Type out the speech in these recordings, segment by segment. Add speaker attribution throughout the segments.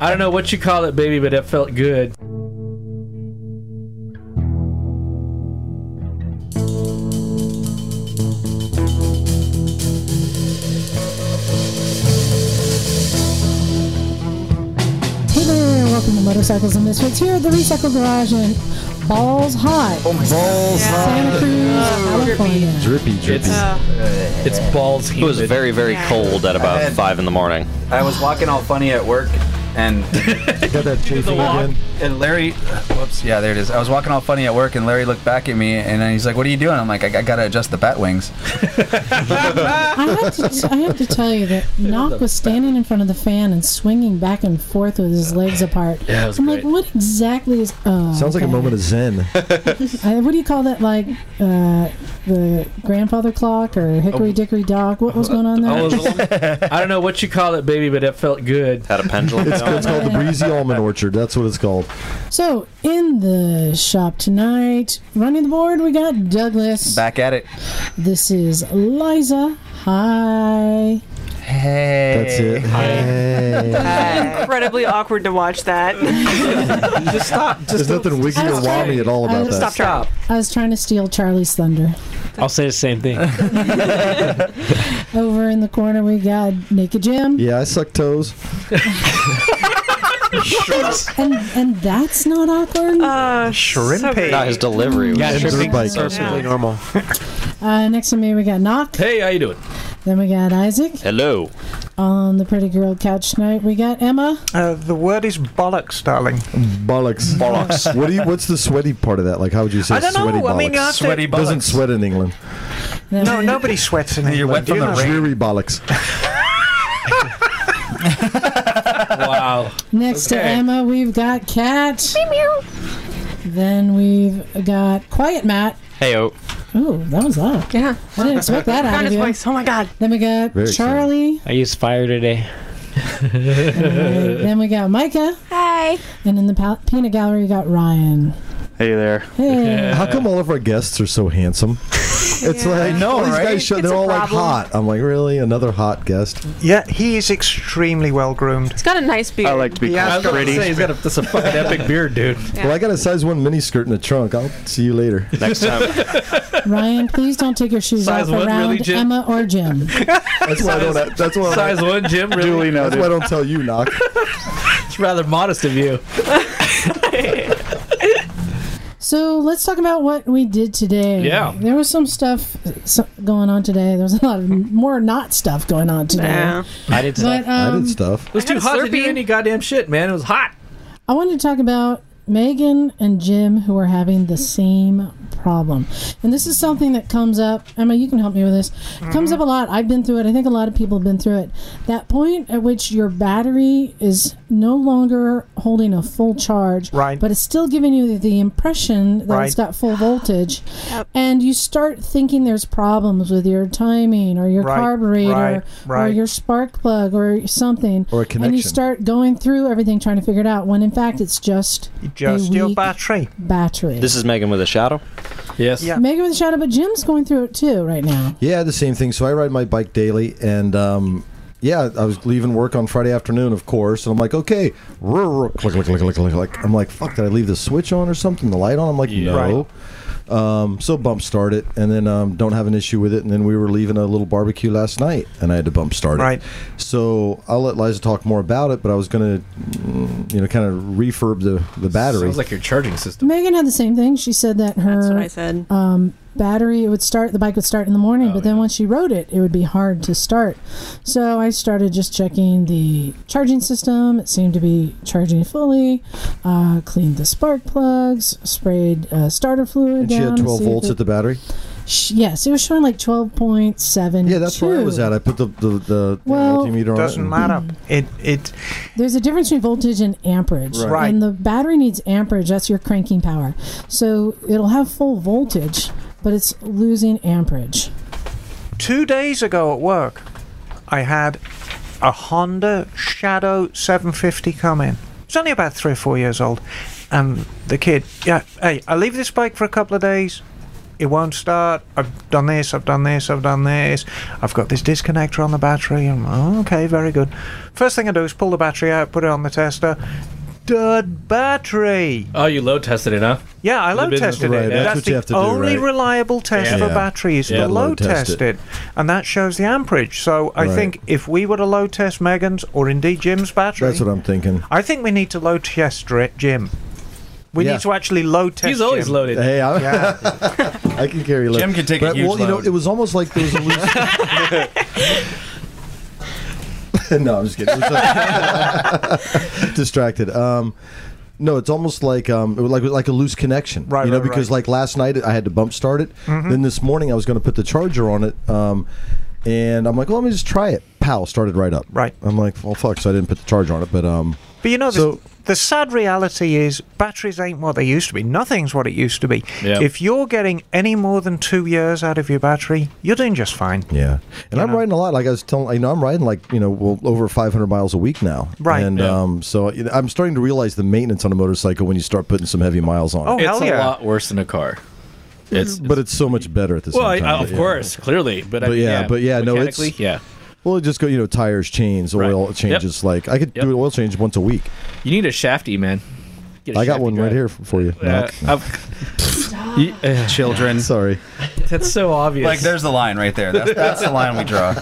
Speaker 1: I don't know what you call it, baby, but it felt good.
Speaker 2: Hey there, welcome to Motorcycles and Misfits here at the Recycle Garage in Balls Hot,
Speaker 1: Oh
Speaker 3: Balls
Speaker 2: Santa Cruz, California.
Speaker 4: Drippy, drippy.
Speaker 1: It's it's balls.
Speaker 5: It was very, very
Speaker 3: Yeah.
Speaker 5: cold at about
Speaker 6: had-
Speaker 5: five in the morning.
Speaker 6: I was walking all funny at work, and
Speaker 4: got that chafing again.
Speaker 6: and Larry, uh, whoops, yeah, there it is. I was walking all funny at work, and Larry looked back at me, and then he's like, "What are you doing?" I'm like, "I, I gotta adjust the bat wings."
Speaker 2: I have, to, I have to tell you that Knock was standing in front of the fan and swinging back and forth with his legs apart.
Speaker 1: Yeah, it was
Speaker 2: I'm
Speaker 1: great.
Speaker 2: like, what exactly is. Oh,
Speaker 4: Sounds like a
Speaker 2: okay.
Speaker 4: moment of zen.
Speaker 2: Uh, what do you call that? Like uh, the grandfather clock or hickory dickory dock? What was going on there?
Speaker 1: Oh. I was- I don't know what you call it, baby, but it felt good.
Speaker 5: Had a pendulum.
Speaker 4: It's, it's called the Breezy Almond Orchard. That's what it's called.
Speaker 2: So in the shop tonight, running the board, we got Douglas.
Speaker 6: Back at it.
Speaker 2: This is Liza. Hi.
Speaker 6: Hey,
Speaker 4: That's it. Hey.
Speaker 3: Incredibly awkward to watch that.
Speaker 4: There's nothing wiggy or
Speaker 2: That's
Speaker 4: wommy
Speaker 2: great.
Speaker 4: at all
Speaker 2: I
Speaker 4: about
Speaker 2: just
Speaker 4: that.
Speaker 3: Stop, stop.
Speaker 2: I was trying to steal Charlie's thunder.
Speaker 1: I'll say the same thing.
Speaker 2: Over in the corner, we got Naked Jim.
Speaker 4: Yeah, I suck toes.
Speaker 2: And and that's not awkward.
Speaker 3: Uh, Shrimp so
Speaker 5: Not his delivery. Was
Speaker 7: Yeah,
Speaker 4: And
Speaker 7: tripping
Speaker 4: dirt bike.
Speaker 7: is perfectly
Speaker 3: Yeah.
Speaker 7: normal.
Speaker 2: Uh, next to me, we got Knock.
Speaker 1: hey, how you doing?
Speaker 2: Then we got Isaac.
Speaker 5: Hello.
Speaker 2: On the pretty girl couch tonight, we got Emma.
Speaker 7: Uh, the word is bollocks, darling.
Speaker 4: Bollocks.
Speaker 5: Bollocks.
Speaker 4: What do you? What's the sweaty part of that? Like, how would you say
Speaker 7: I don't
Speaker 4: sweaty
Speaker 7: know.
Speaker 4: bollocks?
Speaker 7: I mean, you have
Speaker 6: Sweaty
Speaker 7: to,
Speaker 6: bollocks.
Speaker 4: Doesn't sweat in England.
Speaker 2: Then
Speaker 7: no,
Speaker 2: we-
Speaker 7: nobody sweats in England.
Speaker 6: You're wet
Speaker 7: do
Speaker 6: from the
Speaker 7: not
Speaker 6: rain.
Speaker 4: Dreary bollocks.
Speaker 1: Wow.
Speaker 2: Next to
Speaker 1: Okay.
Speaker 2: Emma, we've got Cat. Then we've got Quiet Matt.
Speaker 5: Hey, oh.
Speaker 2: Ooh, that was loud.
Speaker 3: Yeah.
Speaker 2: I didn't expect that out
Speaker 3: Found
Speaker 2: of
Speaker 3: his
Speaker 2: you.
Speaker 3: voice. Oh my god.
Speaker 2: Then we got
Speaker 4: Very
Speaker 2: Charlie.
Speaker 8: I used fire today.
Speaker 1: Uh,
Speaker 2: and then we got Micah.
Speaker 3: Hi.
Speaker 2: And in the pa- peanut gallery, we got Ryan.
Speaker 9: Hey there.
Speaker 2: Hey.
Speaker 4: How come all of our guests are so handsome? It's like
Speaker 6: know,
Speaker 4: all these
Speaker 6: right?
Speaker 4: guys show,
Speaker 3: It's
Speaker 4: they're
Speaker 3: a
Speaker 4: all like
Speaker 3: problem.
Speaker 4: hot. I'm like, really? Another hot guest?
Speaker 7: Yeah, he is extremely well groomed.
Speaker 3: He's got a nice beard.
Speaker 9: I like to be
Speaker 7: Yeah, I
Speaker 9: called
Speaker 7: was gonna
Speaker 9: pretty.
Speaker 1: Say, he's got a, that's a fucking epic beard, dude.
Speaker 4: Well, I got a size one mini skirt and a trunk. I'll see you later.
Speaker 5: Next time.
Speaker 2: Ryan, please don't take your shoes
Speaker 1: Size
Speaker 2: off
Speaker 1: one,
Speaker 2: around
Speaker 1: really, Jim?
Speaker 2: Emma or Jim.
Speaker 4: That's why I don't. That's why. I don't-
Speaker 1: Size one, Jim.
Speaker 9: Duly
Speaker 1: Really,
Speaker 4: That's why I
Speaker 9: noted.
Speaker 4: don't tell you, knock.
Speaker 1: it's rather modest of you.
Speaker 2: So let's talk about what we did today.
Speaker 1: Yeah.
Speaker 2: There was some stuff uh, so- going on today. There was a lot of more not stuff going on today.
Speaker 3: Yeah.
Speaker 8: I did stuff.
Speaker 2: But um,
Speaker 4: I did stuff.
Speaker 1: It was
Speaker 3: I had
Speaker 1: too
Speaker 3: a
Speaker 1: hot to do
Speaker 3: Slurpee.
Speaker 1: any goddamn shit, man. It was hot.
Speaker 2: I wanted to talk about Megan and Jim who are having the same problem. And this is something that comes up. Emma, you can help me with this. It comes up a lot. I've been through it. I think a lot of people have been through it. That point at which your battery is no longer holding a full charge,
Speaker 7: Right.
Speaker 2: but it's still giving you the impression that it's
Speaker 7: Right.
Speaker 2: got full voltage. And you start thinking there's problems with your timing or your
Speaker 7: Right,
Speaker 2: carburetor
Speaker 7: right,
Speaker 2: or
Speaker 7: right.
Speaker 2: your spark plug or something.
Speaker 4: Or a
Speaker 2: And you
Speaker 4: connection.
Speaker 2: start going through everything trying to figure it out when in fact it's just
Speaker 7: Just
Speaker 2: a
Speaker 7: your
Speaker 2: weak
Speaker 7: battery.
Speaker 2: battery.
Speaker 5: This is Megan with a shadow.
Speaker 1: Yes.
Speaker 7: Yeah.
Speaker 2: Megan with a shadow, but Jim's going through it too right now.
Speaker 4: Yeah, the same thing. So I ride my bike daily, and um, yeah, I was leaving work on Friday afternoon, of course, and I'm like, okay, rrr, rrr, click, click, click, click, click, click. I'm like, fuck, did I leave the switch on or something? The light on? I'm like, no. Um, so bump start it, and then um, don't have an issue with it. And then we were leaving a little barbecue last night, and I had to bump start it.
Speaker 7: Right.
Speaker 4: So I'll let Liza talk more about it, but I was gonna, mm, you know, kind of refurb the the battery.
Speaker 1: Sounds like your charging system.
Speaker 2: Megan had the same thing. She said that her
Speaker 3: That's what I said.
Speaker 2: um, battery it would start the bike would start in the
Speaker 4: Oh,
Speaker 2: morning but then once she rode it it would be hard to start so i started just checking the charging system it seemed to be charging fully uh, cleaned the spark plugs sprayed uh, starter fluid
Speaker 4: and she
Speaker 2: down
Speaker 4: had
Speaker 2: to
Speaker 4: 12
Speaker 2: see if
Speaker 4: volts
Speaker 2: it-
Speaker 4: at the battery.
Speaker 2: Sh- yes it was showing like 12.7
Speaker 4: Yeah, that's where I was at. I put the the, the, the
Speaker 2: Well,
Speaker 4: multimeter on. it
Speaker 7: Doesn't
Speaker 4: and-
Speaker 7: matter. It it
Speaker 2: There's a difference between voltage and amperage.
Speaker 7: Right.
Speaker 2: And the battery needs amperage, that's your cranking power. So it'll have full voltage, but it's losing amperage.
Speaker 7: two days ago at work, I had a Honda Shadow 750 come in. It's only about three or four years old, and the kid, yeah, hey, I leave this bike for a couple of days. It won't start. I've done this. I've done this. I've done this. I've got this disconnector on the battery. And, oh, okay, very good. First thing I do is pull the battery out, put it on the tester. Dud battery.
Speaker 1: Oh, you load tested it, huh?
Speaker 7: Yeah, I
Speaker 1: the
Speaker 7: load
Speaker 1: business
Speaker 7: tested
Speaker 1: one. Right,
Speaker 7: it.
Speaker 1: that's
Speaker 4: what
Speaker 7: the
Speaker 4: you have to do,
Speaker 7: only
Speaker 4: right?
Speaker 7: reliable test
Speaker 1: Yeah.
Speaker 7: for
Speaker 4: Yeah.
Speaker 7: battery is
Speaker 1: Yeah,
Speaker 7: to load test it. and that shows the amperage. So I
Speaker 4: Right.
Speaker 7: think if we were to load test Megan's or indeed Jim's battery,
Speaker 4: That's what I'm thinking.
Speaker 7: I think we need to load test it, Jim. We
Speaker 4: Yeah.
Speaker 7: need to actually load test.
Speaker 1: He's always
Speaker 7: Jim.
Speaker 1: loaded.
Speaker 4: Hey, I, I can carry. loads.
Speaker 10: Jim can take a
Speaker 4: But,
Speaker 10: huge
Speaker 4: well, you know,
Speaker 10: load.
Speaker 4: it was almost like there was a loose. no, I'm just kidding. It was like- Distracted. Um, no, it's almost like um, it was like like a loose connection,
Speaker 7: Right,
Speaker 4: You know,
Speaker 7: right, right. Mm-hmm.
Speaker 4: because like last night I had to bump start it. Then this morning I was going to put the charger on it, um, and I'm like, well, let me just try it. Pow, started right up.
Speaker 7: Right.
Speaker 4: I'm like, well, fuck. So I didn't put the charger on it, but um,
Speaker 7: But you know, the,
Speaker 4: So-
Speaker 7: the sad reality is batteries ain't what they used to be. Nothing's what it used to be.
Speaker 1: Yeah.
Speaker 7: If you're getting any more than two years out of your battery, you're doing just fine.
Speaker 4: Yeah, and I'm
Speaker 7: know?
Speaker 4: riding a lot. Like I was telling, you know, I'm riding like you know, well over 500 miles a week now.
Speaker 7: Right.
Speaker 4: And
Speaker 1: Yeah.
Speaker 4: um, so you know, I'm starting to realize the maintenance on a motorcycle when you start putting some heavy miles on.
Speaker 7: Oh,
Speaker 4: it.
Speaker 1: It's
Speaker 7: hell
Speaker 1: a
Speaker 7: yeah.
Speaker 1: lot worse than a car. It's,
Speaker 4: but it's so much better at the same
Speaker 1: well, I, uh,
Speaker 4: time.
Speaker 1: of
Speaker 4: Yeah.
Speaker 1: course, clearly, but, I,
Speaker 4: But yeah, but yeah, no, it's-
Speaker 1: mechanically, yeah.
Speaker 4: Well, it just go, you know, tires, chains,
Speaker 1: Right.
Speaker 4: oil changes. Like I could
Speaker 1: Yep.
Speaker 4: do an oil change once a week.
Speaker 1: You need a shafty, man. Get a
Speaker 4: I got
Speaker 1: shafty
Speaker 4: one right
Speaker 1: drive.
Speaker 4: here f- for you.
Speaker 1: Uh,
Speaker 4: No,
Speaker 1: I've- You- uh,
Speaker 10: Children.
Speaker 4: sorry.
Speaker 1: that's so obvious.
Speaker 10: Like, there's the line right there. That's, that's the line we draw.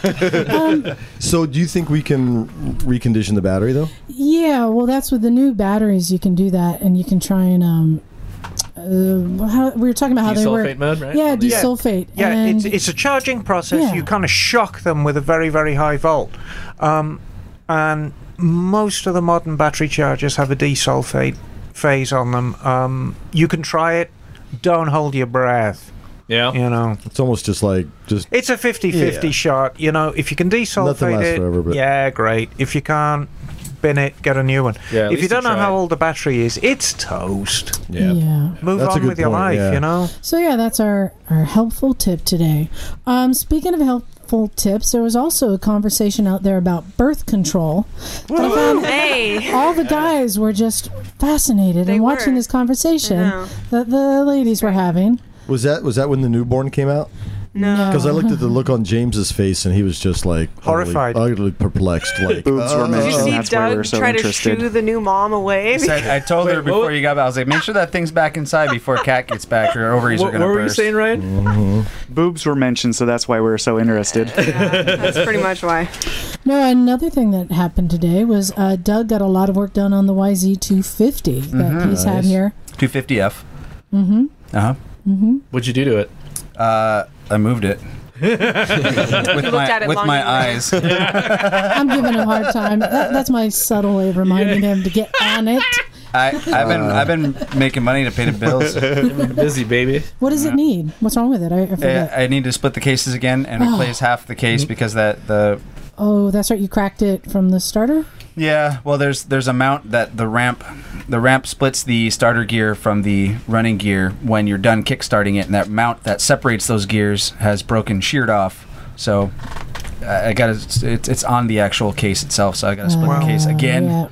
Speaker 3: Um,
Speaker 4: So, do you think we can recondition the battery though?
Speaker 2: Yeah, well, that's with the new batteries. You can do that, and you can try and um, uh, how, we were talking about how they work.
Speaker 1: Desulfate mode, right?
Speaker 2: Yeah,
Speaker 1: On the- Yeah.
Speaker 2: desulfate.
Speaker 7: Yeah,
Speaker 2: and
Speaker 7: it's, it's a charging process.
Speaker 2: Yeah.
Speaker 7: You kind of shock them with a very, very high volt. Um, and most of the modern battery chargers have a desulfate phase on them. Um, you can try it. Don't hold your breath.
Speaker 1: yeah.
Speaker 7: You know,
Speaker 4: It's almost just like just
Speaker 7: it's a 50 50
Speaker 4: Yeah.
Speaker 7: shot. You know, if you can desulfate
Speaker 4: lasts
Speaker 7: it,
Speaker 4: forever, but-
Speaker 7: yeah, great. If you can't, bin it, get a new one.
Speaker 1: Yeah, at
Speaker 7: if you
Speaker 1: least
Speaker 7: don't
Speaker 1: you
Speaker 7: know how
Speaker 1: tried.
Speaker 7: old the battery is, it's toast.
Speaker 2: yeah.
Speaker 7: Move
Speaker 4: That's a
Speaker 7: on
Speaker 4: good
Speaker 7: with your
Speaker 4: point,
Speaker 7: life,
Speaker 4: yeah.
Speaker 7: you know?
Speaker 2: So yeah, that's our our helpful tip today. Um, speaking of helpful tips, there was also a conversation out there about birth control. But I found
Speaker 3: Hey.
Speaker 2: all the guys were just fascinated
Speaker 3: They
Speaker 2: and watching
Speaker 3: were.
Speaker 2: this conversation
Speaker 3: I know.
Speaker 2: that the ladies were having.
Speaker 4: was that was that when the newborn came out?
Speaker 3: No.
Speaker 4: Because I looked at the look on James's face and he was just like utterly-
Speaker 7: Horrified.
Speaker 4: utterly, perplexed. Like "Oh."
Speaker 8: Boobs were
Speaker 3: Did you
Speaker 8: mentioned.
Speaker 3: see
Speaker 8: That's why we
Speaker 3: Doug
Speaker 8: were so
Speaker 3: try to
Speaker 8: interested.
Speaker 3: shoo the new mom away?
Speaker 10: Said- I told her
Speaker 1: Wait, what-
Speaker 10: before you got back, I was like, make sure that thing's back inside before Cat gets back. Her ovaries are
Speaker 1: What,
Speaker 10: going to
Speaker 1: what were you
Speaker 10: burst.
Speaker 1: saying, Ryan?
Speaker 8: Mm-hmm. Boobs were mentioned, so that's why we were so interested.
Speaker 3: That's pretty much why.
Speaker 2: No, another thing that happened today was uh, Doug got a lot of work done on the YZ250 that
Speaker 6: Mm-hmm.
Speaker 4: Mm-hmm.
Speaker 2: he's had here.
Speaker 10: 250F. Mm-hmm. Uh-huh.
Speaker 1: What'd you do to it?
Speaker 10: Uh, I moved it. with my,
Speaker 3: at it
Speaker 10: with
Speaker 3: long
Speaker 10: my
Speaker 3: enough.
Speaker 10: eyes.
Speaker 2: I'm giving him a hard time. That, that's my subtle way of reminding him to get on it.
Speaker 10: I, I've been I've been making money to pay the bills. I,
Speaker 1: Busy, baby.
Speaker 2: What does it need? What's wrong with it? I, I forget.
Speaker 10: I need to split the cases again and replace half the case because that the
Speaker 2: oh, that's right. You cracked it from the starter.
Speaker 10: yeah well there's there's a mount that the ramp the ramp splits the starter gear from the running gear when you're done kickstarting it and that mount that separates those gears has broken sheared off so. I I gotta. It's, it's on the actual case itself, so I gotta split the case
Speaker 2: Uh,
Speaker 10: again,
Speaker 2: yeah.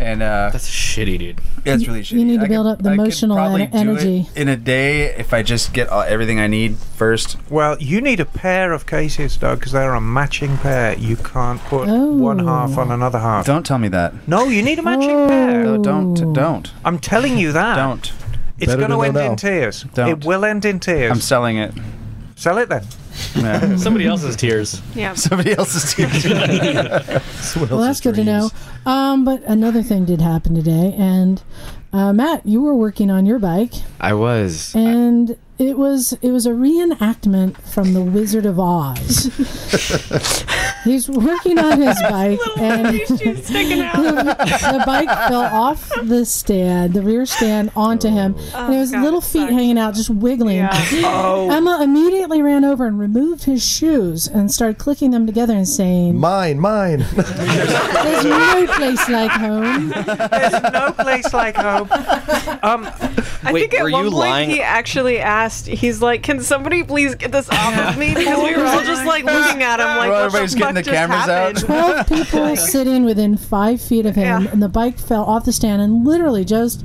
Speaker 10: and uh,
Speaker 1: That's shitty, dude.
Speaker 10: Yeah, it's really shitty.
Speaker 2: you need to
Speaker 10: I
Speaker 2: build
Speaker 10: could-
Speaker 2: up the
Speaker 10: I could
Speaker 2: emotional
Speaker 10: probably
Speaker 2: en-
Speaker 10: do it
Speaker 2: energy.
Speaker 10: in a day if I just get all, everything I need first.
Speaker 7: Well, you need a pair of cases, Doug, because they're a matching pair. You can't put
Speaker 2: Oh.
Speaker 7: one half on another half.
Speaker 10: Don't tell me that.
Speaker 7: No, you need a matching
Speaker 2: Oh.
Speaker 7: pair.
Speaker 10: No,
Speaker 2: Ooh.
Speaker 10: don't, don't,
Speaker 7: I'm telling you that.
Speaker 10: don't.
Speaker 7: It's
Speaker 4: Better
Speaker 7: going to
Speaker 4: to
Speaker 7: end
Speaker 4: know now.
Speaker 7: in tears.
Speaker 10: Don't.
Speaker 7: It will end in tears.
Speaker 10: I'm selling it.
Speaker 7: Sell it then.
Speaker 10: Yeah.
Speaker 1: Somebody else's tears.
Speaker 3: Yeah.
Speaker 10: Somebody else's team.
Speaker 2: Well, that's good to know. Um, but another thing did happen today, and uh, Matt, you were working on your bike,
Speaker 11: I was.
Speaker 2: and it was it was a reenactment from the Wizard of Oz. He's working on his bike, and
Speaker 3: She's sticking out.
Speaker 2: the bike fell off the stand, the rear stand, onto him, and it was
Speaker 3: Oh, God,
Speaker 2: little
Speaker 3: it
Speaker 2: feet
Speaker 3: sucked.
Speaker 2: hanging out, just wiggling.
Speaker 3: Yeah.
Speaker 4: Oh.
Speaker 2: Emma immediately ran over and removed his shoes and started clicking them together and saying,
Speaker 4: mine, mine.
Speaker 2: "There's no place like home."
Speaker 7: There's no place like home. probe. Um,
Speaker 3: I
Speaker 8: Wait,
Speaker 3: think at
Speaker 8: were
Speaker 3: one
Speaker 8: you
Speaker 3: point
Speaker 8: lying-
Speaker 3: he actually asked, he's like, "Can somebody please get this off of me?" Because we were all just like looking at him, like,
Speaker 6: Well,
Speaker 3: "What
Speaker 6: everybody's
Speaker 3: the
Speaker 6: getting
Speaker 3: fuck
Speaker 6: the
Speaker 3: just
Speaker 6: cameras out.
Speaker 3: happened?"
Speaker 2: Twelve people sitting within five feet of him,
Speaker 3: Yeah.
Speaker 2: and the bike fell off the stand and literally just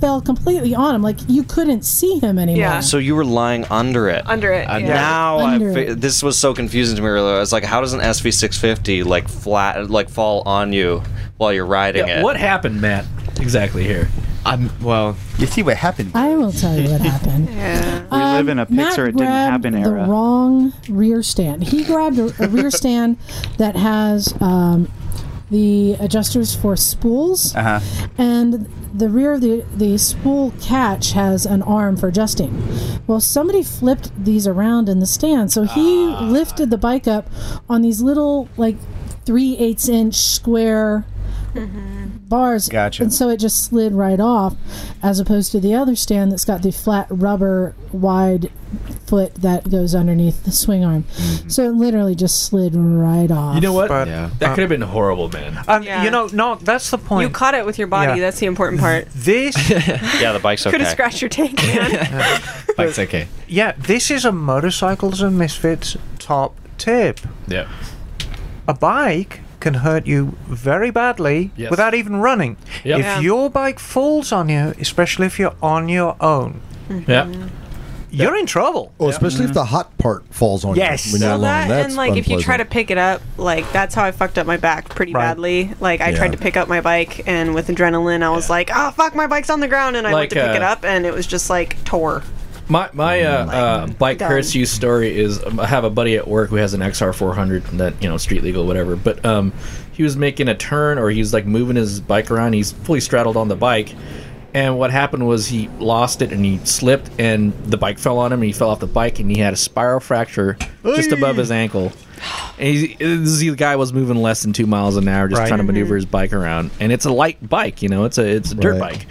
Speaker 2: fell completely on him. Like you couldn't see him anymore.
Speaker 3: Yeah.
Speaker 8: So you were lying under it.
Speaker 3: Under it,
Speaker 8: And
Speaker 3: yeah.
Speaker 8: Now
Speaker 2: Under
Speaker 8: I fi-
Speaker 2: it.
Speaker 8: this was so confusing to me earlier. I was like, how does an SV650 like flat like fall on you while you're riding
Speaker 1: Yeah,
Speaker 8: it?
Speaker 1: what happened, Matt? Exactly here.
Speaker 8: I'm well.
Speaker 6: You see what happened?
Speaker 2: I will tell you what happened.
Speaker 5: We live in a
Speaker 2: Uh, Matt
Speaker 5: picture it didn't
Speaker 2: grabbed
Speaker 5: happen
Speaker 2: The
Speaker 5: era.
Speaker 2: wrong rear stand. He grabbed a, a rear stand that has um, the adjusters for spools,
Speaker 7: Uh-huh.
Speaker 6: Uh huh.
Speaker 2: and the rear of the the spool catch has an arm for adjusting. Well, somebody flipped these around in the stand, so he lifted the bike up on these little like three eighths inch square. Bars,
Speaker 6: Gotcha.
Speaker 2: and so it just slid right off, as opposed to the other stand that's got the flat rubber wide foot that goes underneath the swing arm. So it literally just slid right off.
Speaker 1: You know what?
Speaker 7: but
Speaker 8: Yeah.
Speaker 1: That could have been horrible, man.
Speaker 7: and,
Speaker 3: Uh, Yeah.
Speaker 7: you know, no, that's the
Speaker 3: You
Speaker 7: point.
Speaker 3: caught it with your body.
Speaker 7: Yeah.
Speaker 3: That's the important part.
Speaker 7: this
Speaker 8: Yeah, the bike's
Speaker 3: Could
Speaker 8: okay.
Speaker 3: have scratched your tank, man.
Speaker 9: Bike's okay.
Speaker 7: Yeah, this is a Motorcycles and Misfits top tip.
Speaker 9: Yeah.
Speaker 7: A bike can hurt you very badly
Speaker 9: Yes.
Speaker 7: without even running.
Speaker 1: Yep.
Speaker 7: If
Speaker 3: Yeah.
Speaker 7: your bike falls on you, especially if you're on your own,
Speaker 3: Mm-hmm.
Speaker 1: Yeah.
Speaker 7: you're in trouble.
Speaker 4: Well, especially if the hot part falls on
Speaker 7: Yes.
Speaker 4: you. when you're
Speaker 7: So
Speaker 4: alone.
Speaker 3: that
Speaker 4: That's
Speaker 3: and like if you try to
Speaker 4: unpleasant.
Speaker 3: pick it up, like that's how I fucked up my back pretty
Speaker 7: Right.
Speaker 3: badly. Like I tried
Speaker 4: Yeah.
Speaker 3: to pick up my bike, and with adrenaline, I was like, "Oh fuck, my bike's on the ground!" And I
Speaker 1: Like,
Speaker 3: went to pick it
Speaker 1: uh,
Speaker 3: up, and it was just like tore.
Speaker 1: My my uh, uh, bike
Speaker 3: done.
Speaker 1: hurts you story is um, I have a buddy at work who has an XR 400 that you know street legal whatever, but um, he was making a turn or he was like moving his bike around. He's fully straddled on the bike, and what happened was he lost it and he slipped and the bike fell on him and he fell off the bike and he had a spiral fracture just above his ankle. And he, this the guy was moving less than two miles an hour, just
Speaker 7: Right.
Speaker 1: trying to maneuver his bike around. And it's a light bike, you know, it's a it's a dirt
Speaker 4: Right.
Speaker 1: bike,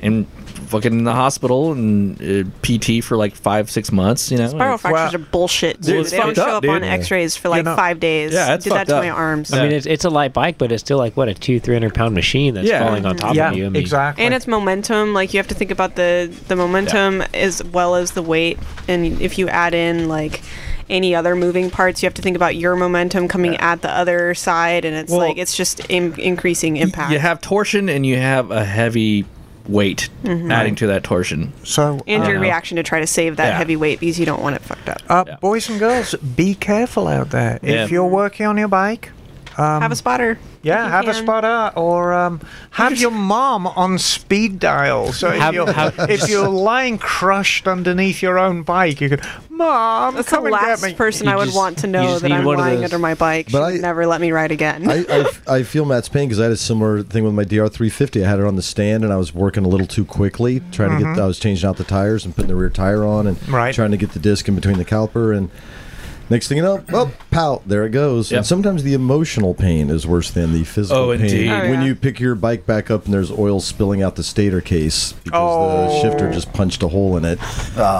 Speaker 1: and fucking in the hospital and uh, PT for like five six months, you know.
Speaker 3: Spiral fractures
Speaker 7: Well-
Speaker 3: are bullshit. Dude.
Speaker 1: Oh, it's
Speaker 3: they don't
Speaker 1: fucked
Speaker 3: show
Speaker 1: up,
Speaker 3: up, on
Speaker 1: dude.
Speaker 3: X-rays for like
Speaker 7: know-
Speaker 3: five days.
Speaker 1: Yeah, it's
Speaker 3: Did that
Speaker 1: fucked
Speaker 3: to
Speaker 1: up.
Speaker 3: my arms.
Speaker 1: Yeah.
Speaker 9: I mean, it's, it's a light bike, but it's still like what a two, three hundred pound machine that's
Speaker 1: Yeah.
Speaker 9: falling on top
Speaker 7: yeah,
Speaker 9: of you. I mean,
Speaker 7: exactly.
Speaker 3: And it's momentum. Like you have to think about the the momentum as well as the weight, and if you add in like any other moving parts, you have to think about your momentum coming at the other side, and it's
Speaker 1: Well-
Speaker 3: like it's just in- increasing impact.
Speaker 1: You have torsion and you have a heavy weight adding to that torsion.
Speaker 3: and your
Speaker 7: so,
Speaker 9: uh-huh.
Speaker 1: Yeah.
Speaker 3: Mm-hmm. reaction to try to save that
Speaker 1: Yeah.
Speaker 3: heavy weight because you don't want it fucked up.
Speaker 7: uh, boys and girls, be careful out there.
Speaker 1: Yeah.
Speaker 7: If you're working on your bike, um,
Speaker 3: have a spotter.
Speaker 7: yeah,
Speaker 3: if you
Speaker 7: have a
Speaker 3: can.
Speaker 7: spotter or um, have your mom on speed dial. So if
Speaker 9: Have-
Speaker 7: you're,
Speaker 9: have-
Speaker 7: if you're lying crushed underneath your own bike, you can, Mom,
Speaker 3: That's the
Speaker 7: come and get me.
Speaker 3: last person
Speaker 9: You
Speaker 3: I would
Speaker 9: just-
Speaker 3: want to
Speaker 9: you
Speaker 3: know
Speaker 9: just
Speaker 3: that
Speaker 9: need
Speaker 3: I'm
Speaker 9: one of
Speaker 3: lying
Speaker 9: those-
Speaker 3: under my bike. She
Speaker 4: But
Speaker 3: would
Speaker 4: I-
Speaker 3: never let me ride again.
Speaker 4: I, I f- I feel Matt's pain because I had a similar thing with my DR350. I had it on the stand and I was working a little too quickly, trying to get. I was changing out the tires and putting the rear tire on and
Speaker 7: Right.
Speaker 4: trying to get the disc in between the caliper. And next thing you know, oh, pow, there it goes.
Speaker 1: Yep.
Speaker 4: And sometimes the emotional pain is worse than the physical
Speaker 1: Oh,
Speaker 4: pain.
Speaker 1: indeed.
Speaker 3: Oh,
Speaker 4: When
Speaker 3: yeah.
Speaker 4: you pick your bike back up and there's oil spilling out the stator case because
Speaker 7: Oh.
Speaker 4: the shifter just punched a hole in it.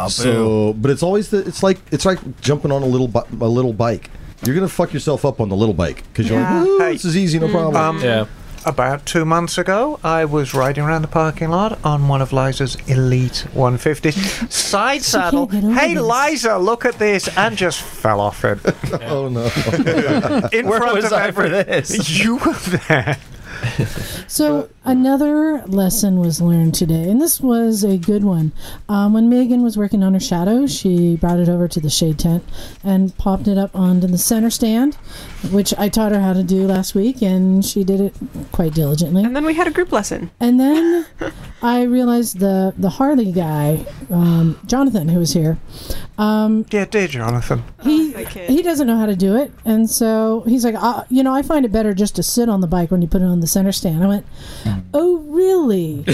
Speaker 4: so, but it's always the, it's like it's like jumping on a little bi- a little bike. You're gonna fuck yourself up on the little bike because you're
Speaker 3: Yeah. mm.
Speaker 4: like, "Woo,
Speaker 7: Hey. um,
Speaker 4: this is easy, no problem.
Speaker 1: Yeah.
Speaker 7: About two months ago, I was riding around the parking lot on one of Liza's elite 150s. Side saddle.
Speaker 2: get over
Speaker 7: Hey,
Speaker 2: this.
Speaker 7: Liza, look at this, and just fell off it
Speaker 4: Oh no!
Speaker 7: in
Speaker 6: Where
Speaker 7: front
Speaker 6: was
Speaker 7: of
Speaker 6: I for
Speaker 7: every-
Speaker 6: this?
Speaker 7: You were there.
Speaker 2: So another lesson was learned today, and this was a good one. Um, when Megan was working on her shadow, she brought it over to the shade tent and popped it up onto the center stand, which I taught her how to do last week, and she did it quite diligently.
Speaker 3: and then we had a group lesson.
Speaker 2: And then I realized the the Harley guy, um, Jonathan, who was here, um,
Speaker 7: Yeah, dear Jonathan.
Speaker 3: Oh,
Speaker 2: he
Speaker 3: that kid.
Speaker 2: he doesn't know how to do it, and so he's like, uh, you know, I find it better just to sit on the bike when you put it on the center stand. I went,
Speaker 8: Mm.
Speaker 2: oh really? Why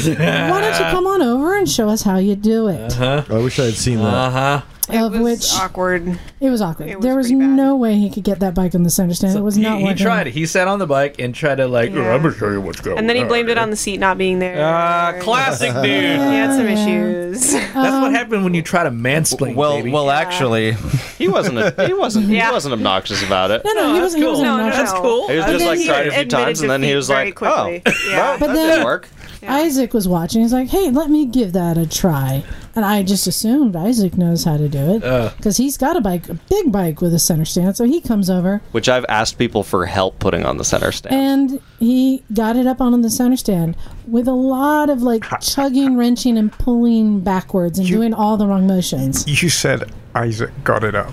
Speaker 2: don't you come on over and show us how you do it?
Speaker 4: I wish I had seen that.
Speaker 1: huh.
Speaker 2: Of
Speaker 3: It was
Speaker 2: which
Speaker 3: awkward.
Speaker 2: it was awkward.
Speaker 3: it was
Speaker 2: there was
Speaker 3: pretty bad.
Speaker 2: no way he could get that bike on the center stand. it was
Speaker 1: he,
Speaker 2: not
Speaker 1: he
Speaker 2: working.
Speaker 1: tried it. He sat on the bike and tried to like.
Speaker 3: Yeah.
Speaker 1: I'm gonna show you what's going.
Speaker 3: And then he blamed it on the seat not being there.
Speaker 1: Ah, classic dude.
Speaker 3: He had some
Speaker 2: Yeah.
Speaker 3: issues.
Speaker 1: That's what happened when you try to mansplain.
Speaker 6: Well,
Speaker 1: baby.
Speaker 6: well, actually,
Speaker 8: He wasn't. A, he wasn't.
Speaker 3: Yeah.
Speaker 8: He wasn't obnoxious about it.
Speaker 2: No, no, he
Speaker 1: that's
Speaker 2: wasn't. He
Speaker 1: cool.
Speaker 2: wasn't
Speaker 3: No, no,
Speaker 2: obnoxious.
Speaker 3: no.
Speaker 1: That's cool.
Speaker 8: He was
Speaker 1: And
Speaker 8: just
Speaker 1: then
Speaker 8: like
Speaker 1: he
Speaker 8: tried a few
Speaker 3: admitted
Speaker 8: times, and then he
Speaker 3: defeat
Speaker 8: was
Speaker 3: very
Speaker 8: like,
Speaker 3: quickly.
Speaker 8: "Oh,
Speaker 3: Yeah.
Speaker 8: well,
Speaker 2: But
Speaker 8: that
Speaker 2: then-
Speaker 8: didn't work."
Speaker 2: Isaac was watching. He's like, "Hey, let me give that a try." And I just assumed Isaac knows how to do it because he's got a bike, a big bike with a center stand. So he comes over
Speaker 8: Which I've asked people for help putting on the center stand.
Speaker 2: and he got it up on the center stand with a lot of like chugging, wrenching, and pulling backwards and doing all the wrong motions.
Speaker 7: You said Isaac got it up.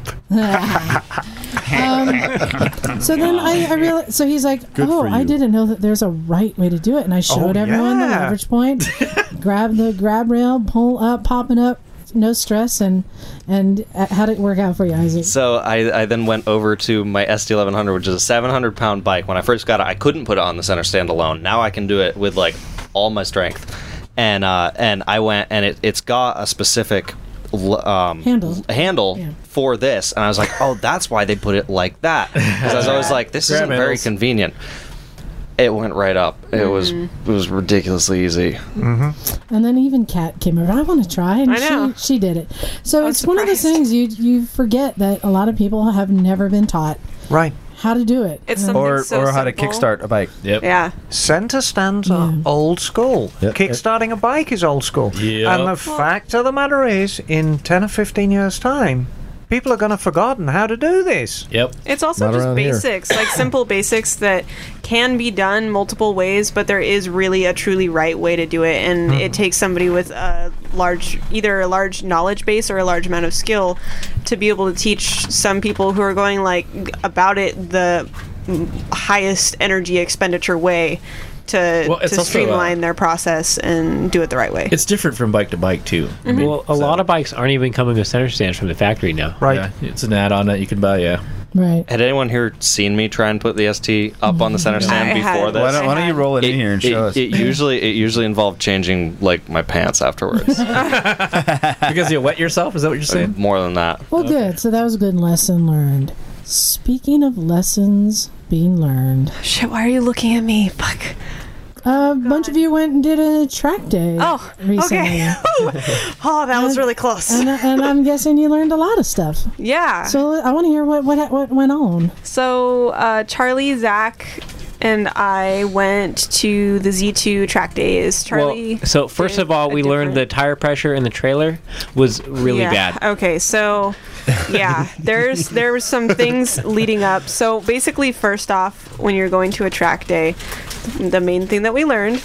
Speaker 2: Um,
Speaker 3: Um,
Speaker 2: So then I, I realized, so he's like, oh,
Speaker 4: for
Speaker 2: I
Speaker 4: you."
Speaker 2: didn't know that there's a right way to do it. And I showed
Speaker 7: Oh,
Speaker 2: everyone the
Speaker 7: yeah.
Speaker 2: leverage point, grab the grab rail, pull up, popping up, no stress. And, and uh, how'd it work out for you, Isaac?
Speaker 8: So I, I then went over to my SD1100, which is a 700 pound bike. When I first got it, I couldn't put it on the center stand alone. Now I can do it with like all my strength. And uh, and I went and it, it's got a specific l- um,
Speaker 2: Handle.
Speaker 8: l- handle
Speaker 2: Yeah.
Speaker 8: for this. And I was like, oh, that's why they put it like that. Because I was always like, this
Speaker 1: Grab
Speaker 8: isn't very
Speaker 1: handles.
Speaker 8: convenient. It went right up. It was it was ridiculously easy.
Speaker 7: Mm-hmm.
Speaker 2: And then even Kat came over. I want to try, and
Speaker 3: I know.
Speaker 2: she she did it. So
Speaker 3: was
Speaker 2: it's one of those
Speaker 3: surprised.
Speaker 2: things you you forget that a lot of people have never been taught
Speaker 7: Right.
Speaker 2: how to do it.
Speaker 3: It's
Speaker 2: And
Speaker 3: something
Speaker 6: or
Speaker 3: so
Speaker 6: or how to
Speaker 3: simple.
Speaker 6: kickstart a bike.
Speaker 1: Yep.
Speaker 3: Yeah.
Speaker 7: Center stands are old school.
Speaker 4: Yep.
Speaker 7: Kickstarting a bike is old school.
Speaker 1: Yep.
Speaker 7: And the fact of the matter is, in 10 or 15 years' time, people are going to have forgotten how to do this.
Speaker 1: Yep.
Speaker 3: It's also
Speaker 4: Not
Speaker 3: just
Speaker 4: around here.
Speaker 3: basics, like simple basics that can be done multiple ways, but there is really a truly right way to do it, and
Speaker 4: Hmm.
Speaker 3: it takes somebody with a large, either a large knowledge base or a large amount of skill, to be able to teach some people who are going like g- about it the mm, highest energy expenditure way to,
Speaker 1: Well, it's
Speaker 3: to
Speaker 1: also, uh,
Speaker 3: streamline their process and do it the right way.
Speaker 1: It's different from bike to bike too. I mean,
Speaker 9: Well, a lot of bikes aren't even coming with center stands from the factory now.
Speaker 7: Right.
Speaker 1: yeah, it's an add-on that you can buy. Yeah.
Speaker 2: right.
Speaker 8: Had anyone here seen me try and put the ST up on the center stand
Speaker 3: I
Speaker 8: before
Speaker 3: had.
Speaker 8: this?
Speaker 3: Why
Speaker 6: Why don't, why don't you roll it,
Speaker 8: it,
Speaker 6: in here and show
Speaker 8: it-
Speaker 6: us?
Speaker 8: it usually it usually involved changing like my pants afterwards. Uh,
Speaker 1: Because you wet yourself. Is that what you're saying?
Speaker 8: More than that.
Speaker 2: Well, good. So that was a good lesson learned. Speaking of lessons being learned,
Speaker 3: Oh, Shit, why are you looking at me? Fuck.
Speaker 2: a bunch of you went and did a track day.
Speaker 3: Oh,
Speaker 2: recently.
Speaker 3: okay. oh, that was really close.
Speaker 2: and, uh, and I'm guessing you learned a lot of stuff.
Speaker 3: Yeah.
Speaker 2: So I want to hear what what what went on.
Speaker 3: So uh, Charlie, Zach, and I went to the Z2 track days. Charlie.
Speaker 9: Well, so first
Speaker 3: did
Speaker 9: of all,
Speaker 3: a
Speaker 9: we learned the
Speaker 3: different-
Speaker 9: tire pressure in the trailer was really
Speaker 3: yeah.
Speaker 9: bad.
Speaker 3: Okay, so yeah, there's there were some things leading up. So basically, first off, when you're going to a track day, the main thing that we learned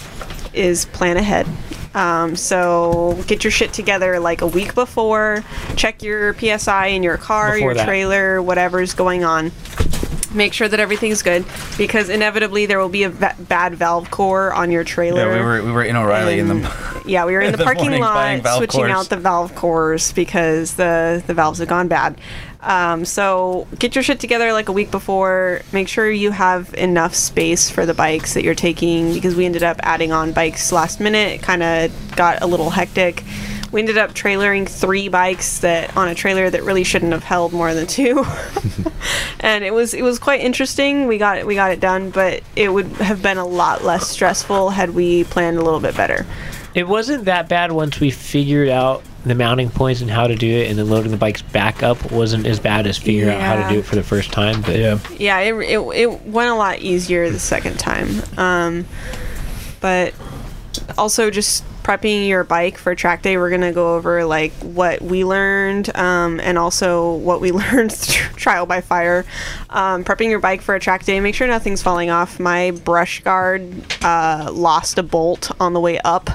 Speaker 3: is plan ahead. Um, so get your shit together like a week before. Check your PSI in your car,
Speaker 9: Before
Speaker 3: your
Speaker 9: that.
Speaker 3: trailer, whatever's going on. Make sure that everything's good because inevitably there will be a va- bad valve core on your trailer.
Speaker 6: yeah, we were we were in O'Reilly in
Speaker 3: And-
Speaker 6: the
Speaker 3: Yeah, we were in the,
Speaker 6: The
Speaker 3: parking
Speaker 6: morning buying
Speaker 3: lot
Speaker 6: valve
Speaker 3: switching
Speaker 6: cores.
Speaker 3: out the valve cores because the the valves had gone bad. Um, so get your shit together like a week before. Make sure you have enough space for the bikes that you're taking because we ended up adding on bikes last minute. It kind of got a little hectic. We ended up trailering three bikes that on a trailer that really shouldn't have held more than two. and it was it was quite interesting. We got it we got it done, but it would have been a lot less stressful had we planned a little bit better.
Speaker 9: It wasn't that bad once we figured out the mounting points and how to do it, and then loading the bikes back up wasn't as bad as figuring out how
Speaker 3: Yeah.
Speaker 9: to do it for the first time. But
Speaker 1: Yeah.
Speaker 3: yeah, it, it, it went a lot easier the second time. Um, but also just prepping your bike for track day, we're gonna go over like what we learned um, and also what we learned through trial by fire. Um, prepping your bike for a track day, make sure nothing's falling off. My brush guard uh, lost a bolt on the way up.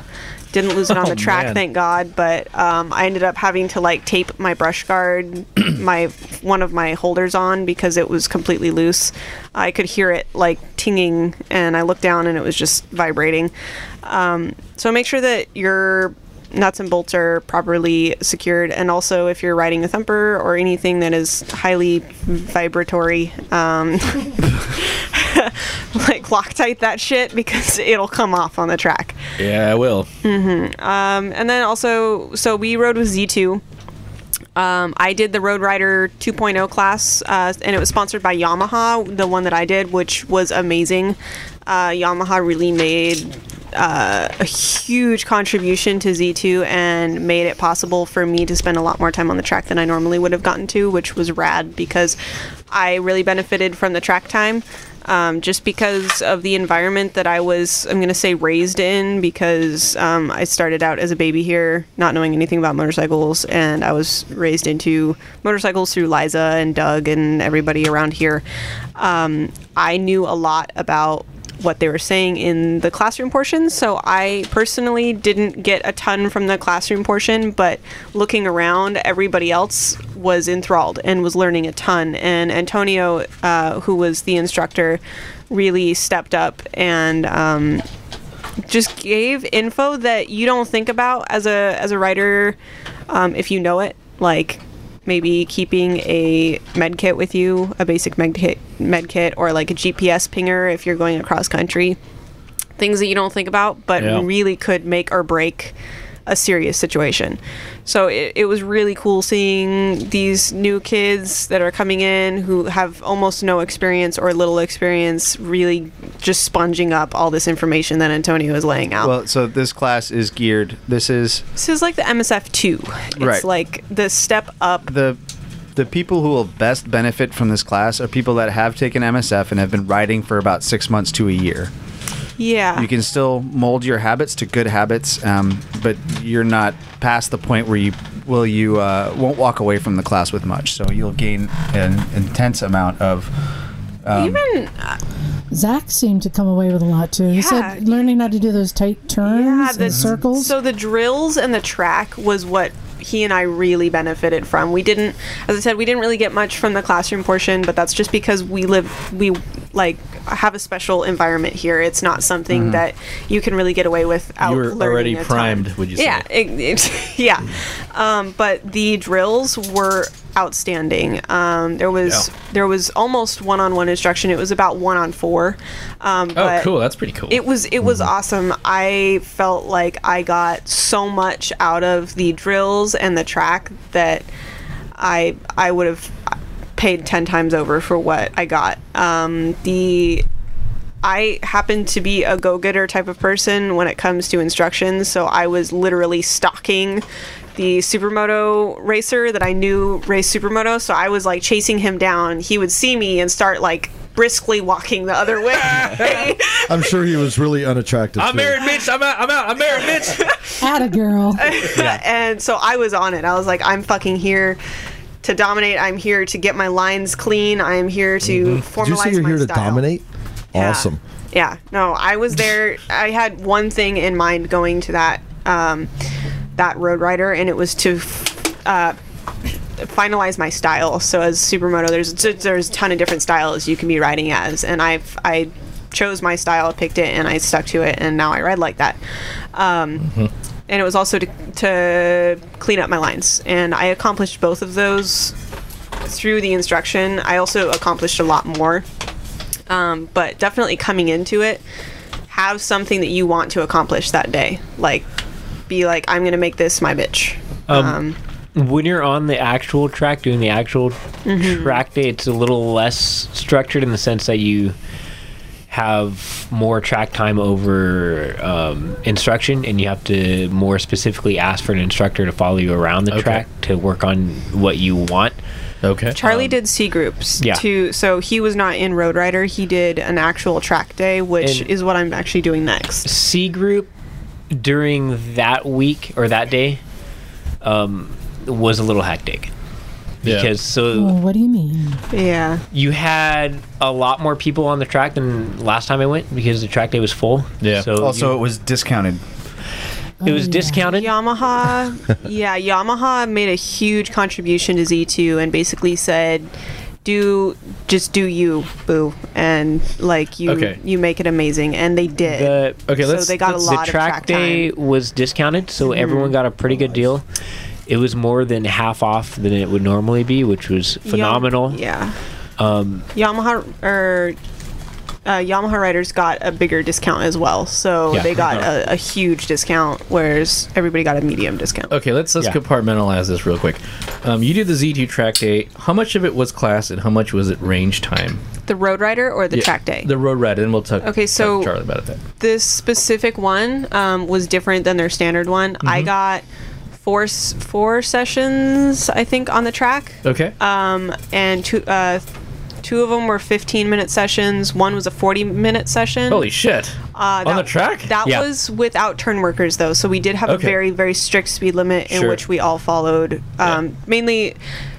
Speaker 3: Didn't lose it on
Speaker 1: Oh,
Speaker 3: the track,
Speaker 1: man.
Speaker 3: thank God. But um, I ended up having to like tape my brush guard, my one of my holders on because it was completely loose. I could hear it like tinging, and I looked down and it was just vibrating. Um, so make sure that your nuts and bolts are properly secured, and also if you're riding a thumper or anything that is highly vibratory, um, like Loctite that shit because it'll come off on the track.
Speaker 1: Yeah, I will.
Speaker 3: Um, and then also, so we rode with Z2. Um, I did the Road Rider 2.0 class, uh, and it was sponsored by Yamaha, the one that I did, which was amazing. Uh, Yamaha really made uh, a huge contribution to Z2 and made it possible for me to spend a lot more time on the track than I normally would have gotten to, which was rad because I really benefited from the track time. um, just because of the environment that I was, I'm going to say, raised in, because um, I started out as a baby here, not knowing anything about motorcycles, and I was raised into motorcycles through Liza and Doug and everybody around here. Um, I knew a lot about what they were saying in the classroom portion. So I personally didn't get a ton from the classroom portion, but looking around, everybody else was enthralled and was learning a ton. And Antonio, uh, who was the instructor, really stepped up and um, just gave info that you don't think about as a as a writer um, if you know it, like maybe keeping a med kit with you, a basic med kit, med kit, or like a GPS pinger if you're going across country. Things that you don't think about, but
Speaker 1: Yeah.
Speaker 3: really could make or break a serious situation. So it, it was really cool seeing these new kids that are coming in who have almost no experience or little experience really just sponging up all this information that Antonio is laying out.
Speaker 10: Well, so this class is geared. This is
Speaker 3: this is like the MSF 2. It's
Speaker 10: Right.
Speaker 3: like the step up
Speaker 10: the the people who will best benefit from this class are people that have taken MSF and have been riding for about six months to a year.
Speaker 3: Yeah.
Speaker 10: You can still mold your habits to good habits, um, but you're not past the point where you will you uh, won't walk away from the class with much. So you'll gain an intense amount of. Um,
Speaker 3: Even uh,
Speaker 2: Zach seemed to come away with a lot too. He
Speaker 3: Yeah.
Speaker 2: said learning how to do those tight turns
Speaker 3: yeah,
Speaker 2: and circles.
Speaker 3: So the drills and the track was what he and I really benefited from. We didn't, as I said, we didn't really get much from the classroom portion, but that's just because we live, we like have a special environment here. It's not something that you can really get away with. Out
Speaker 1: You were
Speaker 3: learning
Speaker 1: Mm-hmm. already
Speaker 3: a ton.
Speaker 1: primed, would you say?
Speaker 3: Yeah, it, it, yeah. Um, but the drills were outstanding. Um, there was
Speaker 1: Yeah.
Speaker 3: there was almost one on one instruction. It was about one on four. Um,
Speaker 1: Oh,
Speaker 3: but
Speaker 1: cool. That's pretty cool. Mm-hmm.
Speaker 3: it was it was awesome. I felt like I got so much out of the drills and the track that I I would have paid ten times over for what I got. Um, the I happen to be a go-getter type of person when it comes to instructions, so I was literally stalking the supermoto racer that I knew raced supermoto, so I was like chasing him down. He would see me and start like briskly walking the other way.
Speaker 4: I'm sure he was really unattractive.
Speaker 1: I'm
Speaker 4: too.
Speaker 1: married, Mitch. I'm out. I'm out. I'm married, Mitch.
Speaker 2: Atta girl.
Speaker 3: and so I was on it. I was like, I'm fucking here to dominate. I'm here to get my lines clean. I am here to formalize
Speaker 4: Mm-hmm. Did you say you're
Speaker 3: my
Speaker 4: here to
Speaker 3: style.
Speaker 4: dominate?
Speaker 3: Yeah.
Speaker 4: Awesome.
Speaker 3: Yeah. No, I was there. I had one thing in mind going to that um, that Road Rider, and it was to uh, finalize my style. So as supermoto, there's there's a ton of different styles you can be riding as, and I've I chose my style, picked it, and I stuck to it, and now I ride like that. Um, And it was also to, to clean up my lines, and I accomplished both of those through the instruction. I also accomplished a lot more um, but definitely coming into it have something that you want to accomplish that day like be like i'm gonna make this my bitch um,
Speaker 9: when you're on the actual track doing the actual
Speaker 3: Mm-hmm.
Speaker 9: track day it's a little less structured in the sense that you have more track time over um, instruction and you have to more specifically ask for an instructor to follow you around the
Speaker 1: Okay.
Speaker 9: track to work on what you want
Speaker 1: Okay.
Speaker 3: charlie did c groups
Speaker 9: Um, yeah.
Speaker 3: too so he was not in road rider he did an actual track day which
Speaker 9: And-
Speaker 3: is what i'm actually doing next
Speaker 9: C group during that week or that day um, was a little hectic
Speaker 1: Yeah.
Speaker 9: because so
Speaker 2: Well, what do you mean?
Speaker 3: yeah
Speaker 9: you had a lot more people on the track than last time I went because the track day was full.
Speaker 1: Yeah.
Speaker 9: So
Speaker 10: also, Oh, it
Speaker 9: you-
Speaker 10: was discounted.
Speaker 9: it was
Speaker 2: yeah.
Speaker 9: discounted.
Speaker 3: Yamaha, yeah, Yamaha made a huge contribution to Z2 and basically said, "Do just do you, boo," and like you,
Speaker 1: Okay.
Speaker 3: you make it amazing, and they did.
Speaker 9: The-
Speaker 1: Okay,
Speaker 3: Uh, so
Speaker 1: let's-
Speaker 3: they got a
Speaker 9: the
Speaker 3: lot
Speaker 9: track,
Speaker 3: of track
Speaker 9: day
Speaker 3: time. Mm-hmm.
Speaker 9: was discounted, so everyone got a pretty good deal. It was more than half off than it would normally be, which was
Speaker 3: Yam-
Speaker 9: phenomenal. Um,
Speaker 3: yeah. Yamaha or uh, Yamaha riders got a bigger discount as well, so
Speaker 9: Yeah.
Speaker 3: they got a, a huge discount, whereas everybody got a medium discount.
Speaker 1: Okay, let's let's
Speaker 9: Yeah.
Speaker 1: compartmentalize this real quick. Um, you did the Z2 track day. How much of it was class, and how much was it range time?
Speaker 3: The Road Rider or the
Speaker 1: Yeah,
Speaker 3: track day?
Speaker 1: The road red, and we'll talk.
Speaker 3: Okay,
Speaker 1: talk to
Speaker 3: so-
Speaker 1: Charlie about it then.
Speaker 3: this specific one um, was different than their standard one. I got four s- four sessions, I think, on the track,
Speaker 1: Okay.
Speaker 3: um, and two uh, two of them were 15 minute sessions. One was a 40 minute session.
Speaker 1: Holy shit!
Speaker 3: Uh,
Speaker 1: On the track?
Speaker 3: That
Speaker 9: Yeah.
Speaker 3: was without turn workers, though. So we did have
Speaker 1: Okay.
Speaker 3: a very, very strict speed limit in
Speaker 1: Sure.
Speaker 3: which we all followed, um, mainly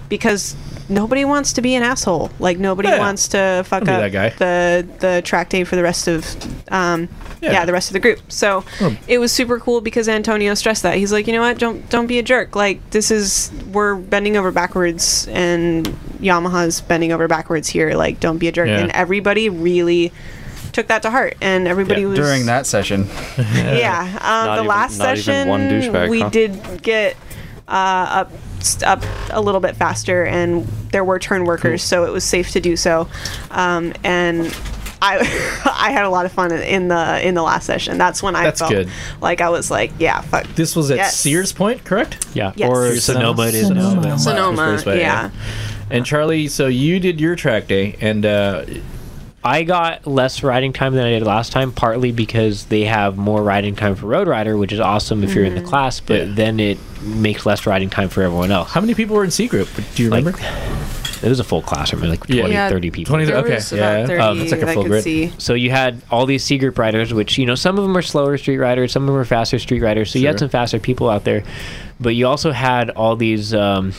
Speaker 3: because nobody wants to be an asshole. Like nobody
Speaker 1: Yeah.
Speaker 3: wants to fuck
Speaker 1: Don't be
Speaker 3: up
Speaker 1: that guy.
Speaker 3: the the track day for the rest of, um, yeah.
Speaker 1: Yeah.
Speaker 3: the rest of the group. So it was super cool because Antonio stressed that he's like, you know what, don't don't be a jerk. Like this is we're bending over backwards and Yamaha's bending over backwards here. Like don't be a jerk.
Speaker 1: Yeah.
Speaker 3: And everybody really took that to heart and everybody
Speaker 1: Yeah.
Speaker 3: was
Speaker 10: during that session.
Speaker 3: yeah. Um,
Speaker 8: Not
Speaker 3: the
Speaker 8: even-
Speaker 3: last
Speaker 8: not
Speaker 3: session,
Speaker 8: even one douchebag,
Speaker 3: we
Speaker 8: huh?
Speaker 3: did get uh, up st- up a little bit faster, and there were turn workers, so it was safe to do so. Um, and I I had a lot of fun in- in the in the last session. That's when I
Speaker 1: That's
Speaker 3: felt
Speaker 1: good.
Speaker 3: like I was like, yeah, fuck.
Speaker 1: This was at
Speaker 3: Yes.
Speaker 1: Sears Point, correct?
Speaker 9: Yeah.
Speaker 3: Yes.
Speaker 9: Or
Speaker 1: Sonoma.
Speaker 9: Sonoma it is
Speaker 2: Sonoma.
Speaker 9: now.
Speaker 3: Sonoma,
Speaker 1: Raceway,
Speaker 3: yeah.
Speaker 1: And Charlie, so you did your track day, and uh,
Speaker 9: I got less riding time than I did last time, partly because they have more riding time for Road Rider, which is awesome if you're in the
Speaker 3: Mm-hmm.
Speaker 9: class, but
Speaker 1: Yeah.
Speaker 9: then it makes less riding time for everyone else.
Speaker 1: how many people were in C group? Do you
Speaker 9: Like,
Speaker 1: remember?
Speaker 9: It was a full class, I mean, like 20,
Speaker 1: Yeah.
Speaker 9: 30 people.
Speaker 1: 20
Speaker 3: There
Speaker 1: okay,
Speaker 3: was
Speaker 1: yeah.
Speaker 3: about 30
Speaker 9: Um, it's
Speaker 1: like a
Speaker 3: that I
Speaker 1: full
Speaker 3: could
Speaker 1: grid.
Speaker 3: see.
Speaker 9: So you had all these C group riders, which you know some of them are slower street riders, some of them are faster street riders. So you
Speaker 1: Sure.
Speaker 9: had some faster people out there, but you also had all these. Um,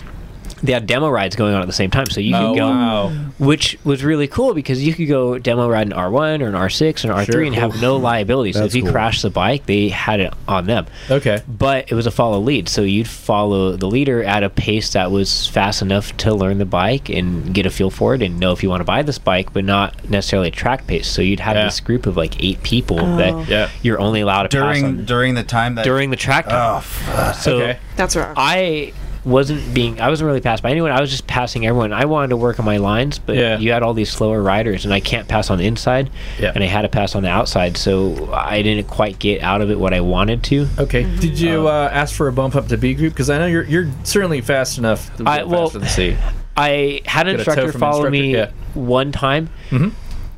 Speaker 9: they had demo rides going on at the same time, so you
Speaker 1: Oh,
Speaker 9: could go, which was really cool because you could go demo ride an R1 or an R6 or an R3
Speaker 1: Sure,
Speaker 9: and
Speaker 1: cool.
Speaker 9: have no liability. So
Speaker 4: That's
Speaker 9: if you
Speaker 4: cool.
Speaker 9: crashed the bike, they had it on them.
Speaker 1: Okay.
Speaker 9: But it was a follow lead, so you'd follow the leader at a pace that was fast enough to learn the bike and get a feel for it and know if you want to buy this bike, but not necessarily a track pace. So you'd have
Speaker 1: Yeah.
Speaker 9: this group of like eight people that
Speaker 1: Yeah.
Speaker 9: you're only allowed to pass
Speaker 10: During
Speaker 9: on
Speaker 10: during the time that
Speaker 9: during the track.
Speaker 10: oh
Speaker 9: Time.
Speaker 10: fuck.
Speaker 9: so
Speaker 1: Okay.
Speaker 3: That's wrong.
Speaker 9: I wasn't being I wasn't really passed by anyone. I was just passing everyone. I wanted to work on my lines, but
Speaker 1: Yeah.
Speaker 9: you had all these slower riders, and I can't pass on the inside,
Speaker 1: Yeah.
Speaker 9: and I had to pass on the outside. So I didn't quite get out of it what I wanted to. Um,
Speaker 1: Okay. Did you uh, ask for a bump up to B group? Because I know you're you're certainly fast enough. To
Speaker 9: I-
Speaker 1: faster
Speaker 9: well-
Speaker 1: than C.
Speaker 9: I had an
Speaker 1: Get a tow
Speaker 9: instructor
Speaker 1: from
Speaker 9: follow
Speaker 1: instructor,
Speaker 9: me
Speaker 1: yeah.
Speaker 9: one time.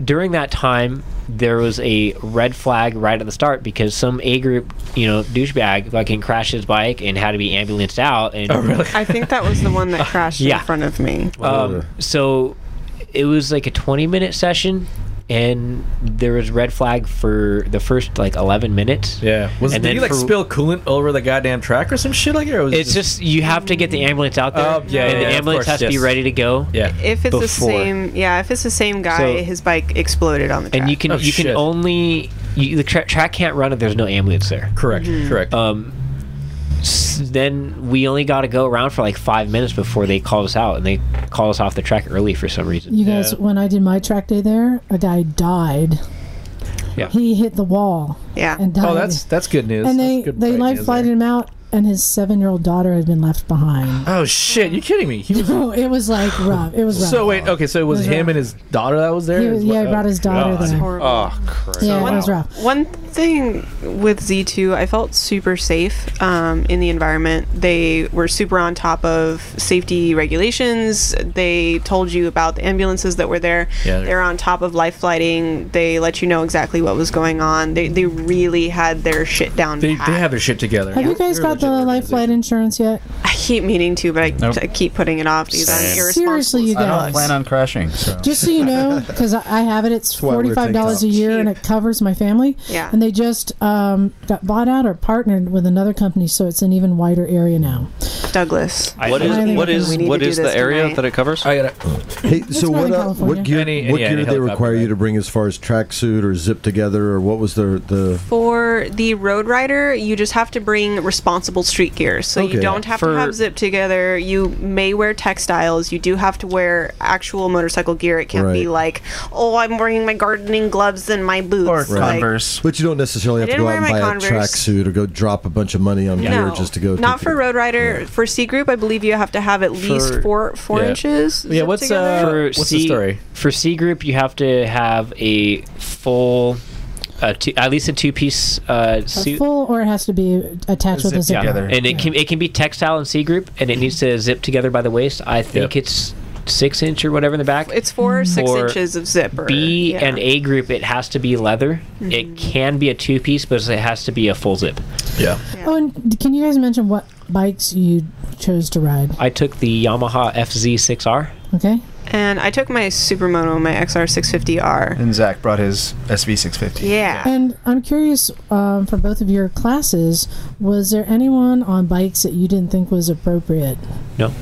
Speaker 9: During that time, there was a red flag right at the start because some A group, you know, douchebag fucking crashed his bike and had to be ambulanced out. And
Speaker 1: Oh,
Speaker 3: I think that was the one that crashed
Speaker 9: Yeah.
Speaker 3: in front of me.
Speaker 9: Um, so it was like a 20 minute session, and there was red flag for the first like 11 minutes.
Speaker 1: Yeah. Was
Speaker 9: And
Speaker 1: did
Speaker 9: then
Speaker 1: he like
Speaker 9: for-
Speaker 1: spill coolant over the goddamn track or some shit like that? Or was it
Speaker 9: It's just you have to get the ambulance out there,
Speaker 1: Oh, yeah,
Speaker 9: and
Speaker 1: yeah,
Speaker 9: the
Speaker 1: of
Speaker 9: ambulance
Speaker 1: course,
Speaker 9: has to be
Speaker 1: yes.
Speaker 9: ready to go.
Speaker 1: yeah.
Speaker 3: If it's the
Speaker 9: Before.
Speaker 3: same, yeah, if it's the same guy,
Speaker 9: So-
Speaker 3: his bike exploded on the track.
Speaker 9: And you can
Speaker 1: Oh,
Speaker 9: you can
Speaker 1: shit.
Speaker 9: only you, the tra- track can't run if there's no ambulance there.
Speaker 1: Correct.
Speaker 2: Mm-hmm.
Speaker 1: Correct.
Speaker 9: Um, s- then we only got to go around for like five minutes before they called us out, and they called us off the track early for some reason.
Speaker 2: You guys,
Speaker 1: Yeah.
Speaker 2: when I did my track day there, a guy died.
Speaker 9: Yeah.
Speaker 2: He hit the wall
Speaker 3: yeah.
Speaker 2: and died.
Speaker 1: oh, that's that's good news.
Speaker 2: and
Speaker 1: That's
Speaker 2: they
Speaker 1: good
Speaker 2: they
Speaker 1: bright
Speaker 2: life
Speaker 1: news
Speaker 2: flighted
Speaker 1: there.
Speaker 2: him out, and his seven year old daughter had been left behind.
Speaker 1: Oh shit! You kidding me? He was
Speaker 2: oh, it was like rough. It was rough.
Speaker 1: so wait. Okay, so it was
Speaker 2: Was
Speaker 1: him
Speaker 2: that-
Speaker 1: and his daughter that was there.
Speaker 2: He was-
Speaker 1: Is
Speaker 2: yeah,
Speaker 1: what-
Speaker 2: he brought his daughter
Speaker 1: God.
Speaker 2: there.
Speaker 3: Horrible.
Speaker 2: Yeah,
Speaker 3: One-
Speaker 2: it was rough.
Speaker 3: One thing with Z2, I felt super safe um, in the environment. They were super on top of safety regulations. They told you about the ambulances that were there.
Speaker 1: Yeah, they're-
Speaker 3: They're on top of life flighting. They let you know exactly what was going on. They, they really had their shit down.
Speaker 1: They, they
Speaker 3: pat.
Speaker 1: have their shit together.
Speaker 2: Have you guys
Speaker 1: They're a
Speaker 2: got the
Speaker 1: legit
Speaker 2: life flight insurance yet?
Speaker 3: I keep meaning to, but I, I keep putting it off because I'm
Speaker 8: Same.
Speaker 3: irresponsible.
Speaker 2: Seriously, you
Speaker 3: as
Speaker 10: I
Speaker 2: guys.
Speaker 10: don't
Speaker 3: fuck.
Speaker 10: plan on crashing. So.
Speaker 2: Just so you know, because I I have it, it's
Speaker 4: why we're
Speaker 2: forty five dollars a
Speaker 4: taking
Speaker 2: year, and
Speaker 3: Cheap.
Speaker 2: it covers my family.
Speaker 3: Yeah.
Speaker 2: And they just um, got bought out or partnered with another company, so it's an even wider area now.
Speaker 3: Douglas.
Speaker 8: What
Speaker 2: I
Speaker 8: is
Speaker 2: think
Speaker 8: what
Speaker 2: we
Speaker 8: is
Speaker 3: need to
Speaker 8: what
Speaker 3: do
Speaker 8: is the
Speaker 3: this
Speaker 8: area
Speaker 3: tonight.
Speaker 8: that it covers?
Speaker 1: I gotta.
Speaker 4: Hey, so
Speaker 2: not
Speaker 4: what
Speaker 2: in
Speaker 4: uh,
Speaker 2: California.
Speaker 4: what gear
Speaker 1: Any-
Speaker 4: what
Speaker 1: yeah,
Speaker 4: gear
Speaker 1: any
Speaker 4: did they
Speaker 1: helicopter,
Speaker 4: require you
Speaker 1: right?
Speaker 4: to bring as far as tracksuit or zip together or what was their the
Speaker 3: For the Road Rider, you just have to bring responsible street gear. So you
Speaker 4: Okay.
Speaker 3: don't have to
Speaker 9: For-
Speaker 3: have zip together. You may wear textiles. You do have to wear actual motorcycle gear. It can't be
Speaker 4: Right.
Speaker 3: like, oh, I'm wearing my gardening gloves and my boots.
Speaker 5: Or
Speaker 3: Like,
Speaker 10: Converse.
Speaker 4: but you don't necessarily have
Speaker 3: I
Speaker 4: to
Speaker 3: didn't
Speaker 4: go out and
Speaker 3: wear
Speaker 4: buy
Speaker 3: my
Speaker 4: a
Speaker 3: Converse.
Speaker 4: tracksuit or go drop a bunch of money on gear
Speaker 3: No,
Speaker 4: just to go.
Speaker 3: not
Speaker 4: take
Speaker 3: for
Speaker 4: it.
Speaker 3: Road Rider. For C Group, I believe you have to have at least
Speaker 1: For-
Speaker 3: four four
Speaker 1: yeah.
Speaker 3: inches.
Speaker 1: Yeah,
Speaker 3: zipped
Speaker 1: what's,
Speaker 3: together.
Speaker 1: uh,
Speaker 9: for
Speaker 1: What's
Speaker 9: C,
Speaker 1: the story?
Speaker 9: For C group, you have to have a full, uh, two, at least a two-piece uh,
Speaker 2: A
Speaker 9: suit,
Speaker 2: full, or it has to be attached with
Speaker 10: Zip
Speaker 2: a zip
Speaker 10: together.
Speaker 2: line.
Speaker 9: and it can it can be textile in C group, and it needs to zip together by the waist. I think
Speaker 1: Yep.
Speaker 9: it's six inch or whatever in the back.
Speaker 3: It's four or six
Speaker 9: For
Speaker 3: inches of zip. or-
Speaker 9: B
Speaker 3: yeah.
Speaker 9: and A group, it has to be leather. It
Speaker 3: Mm-hmm.
Speaker 9: can be a two-piece, but it has to be a full zip.
Speaker 1: Yeah.
Speaker 2: Oh, and d- can you guys mention what bikes you chose to ride?
Speaker 9: I took the Yamaha FZ6R.
Speaker 2: Okay.
Speaker 3: and I took my Supermoto, my XR650R.
Speaker 10: And Zach brought his SV650.
Speaker 3: Yeah.
Speaker 2: And I'm curious um, for both of your classes, was there anyone on bikes that you didn't think was appropriate?
Speaker 9: No.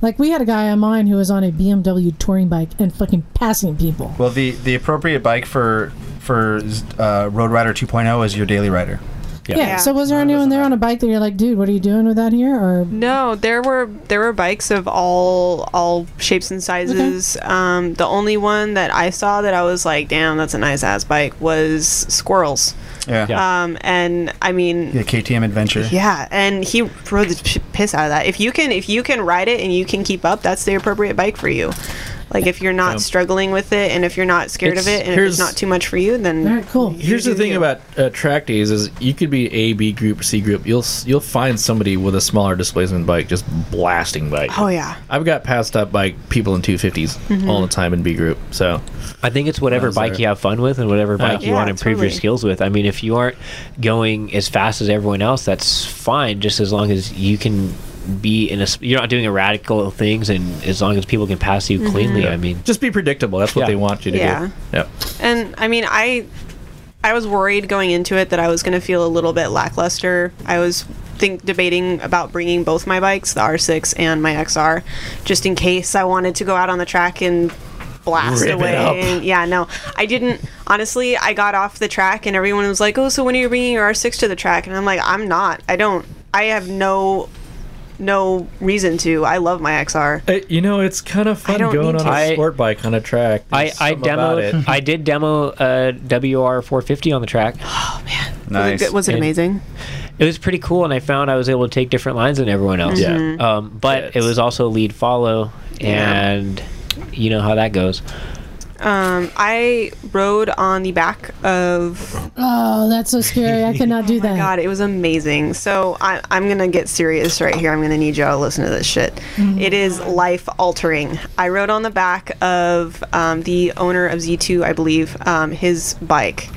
Speaker 2: Like we had a guy on mine who was on a BMW touring bike and fucking passing people.
Speaker 10: Well, the, the appropriate bike for for uh, Road Rider 2.0 is your daily rider.
Speaker 2: Yeah.
Speaker 3: Yeah.
Speaker 2: So was there anyone there on a bike that you're like, dude, what are you doing with that here? Or
Speaker 3: No, there were there were bikes of all all shapes and sizes.
Speaker 2: Mm-hmm.
Speaker 3: Um, the only one that I saw that I was like, damn, that's a nice ass bike was Squirrels.
Speaker 10: Yeah.
Speaker 9: Yeah.
Speaker 3: Um, and I mean,
Speaker 10: The KTM Adventure.
Speaker 3: Yeah, and he rode the p- piss out of that. If you can, if you can ride it and you can keep up, that's the appropriate bike for you. Like if you're not
Speaker 1: Um,
Speaker 3: struggling with it, and if you're not scared of
Speaker 1: It's-
Speaker 3: it, and if
Speaker 1: here's-
Speaker 3: it's not too much for you, then
Speaker 2: all right, cool.
Speaker 1: Here's the thing about uh, track days is you could be A, B group, C group. You'll s- you'll find somebody with a smaller displacement bike just blasting bike.
Speaker 3: oh yeah,
Speaker 1: I've got passed up by people in 250s
Speaker 8: Mm-hmm.
Speaker 1: all the time in B group. So
Speaker 9: I think it's whatever
Speaker 1: Those
Speaker 9: bike
Speaker 1: are-
Speaker 9: you have fun with and whatever bike you
Speaker 3: Yeah,
Speaker 9: want to improve your
Speaker 3: totally.
Speaker 9: skills with. I mean, if you aren't going as fast as everyone else, that's fine, just as long as you can be in a s- you're not doing radical things and as long as people can pass you cleanly
Speaker 3: Mm-hmm.
Speaker 9: i mean
Speaker 1: just be predictable. That's what
Speaker 9: Yeah.
Speaker 1: they want you to
Speaker 3: Yeah.
Speaker 1: do. Yep.
Speaker 3: and I mean, I I was worried going into it that I was going to feel a little bit lackluster. I was think debating about bringing both my bikes, the R6 and my XR, just in case I wanted to go out on the track and blast
Speaker 1: Rip it
Speaker 3: away.
Speaker 1: up.
Speaker 3: And yeah, no, I didn't. Honestly, I got off the track and everyone was like, "Oh, so when are you bringing your R6 to the track?" And I'm like, "I'm not. I don't. I have no." No reason to. I love my XR.
Speaker 1: Uh, you know, it's kind of fun
Speaker 3: don't
Speaker 1: going
Speaker 3: need
Speaker 1: on
Speaker 3: to.
Speaker 1: a
Speaker 9: I-
Speaker 1: sport bike on a track.
Speaker 9: I,
Speaker 1: There's
Speaker 9: I
Speaker 1: something about
Speaker 9: demoed. I did demo uh, a WR 450 on the track.
Speaker 10: Nice.
Speaker 3: Oh, Was it, was it
Speaker 9: And-
Speaker 3: amazing?
Speaker 9: It was pretty cool, and I found I was able to take different lines than everyone else.
Speaker 1: Yeah.
Speaker 3: Mm-hmm.
Speaker 1: Mhm.
Speaker 9: Um, but it
Speaker 1: Yes.
Speaker 9: was also lead follow, and you know how that goes.
Speaker 3: Um, I rode on the back of Oh
Speaker 2: Oh, that's so scary. I could not do that.
Speaker 3: God, it was amazing. So I, I'm gonna get serious right here. I'm gonna need y'all to listen to this shit.
Speaker 2: Mm-hmm.
Speaker 3: It is life altering. I rode on the back of um, the owner of Z2, I believe, um, his bike.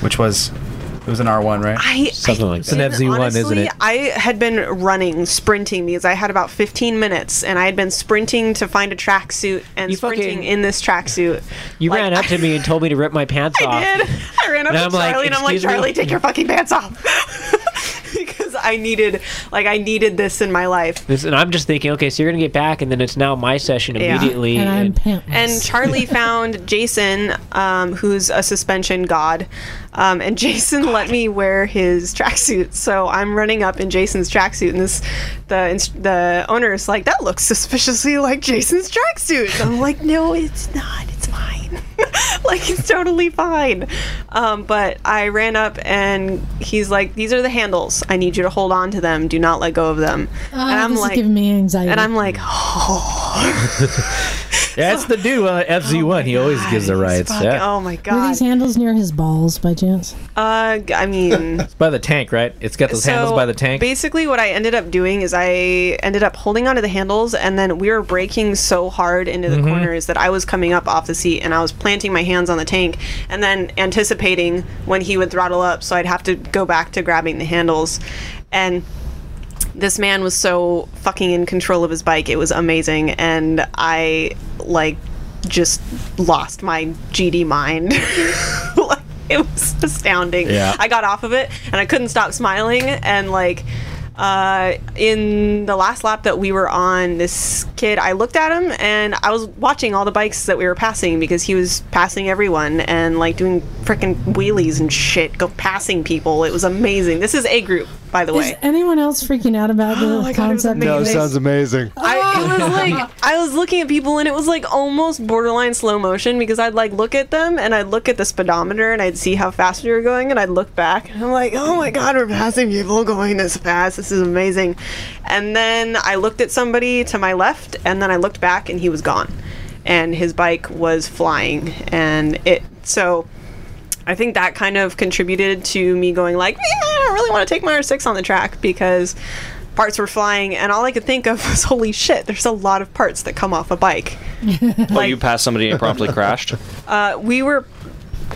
Speaker 10: Which was, it was an R1, right?
Speaker 3: I
Speaker 9: Something like
Speaker 1: an
Speaker 9: that.
Speaker 1: FZ1, isn't
Speaker 3: honestly,
Speaker 1: it?
Speaker 3: I had been running, sprinting because I had about 15 minutes, and I had been sprinting to find a tracksuit and
Speaker 9: You fucking-
Speaker 3: sprinting in this tracksuit.
Speaker 9: You
Speaker 3: Like,
Speaker 9: ran up to me and told me to rip my pants
Speaker 3: I
Speaker 9: off.
Speaker 3: did. I ran up
Speaker 9: And
Speaker 3: to Charlie
Speaker 9: I'm like,
Speaker 3: and I'm like,
Speaker 9: "Excuse me?"
Speaker 3: Charlie, take your fucking pants off. because I needed, like, I needed this in my life.
Speaker 9: This, and I'm just thinking, okay, so you're gonna get back, and then it's now my session
Speaker 3: Yeah.
Speaker 9: immediately.
Speaker 2: And I'm
Speaker 9: and-
Speaker 2: pantless.
Speaker 3: And Charlie found Jason, um, who's a suspension god, um, and Jason let me wear his tracksuit. So I'm running up in Jason's tracksuit, and this the inst- the owner is like, "That looks suspiciously like Jason's tracksuit." And I'm like, "No, it's not. It's fine. like it's totally fine." Um, but I ran up, and he's like, "These are the handles. I need you to hold on to them. Do not let go of them."
Speaker 2: Oh,
Speaker 3: and I'm
Speaker 2: this
Speaker 3: like,
Speaker 2: is giving me anxiety.
Speaker 3: and I'm like, "Oh."
Speaker 1: it. That's the uh, dude on FZ1. he always gives the rides.
Speaker 3: Fuck,
Speaker 1: Yeah.
Speaker 3: Oh my
Speaker 2: were
Speaker 3: god.
Speaker 2: these handles near his balls by chance?
Speaker 3: Uh, g- I mean,
Speaker 1: It's by the tank, right? It's got those
Speaker 3: so
Speaker 1: handles by the tank.
Speaker 3: Basically, what I ended up doing is I ended up holding onto the handles, and then we were breaking so hard into
Speaker 1: Mm-hmm.
Speaker 3: the corners that I was coming up off the seat, and I was planting my hands on the tank, and then anticipating when he would throttle up, so I'd have to go back to grabbing the handles, and. This man was so fucking in control of his bike. It was amazing. And I, like, just lost my GD mind. like, it was astounding.
Speaker 1: Yeah.
Speaker 3: I got off of it and I couldn't stop smiling. And like, uh, in the last lap that we were on, this kid, I looked at him and I was watching all the bikes that we were passing because he was passing everyone and like doing freaking wheelies and shit, go passing people. It was amazing. This is A group, by the
Speaker 2: Is
Speaker 3: way. Oh
Speaker 2: anyone else freaking out about the
Speaker 3: my God, it was
Speaker 2: concept?
Speaker 3: amazing.
Speaker 2: of
Speaker 3: No,
Speaker 2: this?
Speaker 3: it sounds
Speaker 4: amazing.
Speaker 3: I, it was like I was looking at people and it was like almost borderline slow motion because I'd like look at them and I'd look at the speedometer and I'd see how fast we were going and I'd look back and I'm like, oh my god, we're passing people going this fast. This is amazing. And then I looked at somebody to my left and then I looked back and he was gone, and his bike was flying and it so. I think that kind of contributed to me going like, "Yeah, I don't really want to take my R6 on the track because parts were flying, and all I could think of was, holy shit, there's a lot of parts that come off a bike.
Speaker 8: Oh, you passed somebody and promptly crashed.
Speaker 3: Uh, we were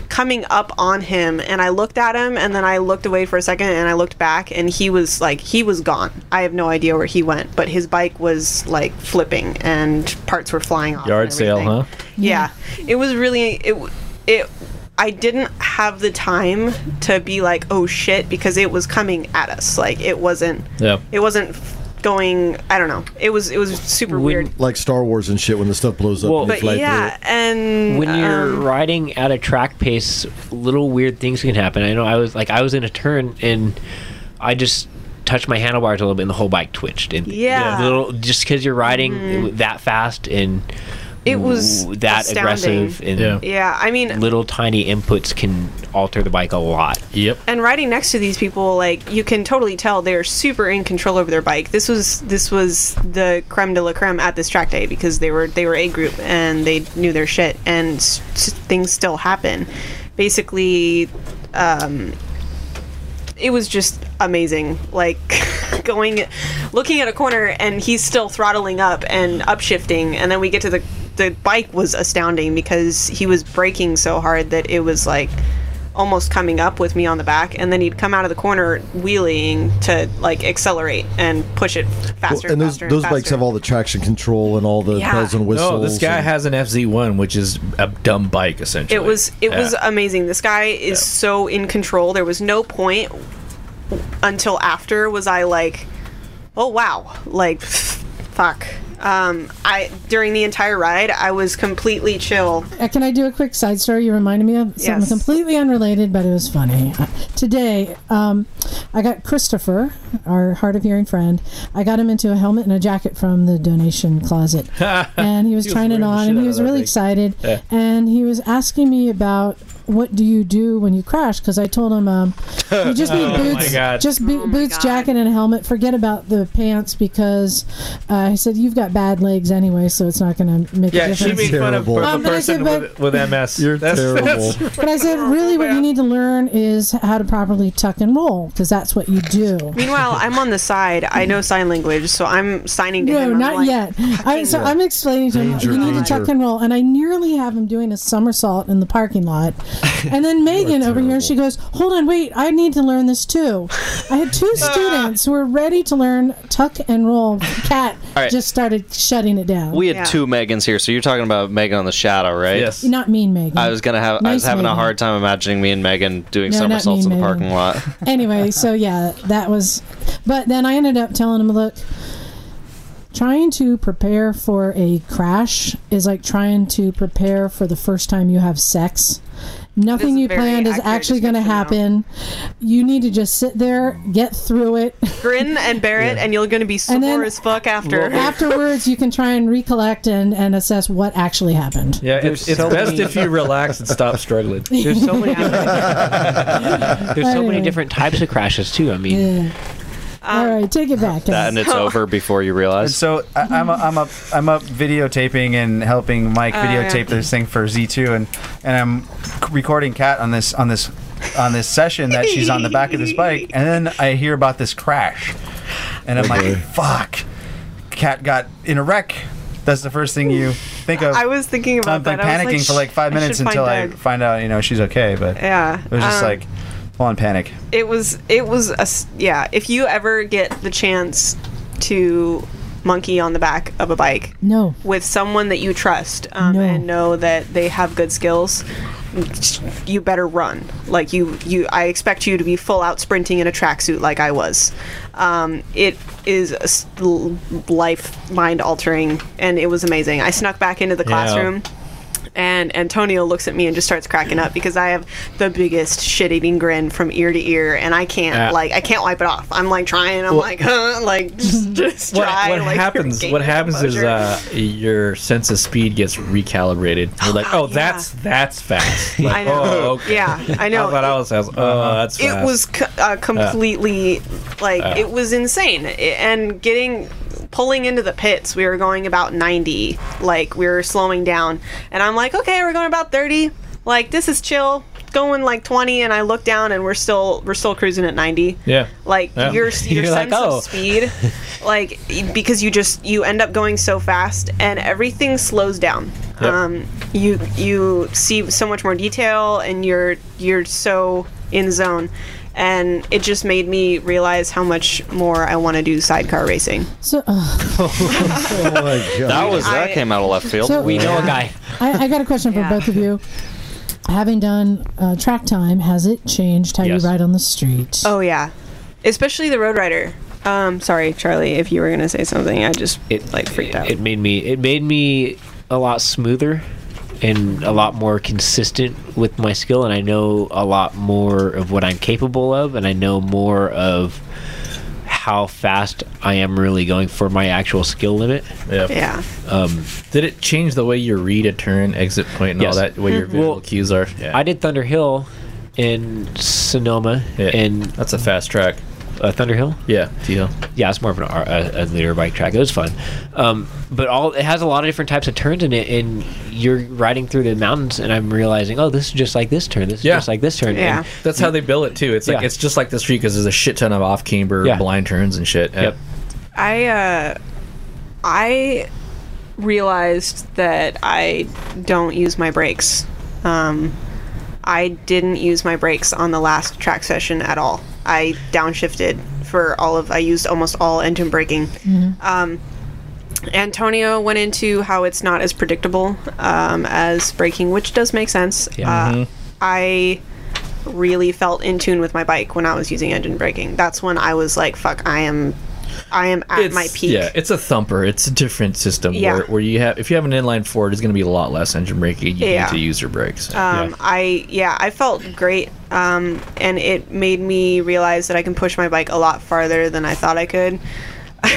Speaker 3: coming up on him and I looked at him and then I looked away for a second and I looked back and he was like he was gone. I have no idea where he went, but his bike was like flipping and parts were flying off. and
Speaker 1: Yard sale,
Speaker 3: everything.
Speaker 1: huh?
Speaker 3: Yeah. It was really it w- it I didn't have the time to be like, "Oh shit," because it was coming at us. Like it wasn't
Speaker 1: Yeah.
Speaker 3: it wasn't f- going, I don't know. It was it was super
Speaker 9: When-
Speaker 3: weird.
Speaker 4: Like Star Wars and shit when the stuff blows up.
Speaker 9: Well-
Speaker 4: and you
Speaker 3: But
Speaker 4: fly
Speaker 3: yeah,
Speaker 4: through it.
Speaker 3: and
Speaker 9: when you're
Speaker 3: um,
Speaker 9: riding at a track pace, little weird things can happen. I know I was like I was in a turn and I just touched my handlebars a little bit and the whole bike twitched. And
Speaker 3: Yeah. Mm-hmm.
Speaker 9: little just because you're riding that fast and
Speaker 3: It was
Speaker 9: w- that
Speaker 3: astounding.
Speaker 9: aggressive and
Speaker 1: Yeah.
Speaker 3: Yeah, I mean,
Speaker 9: little tiny inputs can alter the bike a lot.
Speaker 1: Yep.
Speaker 3: and riding next to these people, like you can totally tell they're super in control over their bike. This was this was the creme de la creme at this track day because they were they were a group and they knew their shit, and s- s- things still happen. Basically, um, it was just amazing. Like going, looking at a corner, and he's still throttling up and upshifting, and then we get to the the bike was astounding because he was braking so hard that it was like almost coming up with me on the back, and then he'd come out of the corner wheeling to like accelerate and push it
Speaker 4: Well,
Speaker 3: faster.
Speaker 4: and those,
Speaker 3: faster
Speaker 4: those bikes have all the traction control and all the
Speaker 3: Yeah.
Speaker 4: bells and whistles.
Speaker 1: No, this guy
Speaker 4: and-
Speaker 1: has an FZ1, which is a dumb bike essentially.
Speaker 3: It was it was
Speaker 1: Yeah.
Speaker 3: amazing. This guy is so in control. There was no point until after was I like, oh wow, like fuck. Um, I during the entire ride I was completely chill.
Speaker 2: Uh, Can I do a quick side story? You reminded me of something
Speaker 3: Yes.
Speaker 2: completely unrelated, but it was funny. Uh, Today, um, I got Christopher, our hard of hearing friend. I got him into a helmet and a jacket from the donation closet, and he was
Speaker 1: He was
Speaker 2: trying
Speaker 1: wearing
Speaker 2: it
Speaker 1: the
Speaker 2: on,
Speaker 1: shit
Speaker 2: and
Speaker 1: out of
Speaker 2: he was
Speaker 1: that
Speaker 2: really
Speaker 1: thing.
Speaker 2: excited,
Speaker 1: Yeah.
Speaker 2: and he was asking me about what do you do when you crash because i told him um, you just need
Speaker 1: Oh my
Speaker 2: boots
Speaker 1: God.
Speaker 2: just bo- boots
Speaker 3: God.
Speaker 2: jacket and a helmet forget about the pants because uh, i said you've got bad legs anyway so it's not going to make a
Speaker 1: Yeah, she
Speaker 2: difference
Speaker 1: made fun of
Speaker 4: Terrible.
Speaker 1: the
Speaker 2: Um, but I
Speaker 1: person
Speaker 2: said,
Speaker 1: with,
Speaker 2: but-
Speaker 1: with MS.
Speaker 4: You're
Speaker 1: That's-
Speaker 4: terrible.
Speaker 2: But I said, really, what you need to learn is how to properly tuck and roll, because that's what you do.
Speaker 3: Meanwhile, I'm on the side. I know sign language, so I'm signing to him.
Speaker 2: No,
Speaker 3: I'm
Speaker 2: not
Speaker 3: like,
Speaker 2: yet. I, so I'm explaining to him,
Speaker 4: Danger,
Speaker 2: you need to
Speaker 4: danger.
Speaker 2: tuck and roll. And I nearly have him doing a somersault in the parking lot. And then Megan over here, she goes, hold on, wait, I need to learn this too. I had two students who were ready to learn tuck and roll. Cat
Speaker 8: right.
Speaker 2: just started shutting it down.
Speaker 8: We had
Speaker 3: Yeah.
Speaker 8: two Megans here, so you're talking about Megan on the Shadow, right?
Speaker 1: Yes.
Speaker 2: not mean, Megan.
Speaker 8: I was gonna have I was
Speaker 2: Nice
Speaker 8: having a
Speaker 2: Megan.
Speaker 8: hard time imagining me and Megan doing
Speaker 2: No, not me and
Speaker 8: somersaults in the
Speaker 2: Megan.
Speaker 8: parking lot.
Speaker 2: anyway, so yeah, that was. But then I ended up telling him, look, trying to prepare for a crash is like trying to prepare for the first time you have sex.
Speaker 3: This
Speaker 2: Nothing
Speaker 3: is
Speaker 2: you
Speaker 3: very
Speaker 2: planned is
Speaker 3: accurate
Speaker 2: actually going to
Speaker 3: description,
Speaker 2: happen. You need to just sit there, get through it.
Speaker 3: Grin and bear it, and you're going to be sore
Speaker 2: then-
Speaker 3: as fuck after.
Speaker 2: Afterwards, you can try and recollect and, and assess what actually happened.
Speaker 1: Yeah, it's, it's
Speaker 9: so
Speaker 1: best
Speaker 9: many-
Speaker 1: if you relax and stop struggling.
Speaker 9: There's so many. there's so
Speaker 2: Anyway.
Speaker 9: many different types of crashes too. I mean,
Speaker 2: Yeah. All right, take it back.
Speaker 8: That
Speaker 2: guys.
Speaker 8: and it's over before you
Speaker 10: And
Speaker 8: realize.
Speaker 10: so I, I'm up, I'm up, I'm up videotaping and helping Mike
Speaker 3: Oh,
Speaker 10: videotape this thing for Z2, and and I'm c- recording Kat on this on this on this session that she's on the back of this bike, and then I hear about this crash, and I'm like, fuck, Kat got in a wreck. That's the first thing you think of.
Speaker 3: I was thinking about
Speaker 10: I'm like
Speaker 3: that. I was
Speaker 10: panicking
Speaker 3: like,
Speaker 10: for like five
Speaker 3: "Shh, I
Speaker 10: minutes
Speaker 3: should find
Speaker 10: until I
Speaker 3: Doug."
Speaker 10: find out you know she's okay, but
Speaker 3: Yeah.
Speaker 10: it was just
Speaker 3: um,
Speaker 10: like full on panic.
Speaker 3: it was it was a s- yeah if you ever get the chance to monkey on the back of a bike
Speaker 2: no.
Speaker 3: with someone that you trust um,
Speaker 2: No.
Speaker 3: and know that they have good skills you better run like you you i expect you to be full out sprinting in a tracksuit like i was um, it is a s- l- life mind altering and it was amazing i snuck back into the classroom and Antonio looks at me and just starts cracking up because I have the biggest shit-eating grin from ear to ear, and I can't
Speaker 1: Yeah.
Speaker 3: like I can't wipe it off. I'm like trying, I'm like, huh, like just, just
Speaker 1: what,
Speaker 3: try.
Speaker 1: what
Speaker 3: like,
Speaker 1: happens
Speaker 3: gain
Speaker 1: what
Speaker 3: your
Speaker 1: happens is
Speaker 3: composure.
Speaker 1: uh, your sense of speed gets recalibrated you're like oh
Speaker 3: yeah.
Speaker 1: that's that's fast Like,
Speaker 3: I know.
Speaker 1: oh okay
Speaker 3: Yeah, I know.
Speaker 1: I thought I was fast.
Speaker 9: Uh-huh.
Speaker 1: Oh, that's
Speaker 3: it
Speaker 1: fast.
Speaker 3: was c- uh, completely like it was insane I- and getting pulling into the pits we were going about 90 like we were slowing down and i'm like okay we're going about 30 like this is chill going like 20, and I look down, and we're still we're still cruising at 90.
Speaker 1: Yeah.
Speaker 3: Like
Speaker 1: Yeah.
Speaker 3: your your
Speaker 9: You're like,
Speaker 3: sense
Speaker 9: "Oh."
Speaker 3: of speed, like because you just you end up going so fast, and everything slows down.
Speaker 1: Yep.
Speaker 3: Um, you you see so much more detail, and you're you're so in zone. And it just made me realize how much more I want to do sidecar racing.
Speaker 2: So, ugh.
Speaker 4: Oh my god.
Speaker 8: That was that
Speaker 3: I-
Speaker 8: came out of left field.
Speaker 2: So-
Speaker 9: We know a guy.
Speaker 2: I, I got a question for
Speaker 3: Yeah.
Speaker 2: both of you. Having done uh, track time, has it changed how
Speaker 1: Yes.
Speaker 2: you ride on the street?
Speaker 3: Oh yeah, especially the Road Rider. Um, sorry, Charlie, if you were gonna say something, I just like freaked out.
Speaker 9: It made me. It made me a lot smoother and a lot more consistent with my skill, and I know a lot more of what I'm capable of, and I know more of how fast I am really going for my actual skill limit. Um,
Speaker 1: Yeah.
Speaker 3: yeah,
Speaker 1: Did it change the way you read a turn, exit point, and
Speaker 9: Yes.
Speaker 1: all that? What
Speaker 3: Mm-hmm.
Speaker 1: your visual
Speaker 9: Well,
Speaker 1: cues are? Yeah.
Speaker 9: I did Thunder Hill in Sonoma,
Speaker 1: Yeah.
Speaker 9: and
Speaker 1: That's a fast track.
Speaker 9: uh, Thunder Hill.
Speaker 1: Yeah. Deal.
Speaker 9: yeah, it's more of an, R- a, a leader bike track. It was fun, um, but all it has a lot of different types of turns in it, and you're riding through the mountains, and I'm realizing, oh, this is just like this turn. This is
Speaker 1: Yeah.
Speaker 9: just like this turn.
Speaker 3: yeah.
Speaker 9: And,
Speaker 1: That's how they bill it too. It's like
Speaker 9: Yeah.
Speaker 1: it's just like the street because there's a shit ton of off camber
Speaker 9: Yeah.
Speaker 1: blind turns and shit.
Speaker 9: Yep.
Speaker 3: I uh, I realized that I don't use my brakes. Um, I didn't use my brakes on the last track session at all. I downshifted for all of. I used almost all engine braking. Um, Antonio went into how it's not as predictable um, as braking, which does make sense.
Speaker 4: Mm-hmm.
Speaker 3: Uh, I really felt in tune with my bike when I was using engine braking. That's when I was like, "Fuck, I am, I am at
Speaker 1: It's,
Speaker 3: my peak."
Speaker 1: Yeah, it's a thumper. It's a different system
Speaker 3: Yeah.
Speaker 1: where, where you have if you have an inline Ford, it's going to be a lot less engine braking. You
Speaker 3: Yeah.
Speaker 1: need to use your brakes.
Speaker 3: Um, I yeah, I felt great, um, and it made me realize that I can push my bike a lot farther than I thought I could.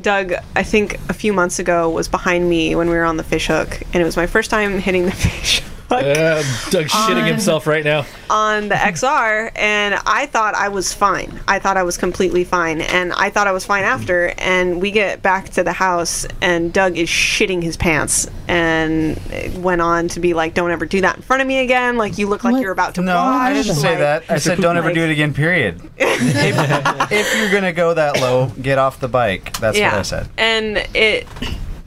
Speaker 3: Doug, I think a few months ago was behind me when we were on the fish hook, and it was my first time hitting the fish hook.
Speaker 1: Uh, Doug's shitting
Speaker 3: on-
Speaker 1: himself right now.
Speaker 3: on the XR, and I thought I was fine. I thought I was completely fine, and I thought I was fine after. And we get back to the house, and Doug is shitting his pants, and it went on to be like, "Don't ever do that in front of me again. Like you look like
Speaker 2: What?
Speaker 3: you're about to."
Speaker 10: No,
Speaker 3: vomit."
Speaker 10: I didn't say
Speaker 3: Like,
Speaker 10: that. I said don't ever do it again. Period. if, if you're gonna go that low, get off the bike. That's
Speaker 3: yeah,
Speaker 10: what I said.
Speaker 3: and it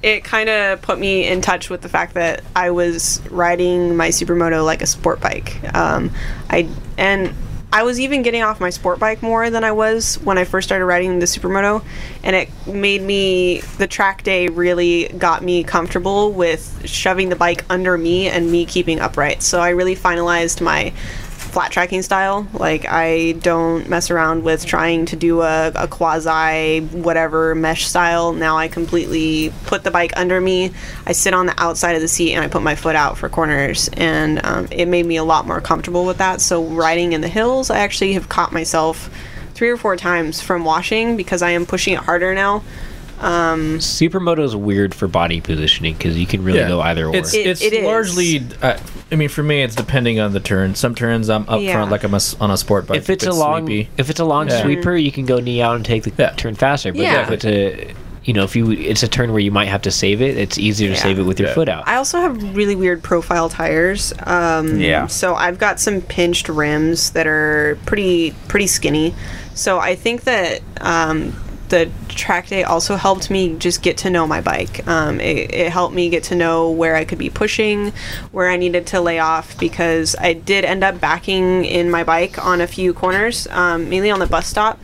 Speaker 3: it kind of put me in touch with the fact that I was riding my supermoto like a sport bike. Um, I and I was even getting off my sport bike more than I was when I first started riding the supermoto, and it made me the track day really got me comfortable with shoving the bike under me and me keeping upright. So I really finalized my flat tracking style. Like I don't mess around with trying to do a, a quasi whatever mesh style. Now I completely put the bike under me. I sit on the outside of the seat and I put my foot out for corners, and um, it made me a lot more comfortable with that. So riding in the hills, I actually have caught myself three or four times from washing because I am pushing it harder now. Um,
Speaker 9: Supermoto is weird for body positioning because you can really go either or.
Speaker 1: It's,
Speaker 3: It-
Speaker 1: it's
Speaker 3: it is.
Speaker 1: largely. Uh, I mean, for me, it's depending on the turn. Some turns I'm up
Speaker 3: Yeah.
Speaker 1: front like I'm a s on a sport bike.
Speaker 9: if it's a long,
Speaker 1: sleepy.
Speaker 9: if it's a long
Speaker 1: Yeah.
Speaker 9: sweeper, you can go knee out and take the
Speaker 1: Yeah.
Speaker 9: turn faster. But
Speaker 3: Yeah.
Speaker 9: if it's a, you know, if you, it's a turn where you might have to save it. It's easier to
Speaker 3: Yeah.
Speaker 9: save it with your
Speaker 1: Yeah.
Speaker 9: foot out.
Speaker 3: I also have really weird profile tires. Um,
Speaker 10: Yeah.
Speaker 3: So I've got some pinched rims that are pretty pretty skinny. So I think that um, the track day also helped me just get to know my bike. Um, it, it helped me get to know where I could be pushing, where I needed to lay off because I did end up backing in my bike on a few corners, um, mainly on the bus stop.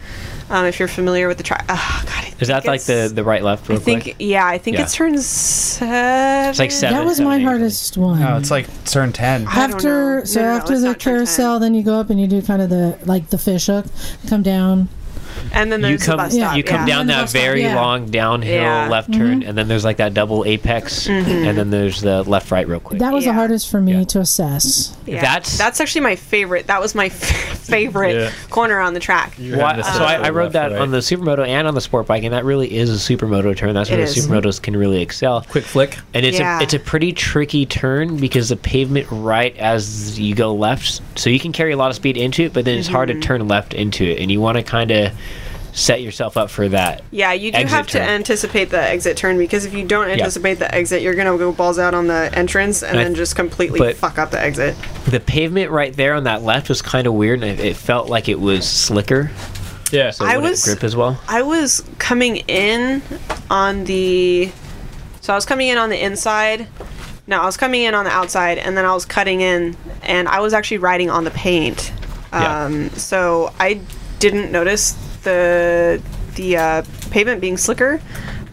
Speaker 3: Um, if you're familiar with the track, oh, God, I
Speaker 9: Is that
Speaker 3: think
Speaker 9: like the
Speaker 3: it's-
Speaker 9: the right left?
Speaker 3: I
Speaker 9: Real
Speaker 3: think
Speaker 9: quick?
Speaker 3: yeah, I think
Speaker 9: Yeah.
Speaker 3: it's turn seven.
Speaker 9: it's like seven.
Speaker 2: that was
Speaker 9: seven, eight,
Speaker 2: my
Speaker 9: I think.
Speaker 2: hardest one.
Speaker 10: No, it's like turn ten.
Speaker 3: I don't
Speaker 2: after
Speaker 3: know.
Speaker 2: so
Speaker 3: No, no, no,
Speaker 2: after
Speaker 3: it's
Speaker 2: the
Speaker 3: not turn 10.
Speaker 2: carousel, then you go up and you do kind of the like the fish hook, come down.
Speaker 3: And then there's
Speaker 9: you come
Speaker 3: the bus stop.
Speaker 9: you come
Speaker 3: yeah.
Speaker 9: down
Speaker 2: Then the
Speaker 9: that
Speaker 2: bus stop,
Speaker 9: very
Speaker 2: yeah.
Speaker 9: long downhill
Speaker 3: Yeah. Mm-hmm.
Speaker 9: left turn
Speaker 1: Mm-hmm.
Speaker 9: and then there's like that double apex and then there's the left right real quick
Speaker 2: That was the
Speaker 3: Yeah.
Speaker 2: hardest for me to assess.
Speaker 3: Yeah.
Speaker 9: That's-
Speaker 3: that's actually my favorite. That was my favorite
Speaker 1: Yeah.
Speaker 3: corner on the track.
Speaker 9: Why-
Speaker 1: This is
Speaker 9: so I, I
Speaker 1: the
Speaker 9: rode
Speaker 1: left,
Speaker 9: that
Speaker 1: right.
Speaker 9: on the supermoto and on the sport bike and that really is a supermoto turn that's
Speaker 3: It
Speaker 9: where the
Speaker 3: is.
Speaker 9: supermotos can really excel
Speaker 1: quick flick.
Speaker 9: and it's
Speaker 3: Yeah.
Speaker 9: a it's a pretty tricky turn because the pavement right as you go
Speaker 3: Mm-hmm.
Speaker 9: left so you can carry a lot of speed into it but then it's hard to turn left into it and you want to kind of set yourself up for that.
Speaker 3: Yeah, you do
Speaker 9: exit
Speaker 3: have to
Speaker 9: turn.
Speaker 3: anticipate the exit turn because if you don't anticipate the exit, you're gonna go balls out on the entrance and
Speaker 9: And I-
Speaker 3: then just completely
Speaker 9: but-
Speaker 3: fuck up the exit.
Speaker 9: The pavement right there on that left was kind of weird, and it, it felt like it was slicker.
Speaker 1: Yeah.
Speaker 9: So it
Speaker 3: I
Speaker 9: wouldn't
Speaker 3: was-
Speaker 9: grip as well.
Speaker 3: I was coming in on the. So I was coming in on the inside. No, I was coming in on the outside, and then I was cutting in, and I was actually riding on the paint.
Speaker 9: Yeah.
Speaker 3: Um, so I didn't notice the the uh, pavement being slicker,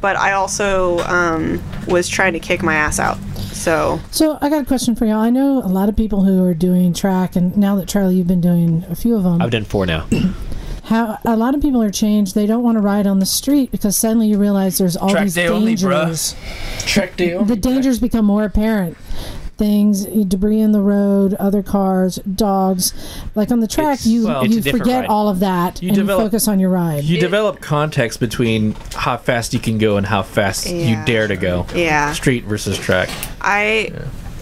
Speaker 3: but I also um, was trying to kick my ass out. So
Speaker 2: So I got a question for y'all. I know a lot of people who are doing track, and now that Charlie, you've been doing a few of them.
Speaker 9: I've done four now.
Speaker 2: how a lot of people are changed. They don't want to ride on the street because suddenly you realize there's all these dangers.
Speaker 6: Track day
Speaker 2: the dangers become more apparent. Things, debris in the road, other cars, dogs. Like on the track,
Speaker 9: It's-
Speaker 2: you
Speaker 9: well, it's
Speaker 2: you
Speaker 9: a different
Speaker 2: forget
Speaker 9: ride.
Speaker 2: all of that
Speaker 1: You
Speaker 2: and
Speaker 1: develop-
Speaker 2: you focus on your ride.
Speaker 1: You develop context between how fast you can go and how fast
Speaker 3: Yeah.
Speaker 1: you dare to go.
Speaker 3: yeah,
Speaker 1: Street versus track.
Speaker 3: I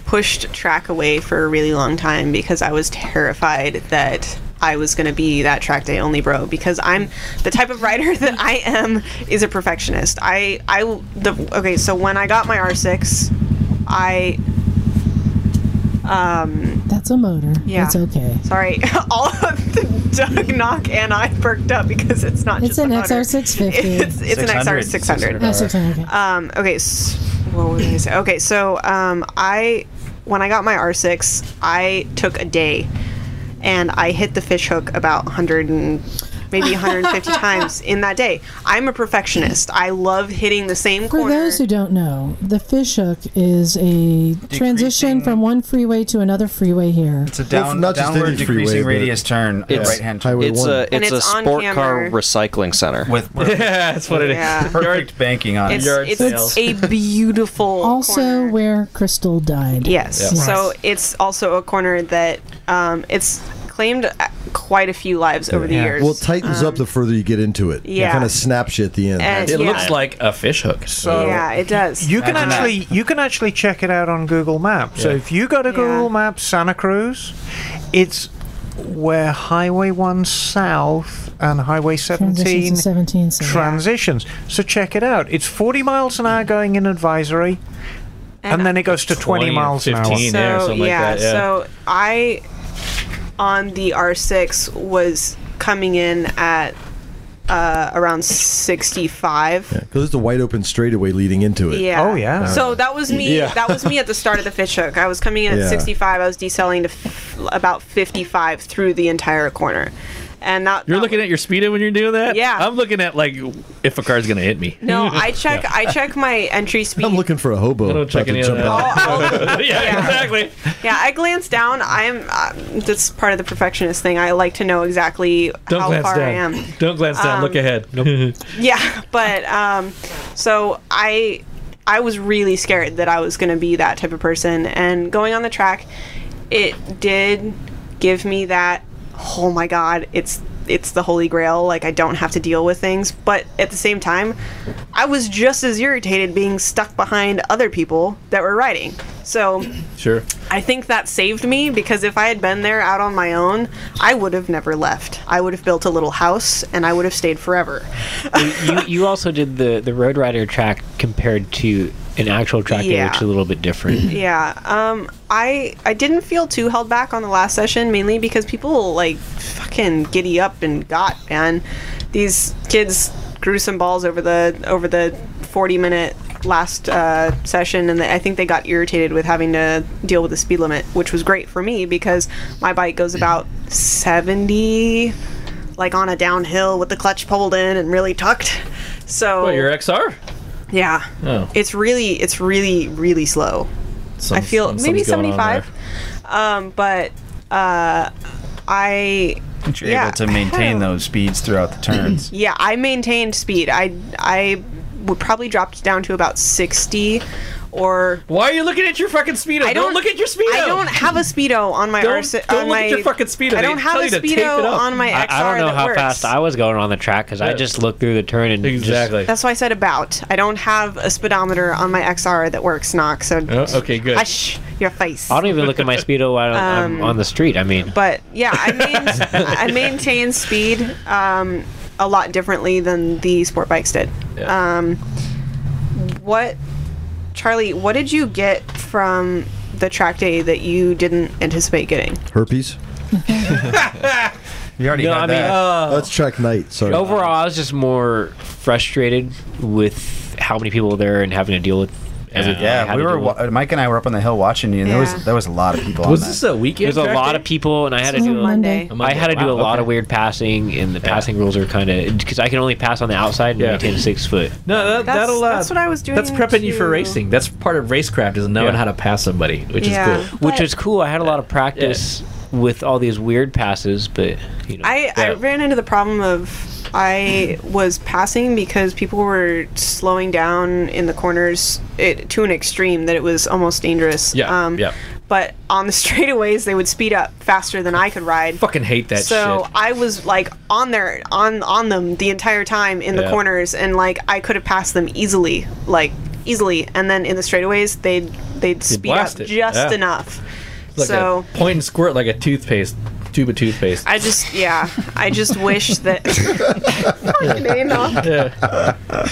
Speaker 3: pushed track away for a really long time because I was terrified that I was going to be that track day only bro because I'm the type of rider that I am is a perfectionist. I I the okay, so when I got my R6, I um,
Speaker 2: That's a motor.
Speaker 3: Yeah.
Speaker 2: It's okay.
Speaker 3: sorry, all of the Doug knock and I perked up because it's not
Speaker 2: It's
Speaker 3: just
Speaker 2: an
Speaker 3: a motor.
Speaker 2: XR650.
Speaker 3: It's, it's an XR
Speaker 6: 600.
Speaker 3: 600.
Speaker 2: That's Oh, okay. okay.
Speaker 3: Um, okay, s what was I gonna say? Okay, so um, I when I got my R6, I took a day, and I hit the fish hook about 100 and maybe 150 times in that day. I'm a perfectionist. I love hitting the same
Speaker 2: For
Speaker 3: corner.
Speaker 2: those who don't know, the fishhook is a transition from one freeway to another freeway here.
Speaker 6: It's a down,
Speaker 4: not just
Speaker 6: downward
Speaker 4: any freeway,
Speaker 6: decreasing
Speaker 4: but-
Speaker 6: radius turn,
Speaker 8: It's-
Speaker 6: right hand turn.
Speaker 4: Highway
Speaker 8: It's
Speaker 4: one.
Speaker 8: a
Speaker 3: And
Speaker 8: it's, a
Speaker 3: it's on
Speaker 8: sport car
Speaker 3: camera.
Speaker 8: recycling center.
Speaker 6: with perfect,
Speaker 1: Yeah, that's what it is.
Speaker 3: yeah.
Speaker 6: perfect banking on
Speaker 3: It's,
Speaker 6: it.
Speaker 1: Yard
Speaker 3: it's
Speaker 1: sales.
Speaker 3: a beautiful
Speaker 2: Also,
Speaker 3: corner.
Speaker 2: where Crystal died.
Speaker 3: Yes.
Speaker 2: Yeah.
Speaker 3: So it's also a corner that um, it's claimed uh, quite a few lives over the years. Um,
Speaker 4: Well, it tightens up the further you get into it.
Speaker 3: yeah.
Speaker 4: It kind of snaps you at the end.
Speaker 3: And-
Speaker 1: It
Speaker 3: Yeah.
Speaker 1: looks like a fish hook.
Speaker 7: So
Speaker 3: yeah, it does.
Speaker 7: You can
Speaker 6: Imagine that.
Speaker 7: actually you can actually check it out on Google Maps. So if you go to
Speaker 3: Yeah.
Speaker 7: Google Maps Santa Cruz, it's where Highway 1 South and Highway
Speaker 2: Transition
Speaker 7: 17
Speaker 2: to 17. so-
Speaker 7: transitions. So check it out. It's 40 miles an hour going in advisory and, then it goes to 20,
Speaker 1: 20 or
Speaker 7: miles an hour.
Speaker 1: 15. there or something like that, yeah.
Speaker 3: Oh, So I on the R6 was coming in at uh, around 65. Yeah.
Speaker 4: Because it's a wide open straightaway leading into it. Um,
Speaker 7: Oh, yeah.
Speaker 3: So that was me.
Speaker 4: Yeah.
Speaker 3: That was me at the start of the fish hook. I was coming in at
Speaker 4: Yeah.
Speaker 3: 65. I was decelerating to f- about 55 through the entire corner, and that
Speaker 1: You're
Speaker 3: that
Speaker 1: looking at your speedo when you're doing that?
Speaker 3: Yeah.
Speaker 1: I'm looking at like if a car's gonna hit me.
Speaker 3: No, I check. I check my entry speed.
Speaker 4: I'm looking for a hobo.
Speaker 1: I don't check
Speaker 4: about to
Speaker 1: any of
Speaker 4: jump
Speaker 1: that.
Speaker 4: out.
Speaker 3: I'll- I'll-
Speaker 1: yeah,
Speaker 3: Yeah.
Speaker 1: exactly.
Speaker 3: yeah, I glance down. I'm. Uh, that's part of the perfectionist thing. I like to know exactly
Speaker 1: Don't
Speaker 3: how
Speaker 1: glance
Speaker 3: far I
Speaker 1: down.
Speaker 3: am. Um,
Speaker 1: Don't glance down. Look ahead.
Speaker 3: Yeah, but um, so I I was really scared that I was going to be that type of person, and going on the track, it did give me that. Oh my God, it's it's the holy grail. Like I don't have to deal with things, but at the same time, I was just as irritated being stuck behind other people that were riding. So
Speaker 1: Sure.
Speaker 3: I think that saved me because if I had been there out on my own, I would have never left. I would have built a little house and I would have stayed forever.
Speaker 9: you you also did the the Road Rider track compared to an actual track day,
Speaker 3: Yeah.
Speaker 9: which is a little bit different.
Speaker 3: Yeah. Um. I I didn't feel too held back on the last session, mainly because people like fucking giddy up and got man. These kids grew some balls over the over the forty minute last uh, session, and I think they got irritated with having to deal with the speed limit, which was great for me because my bike goes about seventy, like on a downhill with the clutch pulled in and really tucked. So
Speaker 1: Well, your XR.
Speaker 3: yeah,
Speaker 1: Oh.
Speaker 3: it's really it's really really slow. I feel maybe 75. Um, but uh, I
Speaker 6: But You're
Speaker 3: yeah,
Speaker 6: able to maintain
Speaker 3: I don't-
Speaker 6: those speeds throughout the turns.
Speaker 3: yeah, I maintained speed. I I would probably dropped down to about 60 or
Speaker 1: Why are you looking at your fucking speedo?
Speaker 3: I don't
Speaker 1: look at your speedo.
Speaker 3: I don't have a speedo on my
Speaker 1: Don't-
Speaker 3: RS
Speaker 1: don't
Speaker 3: on
Speaker 1: look
Speaker 3: my
Speaker 1: at your fucking speedo.
Speaker 3: I
Speaker 1: They
Speaker 3: don't have
Speaker 1: tell
Speaker 3: a
Speaker 1: you to tape it
Speaker 3: speedo
Speaker 1: up.
Speaker 3: on my XR
Speaker 9: I, I don't know
Speaker 3: that
Speaker 9: how
Speaker 3: works.
Speaker 9: fast I was going on the track because I
Speaker 1: Yeah.
Speaker 9: just looked through the turn and just-
Speaker 1: Exactly.
Speaker 3: That's why I said about. I don't have a speedometer on my XR that works, Knock. So
Speaker 1: Oh, okay, good.
Speaker 3: hush your face.
Speaker 9: I don't even look at my speedo while
Speaker 3: Um,
Speaker 9: I'm on the street. I mean,
Speaker 3: but yeah, I, main- I maintain speed. Um, a lot differently than the sport bikes did.
Speaker 1: Yeah.
Speaker 3: Um, what, Charlie? What did you get from the track day that you didn't anticipate getting?
Speaker 4: Herpes.
Speaker 10: You already
Speaker 9: No,
Speaker 10: had
Speaker 9: I mean,
Speaker 10: that.
Speaker 4: That's track night. Sorry.
Speaker 9: Overall, I was just more frustrated with how many people were there and having to deal with. everything I
Speaker 10: yeah,
Speaker 9: had
Speaker 10: we
Speaker 9: to
Speaker 10: were.
Speaker 9: deal with.
Speaker 10: Wa- Mike and I were up on the hill watching you, and there
Speaker 3: Yeah.
Speaker 10: was there was a lot of people.
Speaker 1: Was
Speaker 10: on
Speaker 1: this
Speaker 10: that.
Speaker 1: a weekend?
Speaker 9: There's a
Speaker 1: track
Speaker 9: lot
Speaker 1: day?
Speaker 9: of people, and I had to
Speaker 2: It's on
Speaker 9: do.
Speaker 2: Monday.
Speaker 1: A
Speaker 9: I
Speaker 1: Monday.
Speaker 9: had to do
Speaker 1: Wow,
Speaker 9: a lot
Speaker 1: okay.
Speaker 9: of weird passing, and the passing rules are kind of because I can only pass on the outside and
Speaker 1: Yeah.
Speaker 9: maintain six foot.
Speaker 1: No, that,
Speaker 3: That's-
Speaker 1: that'll. Uh,
Speaker 3: that's what I was doing
Speaker 1: That's prepping you for
Speaker 3: too.
Speaker 1: racing. That's part of racecraft is knowing
Speaker 9: Yeah.
Speaker 1: how to pass somebody, which
Speaker 3: Yeah.
Speaker 1: is cool.
Speaker 9: which is cool. I had a lot of practice with all these weird passes, but you know,
Speaker 3: I, I
Speaker 1: Yeah.
Speaker 3: ran into the problem of I was passing because people were slowing down in the corners it, to an extreme that it was almost dangerous. Um,
Speaker 1: Yeah, yeah.
Speaker 3: But on the straightaways, they would speed up faster than I could ride.
Speaker 1: Fucking hate that
Speaker 3: so
Speaker 1: shit.
Speaker 3: I was like on there on on them the entire time in the
Speaker 1: Yeah.
Speaker 3: corners, and like I could have passed them easily, like easily. And then in the straightaways, they'd they'd speed up
Speaker 1: blast
Speaker 3: just
Speaker 1: it, yeah.
Speaker 3: enough.
Speaker 1: It's like
Speaker 3: so
Speaker 1: a point and squirt like a toothpaste tube of toothpaste.
Speaker 3: I just, yeah, I just wish that. Fucking anal.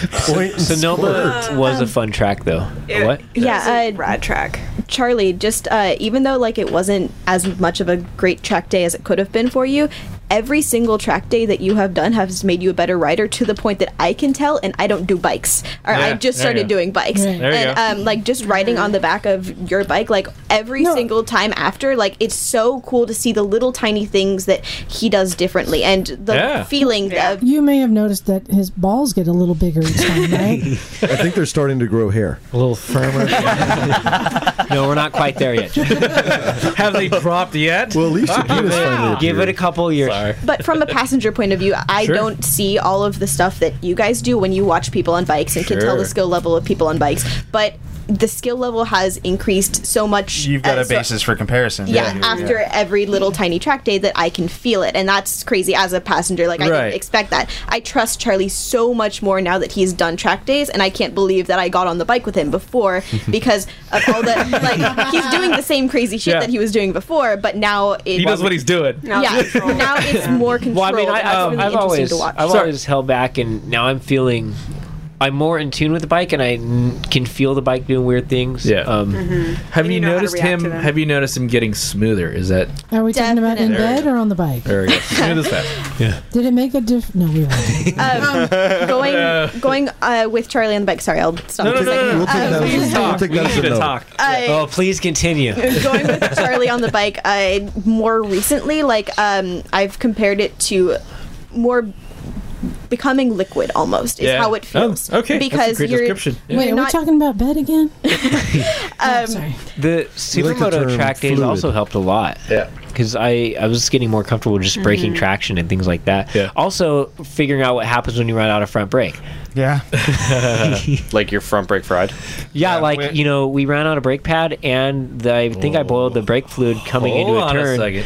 Speaker 9: Sonoma was a fun track though.
Speaker 3: It-
Speaker 9: what?
Speaker 3: it
Speaker 12: Yeah,
Speaker 3: was a
Speaker 12: uh,
Speaker 3: rad track.
Speaker 12: Charlie, just uh, even though like it wasn't as much of a great track day as it could have been for you, every single track day that you have done has made you a better rider to the point that I can tell, and I don't do bikes, or
Speaker 1: Yeah,
Speaker 12: I just
Speaker 1: there you
Speaker 12: started
Speaker 1: go.
Speaker 12: doing bikes,
Speaker 2: Right.
Speaker 1: There you
Speaker 12: and
Speaker 1: go.
Speaker 12: um, like just riding on the back of your bike, like every
Speaker 2: No.
Speaker 12: single time after, like it's so cool to see the little tiny things that he does differently, and the
Speaker 1: Yeah.
Speaker 12: feeling
Speaker 3: Yeah.
Speaker 12: of
Speaker 2: You may have noticed that his balls get a little bigger each time, right?
Speaker 4: I think they're starting to grow hair.
Speaker 1: A little firmer.
Speaker 9: No, we're not quite there yet.
Speaker 1: Have they dropped yet? Ah,
Speaker 4: Well, at least your penis finally
Speaker 9: Give it a
Speaker 4: appeared.
Speaker 9: couple years.
Speaker 1: Sorry.
Speaker 12: But from a passenger point of view, I
Speaker 1: Sure.
Speaker 12: don't see all of the stuff that you guys do when you watch people on bikes and can tell the
Speaker 1: Sure.
Speaker 12: skill level of people on bikes. But the skill level has increased so much.
Speaker 10: You've got
Speaker 12: uh,
Speaker 10: a
Speaker 12: so-
Speaker 10: basis for comparison.
Speaker 12: yeah, after every little tiny track day that I can feel it. And that's crazy as a passenger. Like, I
Speaker 1: Right.
Speaker 12: didn't expect that. I trust Charlie so much more now that he's done track days, and I can't believe that I got on the bike with him before because of all the, like, he's doing the same crazy shit
Speaker 1: Yeah.
Speaker 12: that he was doing before, but now it,
Speaker 1: He does what he's doing.
Speaker 3: Now
Speaker 12: yeah,
Speaker 3: it's controlled.
Speaker 12: now it's more
Speaker 9: Well, I
Speaker 12: controlled.
Speaker 9: mean, I,
Speaker 12: That's
Speaker 9: I,
Speaker 12: really
Speaker 9: I've
Speaker 12: interesting
Speaker 9: always,
Speaker 12: to watch.
Speaker 9: I've always held back, and now I'm feeling, I'm more in tune with the bike, and I n- can feel the bike doing weird things.
Speaker 1: Yeah.
Speaker 9: Um,
Speaker 1: Have
Speaker 3: And you
Speaker 1: you,
Speaker 3: know how to
Speaker 1: noticed
Speaker 3: react
Speaker 1: him?
Speaker 3: to them.
Speaker 1: Have you noticed him getting smoother? Is that
Speaker 2: Are we talking about in
Speaker 12: Definitely.
Speaker 2: bed or on the bike?
Speaker 1: there? We go. Smooth as fast.
Speaker 2: Did it make a diff? No, we were
Speaker 12: um, going going uh, with Charlie on the bike. Sorry, I'll stop.
Speaker 1: No, no,
Speaker 12: for a
Speaker 1: no,
Speaker 12: second.
Speaker 1: no, no.
Speaker 9: Uh,
Speaker 4: We'll take that as a- we'll take
Speaker 1: We need to talk. We
Speaker 4: that as
Speaker 1: need
Speaker 4: a
Speaker 1: to
Speaker 4: no.
Speaker 1: talk.
Speaker 12: Uh,
Speaker 9: oh, please continue.
Speaker 12: going with Charlie on the bike. Uh, more recently, like um, I've compared it to more becoming liquid almost is
Speaker 1: Yeah.
Speaker 12: how it
Speaker 1: Oh,
Speaker 12: feels.
Speaker 1: okay. That's a
Speaker 12: because
Speaker 1: great
Speaker 12: you're
Speaker 1: description. Yeah.
Speaker 2: Wait, are we
Speaker 12: not-
Speaker 2: talking about bed again? oh,
Speaker 12: um,
Speaker 2: sorry.
Speaker 4: like
Speaker 9: The
Speaker 4: the
Speaker 9: supermoto
Speaker 4: term
Speaker 9: track days
Speaker 4: fluid.
Speaker 9: also helped a lot.
Speaker 1: Yeah.
Speaker 9: Because I, I was getting more comfortable just breaking traction and things like that.
Speaker 1: Yeah.
Speaker 9: Also, figuring out what happens when you run out of front brake.
Speaker 10: yeah,
Speaker 1: Uh-huh.
Speaker 8: like your front brake fried.
Speaker 9: Yeah, like,
Speaker 10: we-
Speaker 9: you know, we ran out of brake pad, and the, I think I boiled the brake fluid coming
Speaker 1: Hold
Speaker 9: into a
Speaker 1: on a
Speaker 9: turn
Speaker 1: second.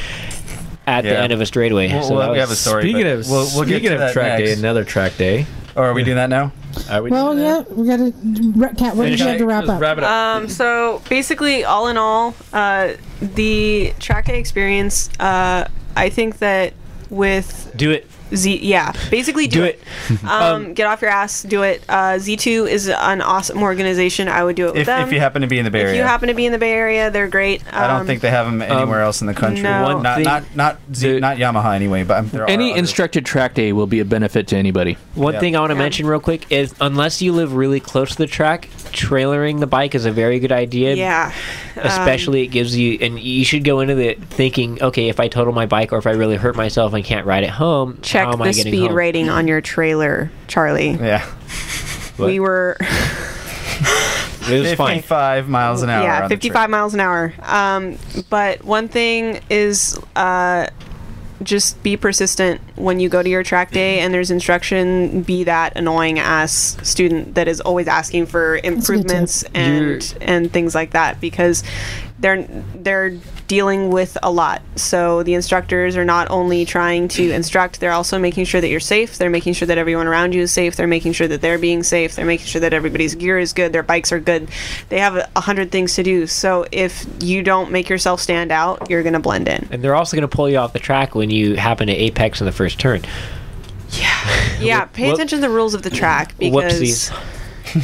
Speaker 9: at the
Speaker 10: Yeah.
Speaker 9: end of a straightaway.
Speaker 10: Well,
Speaker 9: so
Speaker 10: well,
Speaker 9: that
Speaker 10: we have a
Speaker 9: was-
Speaker 10: story.
Speaker 1: Speaking
Speaker 10: but
Speaker 1: of
Speaker 10: we'll, we'll get
Speaker 1: speaking
Speaker 10: to
Speaker 1: of
Speaker 10: that
Speaker 1: track day,
Speaker 10: next.
Speaker 1: another track day.
Speaker 10: Or are we doing that now?
Speaker 1: Are we
Speaker 2: Well,
Speaker 1: doing
Speaker 2: yeah,
Speaker 1: that?
Speaker 2: we got to wrap, Cat. What do you
Speaker 1: Finish
Speaker 2: have
Speaker 1: it.
Speaker 2: to wrap
Speaker 1: Just
Speaker 2: up?
Speaker 1: Wrap it up.
Speaker 3: Um, so basically, all in all, uh, the track day experience, uh, I think that with
Speaker 9: Do it.
Speaker 3: Z, yeah, basically do,
Speaker 9: Do
Speaker 3: it.
Speaker 9: it.
Speaker 3: Um, get off your ass, do it. Uh, Z2 is an awesome organization. I would do it with
Speaker 10: If,
Speaker 3: them.
Speaker 10: if you happen to be in the Bay Area,
Speaker 3: If you happen to be in the Bay Area, they're great. Um,
Speaker 10: I don't think they have them anywhere else in the country.
Speaker 3: no. One
Speaker 10: not,
Speaker 9: thing-
Speaker 10: not not Z,
Speaker 9: um, The-
Speaker 10: not Yamaha anyway. But um, there
Speaker 1: Any
Speaker 10: are others.
Speaker 1: instructed track day will be a benefit to anybody.
Speaker 9: One
Speaker 10: Yeah.
Speaker 9: thing I want to mention real quick is unless you live really close to the track, trailering the bike is a very good idea.
Speaker 3: Yeah. Um,
Speaker 9: Especially, it gives you, and you should go into it thinking, okay, if I total my bike or if I really hurt myself and can't ride it home,
Speaker 3: Check
Speaker 9: how am
Speaker 3: the
Speaker 9: I getting
Speaker 3: speed
Speaker 9: home?
Speaker 3: rating on your trailer, Charlie.
Speaker 10: Yeah,
Speaker 3: We were
Speaker 9: It was fine.
Speaker 10: fifty-five miles an hour.
Speaker 3: Yeah,
Speaker 10: on the
Speaker 3: 55 miles an hour. Um, but one thing is uh, just be persistent when you go to your track day
Speaker 10: Mm-hmm.
Speaker 3: and there's instruction. Be that annoying ass student that is always asking for
Speaker 2: a good tip.
Speaker 3: improvements and and things like that because they're they're dealing with a lot. So the instructors are not only trying to instruct, they're also making sure that you're safe. They're making sure that everyone around you is safe. They're making sure that they're being safe. They're making sure that everybody's gear is good. Their bikes are good. They have a a hundred things to do. So if you don't make yourself stand out, you're gonna blend in.
Speaker 9: And they're also going to pull you off the track when you happen to apex in the first turn.
Speaker 3: yeah, pay
Speaker 9: Whoop-
Speaker 3: attention to the rules of the track because
Speaker 9: Whoopsies.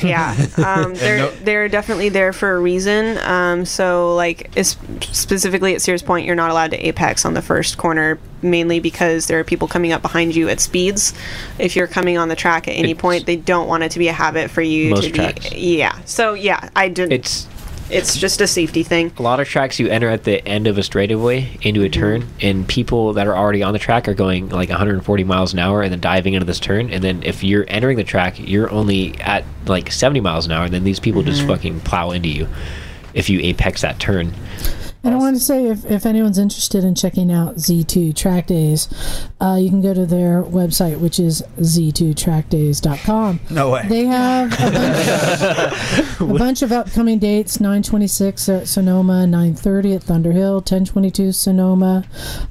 Speaker 3: yeah, um, they're they're definitely there for a reason. Um, so like it's specifically at Sears Point, you're not allowed to apex on the first corner, mainly because there are people coming up behind you at speeds. If you're coming on the track at any
Speaker 9: It's-
Speaker 3: point, they don't want it to be a habit for you
Speaker 9: Most
Speaker 3: to
Speaker 9: tracks.
Speaker 3: be. Yeah. So yeah, I didn't.
Speaker 9: It's
Speaker 3: it's just a safety thing.
Speaker 9: a lot of tracks you enter at the end of a straightaway into a turn, and people that are already on the track are going like 140 miles an hour and then diving into this turn. And then if you're entering the track, you're only at like 70 miles an hour, and then these people just fucking plow into you if you apex that turn.
Speaker 2: And I wanted to say if, if anyone's interested in checking out Z2 Track Days, uh, you can go to their website, which is z2trackdays.com.
Speaker 10: No way.
Speaker 2: They have a bunch, a bunch of upcoming dates 926 at Sonoma, 930 at Thunderhill, 1022 Sonoma.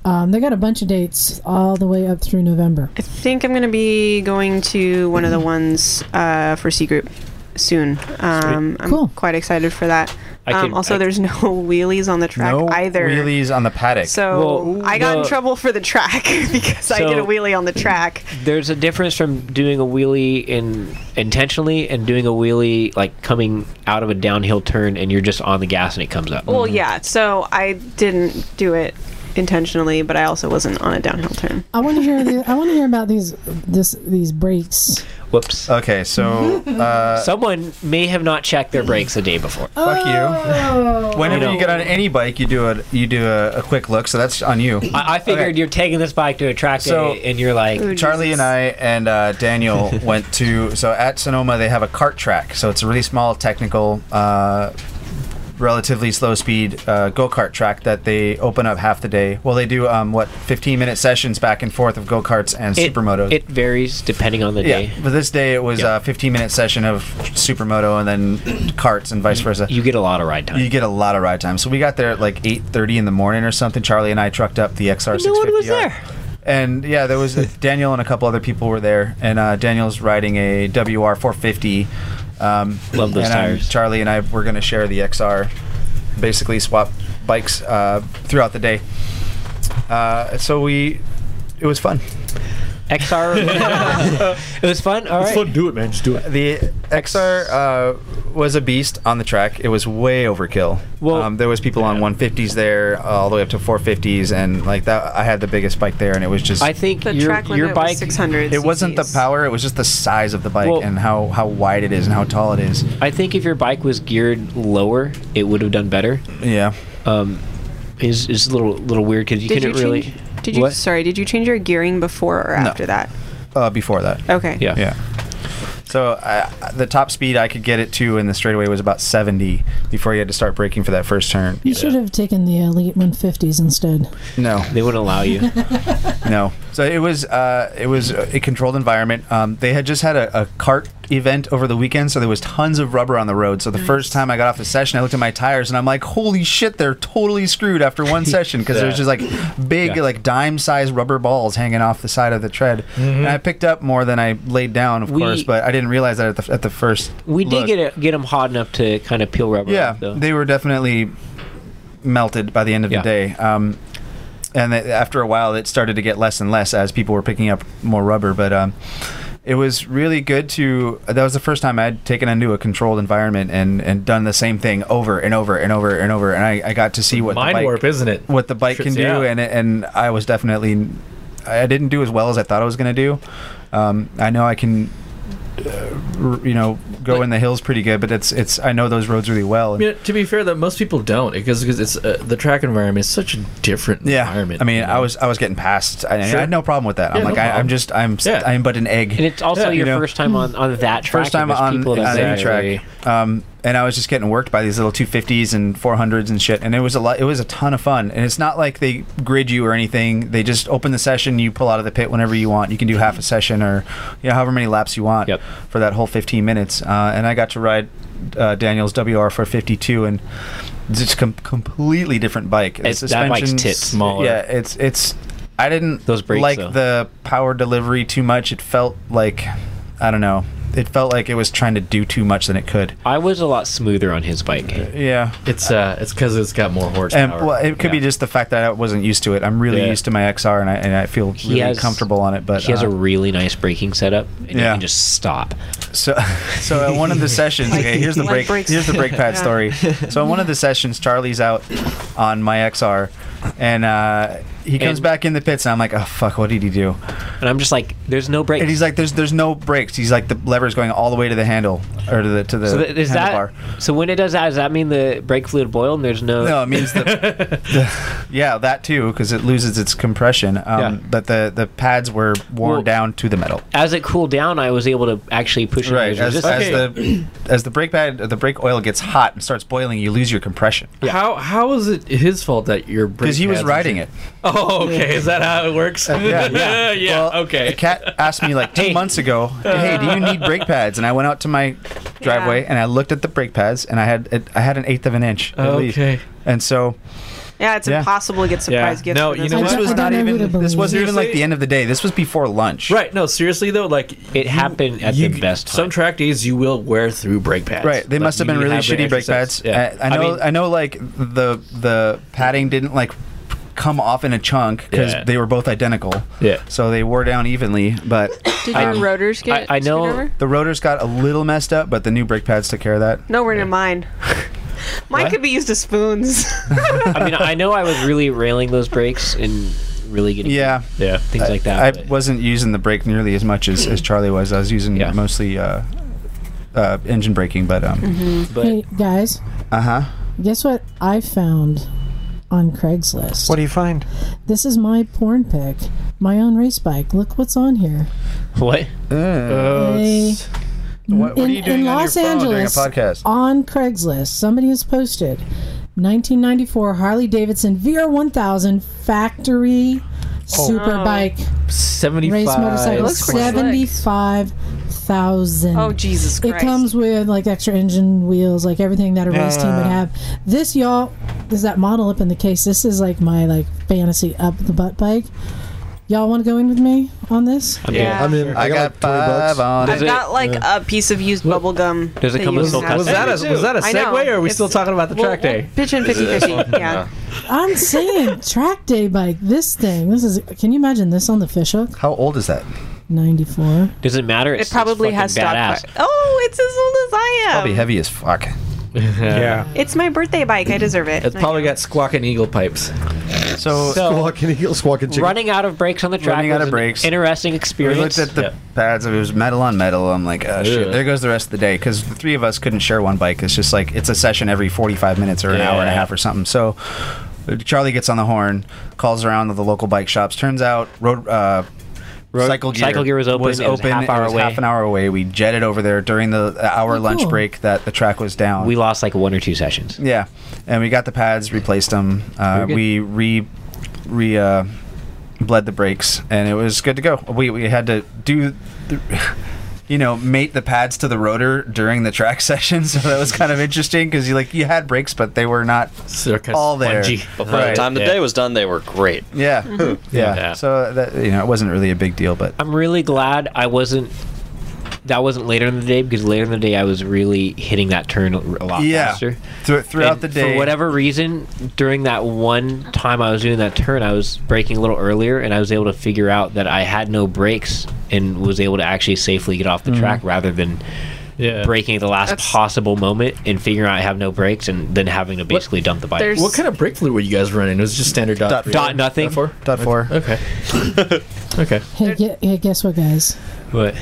Speaker 2: Um, they got a bunch of dates all the way up through November.
Speaker 3: I think I'm gonna be going to one of the ones uh, for C Group soon. Um, I'm
Speaker 2: Cool.
Speaker 3: quite excited for that.
Speaker 6: I
Speaker 3: um,
Speaker 6: can-
Speaker 3: also,
Speaker 6: I-
Speaker 3: there's no wheelies on the track
Speaker 10: no
Speaker 3: either.
Speaker 10: wheelies on the paddock.
Speaker 3: So
Speaker 9: Well,
Speaker 3: I got in
Speaker 9: the-
Speaker 3: trouble for the track because I
Speaker 9: So-
Speaker 3: did a wheelie on the track.
Speaker 9: There's a difference from doing a wheelie in intentionally and doing a wheelie like coming out of a downhill turn and you're just on the gas and it comes up.
Speaker 10: Mm-hmm.
Speaker 3: Well, yeah. So I didn't do it intentionally, but I also wasn't on a downhill turn.
Speaker 2: I want to hear the, I want to hear about these this these breaks.
Speaker 9: Whoops.
Speaker 10: Okay, so uh,
Speaker 9: Someone may have not checked their brakes the day before.
Speaker 10: fuck you. Whenever
Speaker 9: You
Speaker 10: you,
Speaker 9: know.
Speaker 10: get on any bike, you do a you do a, a quick look. So that's on you.
Speaker 9: I, I figured
Speaker 10: Okay.
Speaker 9: you're taking this bike to a track
Speaker 10: So-
Speaker 9: day and you're like,
Speaker 3: Ooh,
Speaker 10: Charlie and I and uh, Daniel went to so at Sonoma they have a cart track, so it's a really small, technical, uh, relatively slow speed uh, go kart track that they open up half the day. Well, they do um, what 15 minute sessions back and forth of go karts and
Speaker 9: it,
Speaker 10: supermotos.
Speaker 9: It varies depending on the
Speaker 10: yeah,
Speaker 9: day.
Speaker 10: but this day it was
Speaker 9: Yeah.
Speaker 10: a 15 minute session of supermoto and then carts and vice versa.
Speaker 9: You get a lot of ride time.
Speaker 10: You get a lot of ride time. So we got there at like eight thirty in the morning or something. Charlie and I trucked up the XR.
Speaker 9: No one was there.
Speaker 10: And yeah, there was Daniel and a couple other people were there. And uh, Daniel's riding a WR 450. Um,
Speaker 9: Love those
Speaker 10: and I'm-
Speaker 9: tires.
Speaker 10: Charlie and I were going to share the XR, basically swap bikes uh, throughout the day. Uh, so we, it was fun.
Speaker 9: XR. it was fun. All right.
Speaker 1: Let's do it, man. Just do it.
Speaker 10: The XR uh, was a beast on the track. It was way overkill.
Speaker 9: Well-
Speaker 10: um, there was people on 150s there, all the way up to 450s, and like that. I had the biggest bike there, and it was just.
Speaker 9: I think
Speaker 3: The
Speaker 9: your,
Speaker 3: track limit
Speaker 9: your bike.
Speaker 3: was 600.
Speaker 10: it wasn't the
Speaker 3: CCs.
Speaker 10: power; it was just the size of the bike
Speaker 9: Well-
Speaker 10: and how, how wide it is and how tall it is.
Speaker 9: I think if your bike was geared lower, it would have done better.
Speaker 10: Yeah,
Speaker 9: Um, is is a little little weird because you
Speaker 3: Did you
Speaker 9: couldn't really.
Speaker 3: change? Did you?
Speaker 9: What?
Speaker 3: Sorry. Did you change your gearing before or after that?
Speaker 10: uh, before that.
Speaker 3: Okay.
Speaker 9: Yeah.
Speaker 10: Yeah. So I the top speed I could get it to in the straightaway was about 70 before you had to start braking for that first turn.
Speaker 2: You should have taken the Elite 150s instead.
Speaker 10: No.
Speaker 9: They wouldn't allow you.
Speaker 10: No. So it was uh, it was a controlled environment. Um, they had just had a, a cart event over the weekend, so there was tons of rubber on the road. So the first time I got off the session, I looked at my tires and I'm like, "Holy shit, they're totally screwed after one session because there's just like big
Speaker 9: Yeah.
Speaker 10: like dime-sized rubber balls hanging off the side of the tread." And I picked up more than I laid down, of
Speaker 9: Mm-hmm. We-
Speaker 10: course, but I didn't realize that at the, at the first.
Speaker 9: We did
Speaker 10: look.
Speaker 9: get it, get them hot enough to kind of peel rubber.
Speaker 10: Yeah,
Speaker 9: off, though.
Speaker 10: they were definitely melted by the end of
Speaker 9: Yeah.
Speaker 10: the day. Um, and th- after a while, it started to get less and less as people were picking up more rubber. But um, it was really good to. That was the first time I'd taken into a controlled environment and, and done the same thing over and over and over and over. And I, I got to see what the
Speaker 1: Mind
Speaker 10: bike,
Speaker 1: warp, isn't it?
Speaker 10: what the bike can
Speaker 1: Trips
Speaker 10: do,
Speaker 1: you out.
Speaker 10: and and I was definitely I didn't do as well as I thought I was going to do. Um, I know I can, uh, r- you know, go in the hills pretty good, but it's it's I know those roads really well.
Speaker 1: I mean, to be fair, that most people don't because because it's uh, the track environment is such a different
Speaker 10: yeah,
Speaker 1: environment.
Speaker 10: I mean,
Speaker 1: you know?
Speaker 10: I was I was getting past. I, I
Speaker 1: Sure.
Speaker 10: had no problem with that. I'm
Speaker 1: Yeah,
Speaker 10: like
Speaker 1: no
Speaker 10: I, I'm
Speaker 1: problem.
Speaker 10: just I'm st-
Speaker 1: Yeah.
Speaker 10: I'm but an egg.
Speaker 9: And it's also
Speaker 1: Yeah,
Speaker 9: your
Speaker 10: you know.
Speaker 9: first time on, on that track.
Speaker 10: First time
Speaker 9: and there's
Speaker 10: on,
Speaker 9: people that
Speaker 10: on any
Speaker 9: say-
Speaker 10: track, um, and I was just getting worked by these little 250s and 400s and shit, and it was a lot. It was a ton of fun, and it's not like they grid you or anything. They just open the session, you pull out of the pit whenever you want. You can do half a session or, you know, however many laps you want
Speaker 9: Yep.
Speaker 10: for that whole 15 minutes. Uh, and I got to ride uh, Daniel's WR for 52 and. It's just com- completely different bike. The
Speaker 9: It's- that bike's
Speaker 10: suspension's-
Speaker 9: tits. Smaller.
Speaker 10: Yeah, it's it's. I didn't
Speaker 9: Those brakes,
Speaker 10: like
Speaker 9: though.
Speaker 10: the power delivery too much. It felt like I don't know. it felt like it was trying to do too much than it could.
Speaker 9: I was a lot smoother on his bike.
Speaker 10: Yeah,
Speaker 1: it's uh, it's because it's got more
Speaker 10: And
Speaker 1: horsepower.
Speaker 10: well, it could be just the fact that I wasn't used to it. I'm really
Speaker 9: Yeah.
Speaker 10: used to my XR, and I and I feel
Speaker 9: He
Speaker 10: really
Speaker 9: has-
Speaker 10: comfortable on it. But
Speaker 9: he has
Speaker 10: uh,
Speaker 9: a really nice braking setup, and you
Speaker 10: Yeah.
Speaker 9: can just stop.
Speaker 10: So, so at one of the sessions, okay, here's the
Speaker 9: Like
Speaker 10: break.
Speaker 9: breaks.
Speaker 10: Here's the brake pad
Speaker 9: Yeah.
Speaker 10: story. So at one of the sessions, Charlie's out on my XR, and uh, he comes
Speaker 9: And-
Speaker 10: back in the pits, and I'm like, oh fuck, what did he do?
Speaker 9: And I'm just like, there's no brakes.
Speaker 10: And he's like, there's there's no brakes. He's like, the lever's going all the way to the handle or to the to the
Speaker 9: so th- is that
Speaker 10: handlebar.
Speaker 9: so when it does that, does that mean the brake fluid boiled and there's no?
Speaker 10: No, it means the, the- yeah that too because it loses its compression. Um,
Speaker 9: Yeah.
Speaker 10: But the the pads were worn
Speaker 9: Well-
Speaker 10: down to the metal.
Speaker 9: as it cooled down, I was able to actually push
Speaker 10: Right,
Speaker 9: it.
Speaker 10: as, as the as the brake pad, the brake oil gets hot and starts boiling, you lose your compression.
Speaker 1: How how is it his fault that your
Speaker 10: Because he was riding it.
Speaker 1: Oh, okay. Is that how it works?
Speaker 10: yeah, yeah.
Speaker 1: yeah,
Speaker 10: Okay. The cat asked me like two months ago, "Hey, do you need brake pads?" And I went out to my driveway and I looked at the brake pads, and I had it, I had an eighth of an inch. at least.
Speaker 1: Okay.
Speaker 10: And so
Speaker 3: Yeah, it's
Speaker 10: Yeah.
Speaker 3: impossible to get surprise gifts. for this.
Speaker 10: this was not even this wasn't even like
Speaker 1: Seriously?
Speaker 10: the end of the day. This was before lunch.
Speaker 1: Right. No, seriously though, like
Speaker 9: it happened at the best.
Speaker 1: Some track days you will wear through brake pads.
Speaker 10: Right, they
Speaker 1: Like,
Speaker 10: must have
Speaker 1: you
Speaker 10: been really
Speaker 1: have the
Speaker 10: shitty brake
Speaker 1: exercise.
Speaker 10: pads.
Speaker 1: Yeah.
Speaker 10: I, I know. I,
Speaker 1: mean,
Speaker 10: know. Like the the padding didn't like come off in a chunk because
Speaker 9: Yeah.
Speaker 10: they were both identical.
Speaker 1: Yeah.
Speaker 10: So they wore down evenly, but
Speaker 3: Did your rotors get?
Speaker 10: I
Speaker 3: screwed over?
Speaker 10: know the rotors got a little messed up, but the new brake pads took care of that.
Speaker 3: Nowhere near mine. mine
Speaker 9: What?
Speaker 3: could be used as spoons.
Speaker 9: I mean, I know I was really railing those brakes and really getting
Speaker 10: Yeah,
Speaker 9: yeah things
Speaker 10: I,
Speaker 9: like that.
Speaker 10: I wasn't using the brake nearly as much as, as Charlie was. I was using mostly uh, uh, engine braking, but um,
Speaker 3: Mm.
Speaker 2: hey guys,
Speaker 10: uh huh.
Speaker 2: guess what I found on Craigslist?
Speaker 7: What do you find?
Speaker 2: This is my porn pic, my own race bike. Look what's on here.
Speaker 9: what?
Speaker 10: Mm.
Speaker 2: Hey.
Speaker 10: what are
Speaker 2: in,
Speaker 10: you doing
Speaker 2: in
Speaker 10: on your
Speaker 2: Los
Speaker 10: phone during a
Speaker 2: Angeles
Speaker 10: podcast?
Speaker 2: on Craigslist? Somebody has posted 1994 Harley Davidson VR1000 factory
Speaker 10: Oh.
Speaker 2: superbike race motorcycle, seventy-five thousand.
Speaker 3: Oh, Jesus
Speaker 2: It
Speaker 3: Christ.
Speaker 2: comes with like extra engine wheels, like everything that a race team would
Speaker 3: Yeah.
Speaker 2: have. This y'all is that model up in the case. This is like my like fantasy up the butt bike. Y'all want to go in with me on this?
Speaker 3: Yeah.
Speaker 4: I mean, I got, five
Speaker 10: on
Speaker 3: I've got like a piece of used bubble gum.
Speaker 9: Does it
Speaker 3: that
Speaker 9: come
Speaker 3: you
Speaker 9: with
Speaker 3: can
Speaker 9: full
Speaker 3: have.
Speaker 1: was that a was that a
Speaker 3: I know.
Speaker 1: segue, or are we
Speaker 3: It's-
Speaker 1: still talking about the
Speaker 3: we'll-
Speaker 1: track day?
Speaker 3: we'll Pitch in 50-50. Yeah.
Speaker 2: I'm saying track day bike. This thing. This is. Can you imagine this on the fishhook?
Speaker 10: How old is that?
Speaker 2: Ninety-four.
Speaker 9: Does it matter?
Speaker 3: It probably has stock.
Speaker 9: badass.
Speaker 3: car- Oh, it's as old as I am.
Speaker 10: Probably heavy as fuck.
Speaker 1: Yeah.
Speaker 3: It's my birthday bike. I deserve it.
Speaker 1: It's probably got squawking eagle pipes.
Speaker 10: So,
Speaker 4: squawking eagle, squawking chicken.
Speaker 9: Running out of brakes on the track.
Speaker 10: Running out of
Speaker 9: was an
Speaker 10: brakes.
Speaker 9: Interesting experience.
Speaker 10: We looked at the pads. It was metal on metal. I'm like, oh shit.
Speaker 9: Ugh.
Speaker 10: There goes the rest of the day because the three of us couldn't share one bike. It's just like it's a session every 45 minutes or an hour and a
Speaker 9: Yeah.
Speaker 10: half or something. So Charlie gets on the horn, calls around to the local bike shops. Turns out road. Uh,
Speaker 9: Road-
Speaker 10: cycle gear,
Speaker 9: Cycle Gear was open. It was half
Speaker 10: It
Speaker 9: hour
Speaker 10: was
Speaker 9: away.
Speaker 10: half an hour away. We jetted over there during the hour lunch
Speaker 2: cool.
Speaker 10: break that the track was down.
Speaker 9: we lost like one or two sessions.
Speaker 10: Yeah, and we got the pads, replaced them. Uh,
Speaker 9: Very good.
Speaker 10: we re re uh, bled the brakes, and it was good to go. We we had to do. The, You know, mate the pads to the rotor during the track session, so that was kind of interesting because you like you had brakes, but they were not all there.
Speaker 8: But by the time the day was done, they were great.
Speaker 10: yeah.
Speaker 3: Mm-hmm.
Speaker 10: yeah,
Speaker 9: Yeah.
Speaker 10: So that you know, it wasn't really a big deal, but
Speaker 9: I'm really glad I wasn't. That wasn't later in the day because later in the day I was really hitting that turn a a lot
Speaker 10: Yeah.
Speaker 9: faster.
Speaker 10: Thro- throughout
Speaker 9: And
Speaker 10: the day-
Speaker 9: for whatever reason, during that one time I was doing that turn, I was braking a little earlier, and I was able to figure out that I had no brakes and was able to actually safely get off the track rather than
Speaker 1: Yeah.
Speaker 9: braking at the last
Speaker 3: That's-
Speaker 9: possible moment and figuring out I have no brakes and then having to basically dump the bike.
Speaker 3: There's-
Speaker 1: What kind of brake fluid were you guys running? It was just standard dot
Speaker 9: Dot-
Speaker 1: three?
Speaker 9: dot nothing.
Speaker 1: four.
Speaker 10: dot four.
Speaker 1: Okay. okay.
Speaker 2: Hey, gue- hey, guess what, guys?
Speaker 9: What?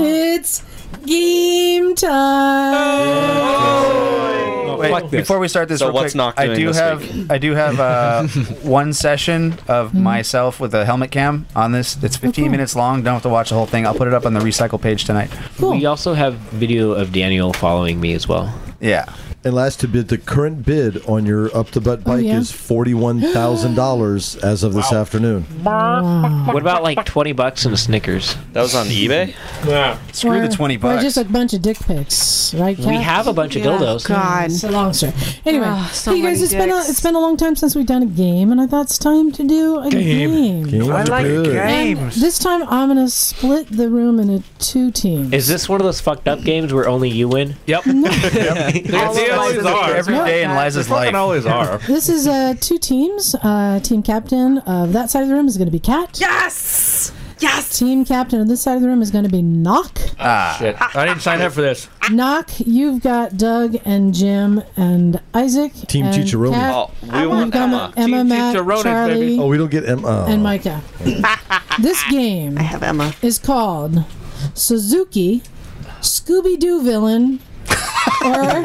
Speaker 2: It's game time.
Speaker 10: Oh, Wait,
Speaker 9: fuck this.
Speaker 10: before we start this,
Speaker 8: So
Speaker 10: real
Speaker 8: what's
Speaker 10: quick,
Speaker 8: Nock
Speaker 10: I
Speaker 8: doing
Speaker 10: do
Speaker 8: this
Speaker 10: have I do have uh, one session of
Speaker 2: Hmm?
Speaker 10: myself with a helmet cam on this. It's 15
Speaker 2: cool.
Speaker 10: minutes long. Don't have to watch the whole thing. I'll put it up on the recycle page tonight.
Speaker 2: Cool.
Speaker 9: We also have video of Daniel following me as well.
Speaker 10: Yeah,
Speaker 4: And last to bid, the current bid on your up to butt
Speaker 2: Oh,
Speaker 4: bike
Speaker 2: yeah.
Speaker 4: is forty-one thousand dollars as of this afternoon.
Speaker 2: Oh.
Speaker 9: What about like twenty bucks and a Snickers?
Speaker 8: That was on eBay.
Speaker 9: Yeah.
Speaker 2: Or- Or just a bunch of dick pics, right?
Speaker 9: We
Speaker 2: Kat?
Speaker 9: have a bunch of Yeah, dildos. God.
Speaker 2: Yeah, it's a long story. Anyway,
Speaker 9: Oh, so
Speaker 2: hey guys,
Speaker 9: many
Speaker 2: it's been a,
Speaker 9: dicks.
Speaker 2: it's been a long time since we've done a game, and I thought it's time to do a game.
Speaker 4: Games
Speaker 7: I
Speaker 4: are
Speaker 7: like
Speaker 4: good.
Speaker 7: games.
Speaker 2: And this time I'm gonna split the room into two teams.
Speaker 9: Is this one of those fucked up games where only you win?
Speaker 1: Yep.
Speaker 6: Every day in Liza's life.
Speaker 1: always are.
Speaker 2: This is uh, two teams. Uh, team captain of that side of the room is going to be Cat.
Speaker 3: Yes. Yes.
Speaker 2: Team captain of this side of the room is going to be Knock.
Speaker 1: Ah, shit. I didn't sign up for this.
Speaker 2: Knock, you've got Doug and Jim and Isaac.
Speaker 4: Team
Speaker 2: and
Speaker 4: Chicharoni.
Speaker 2: Kat.
Speaker 4: Oh, we
Speaker 2: I've
Speaker 4: want
Speaker 2: got
Speaker 4: Emma.
Speaker 2: Emma, Matt, Charlie,
Speaker 4: Oh, we don't get Emma.
Speaker 2: and Micah. this game I have
Speaker 3: Emma
Speaker 2: is called Suzuki Scooby Doo villain or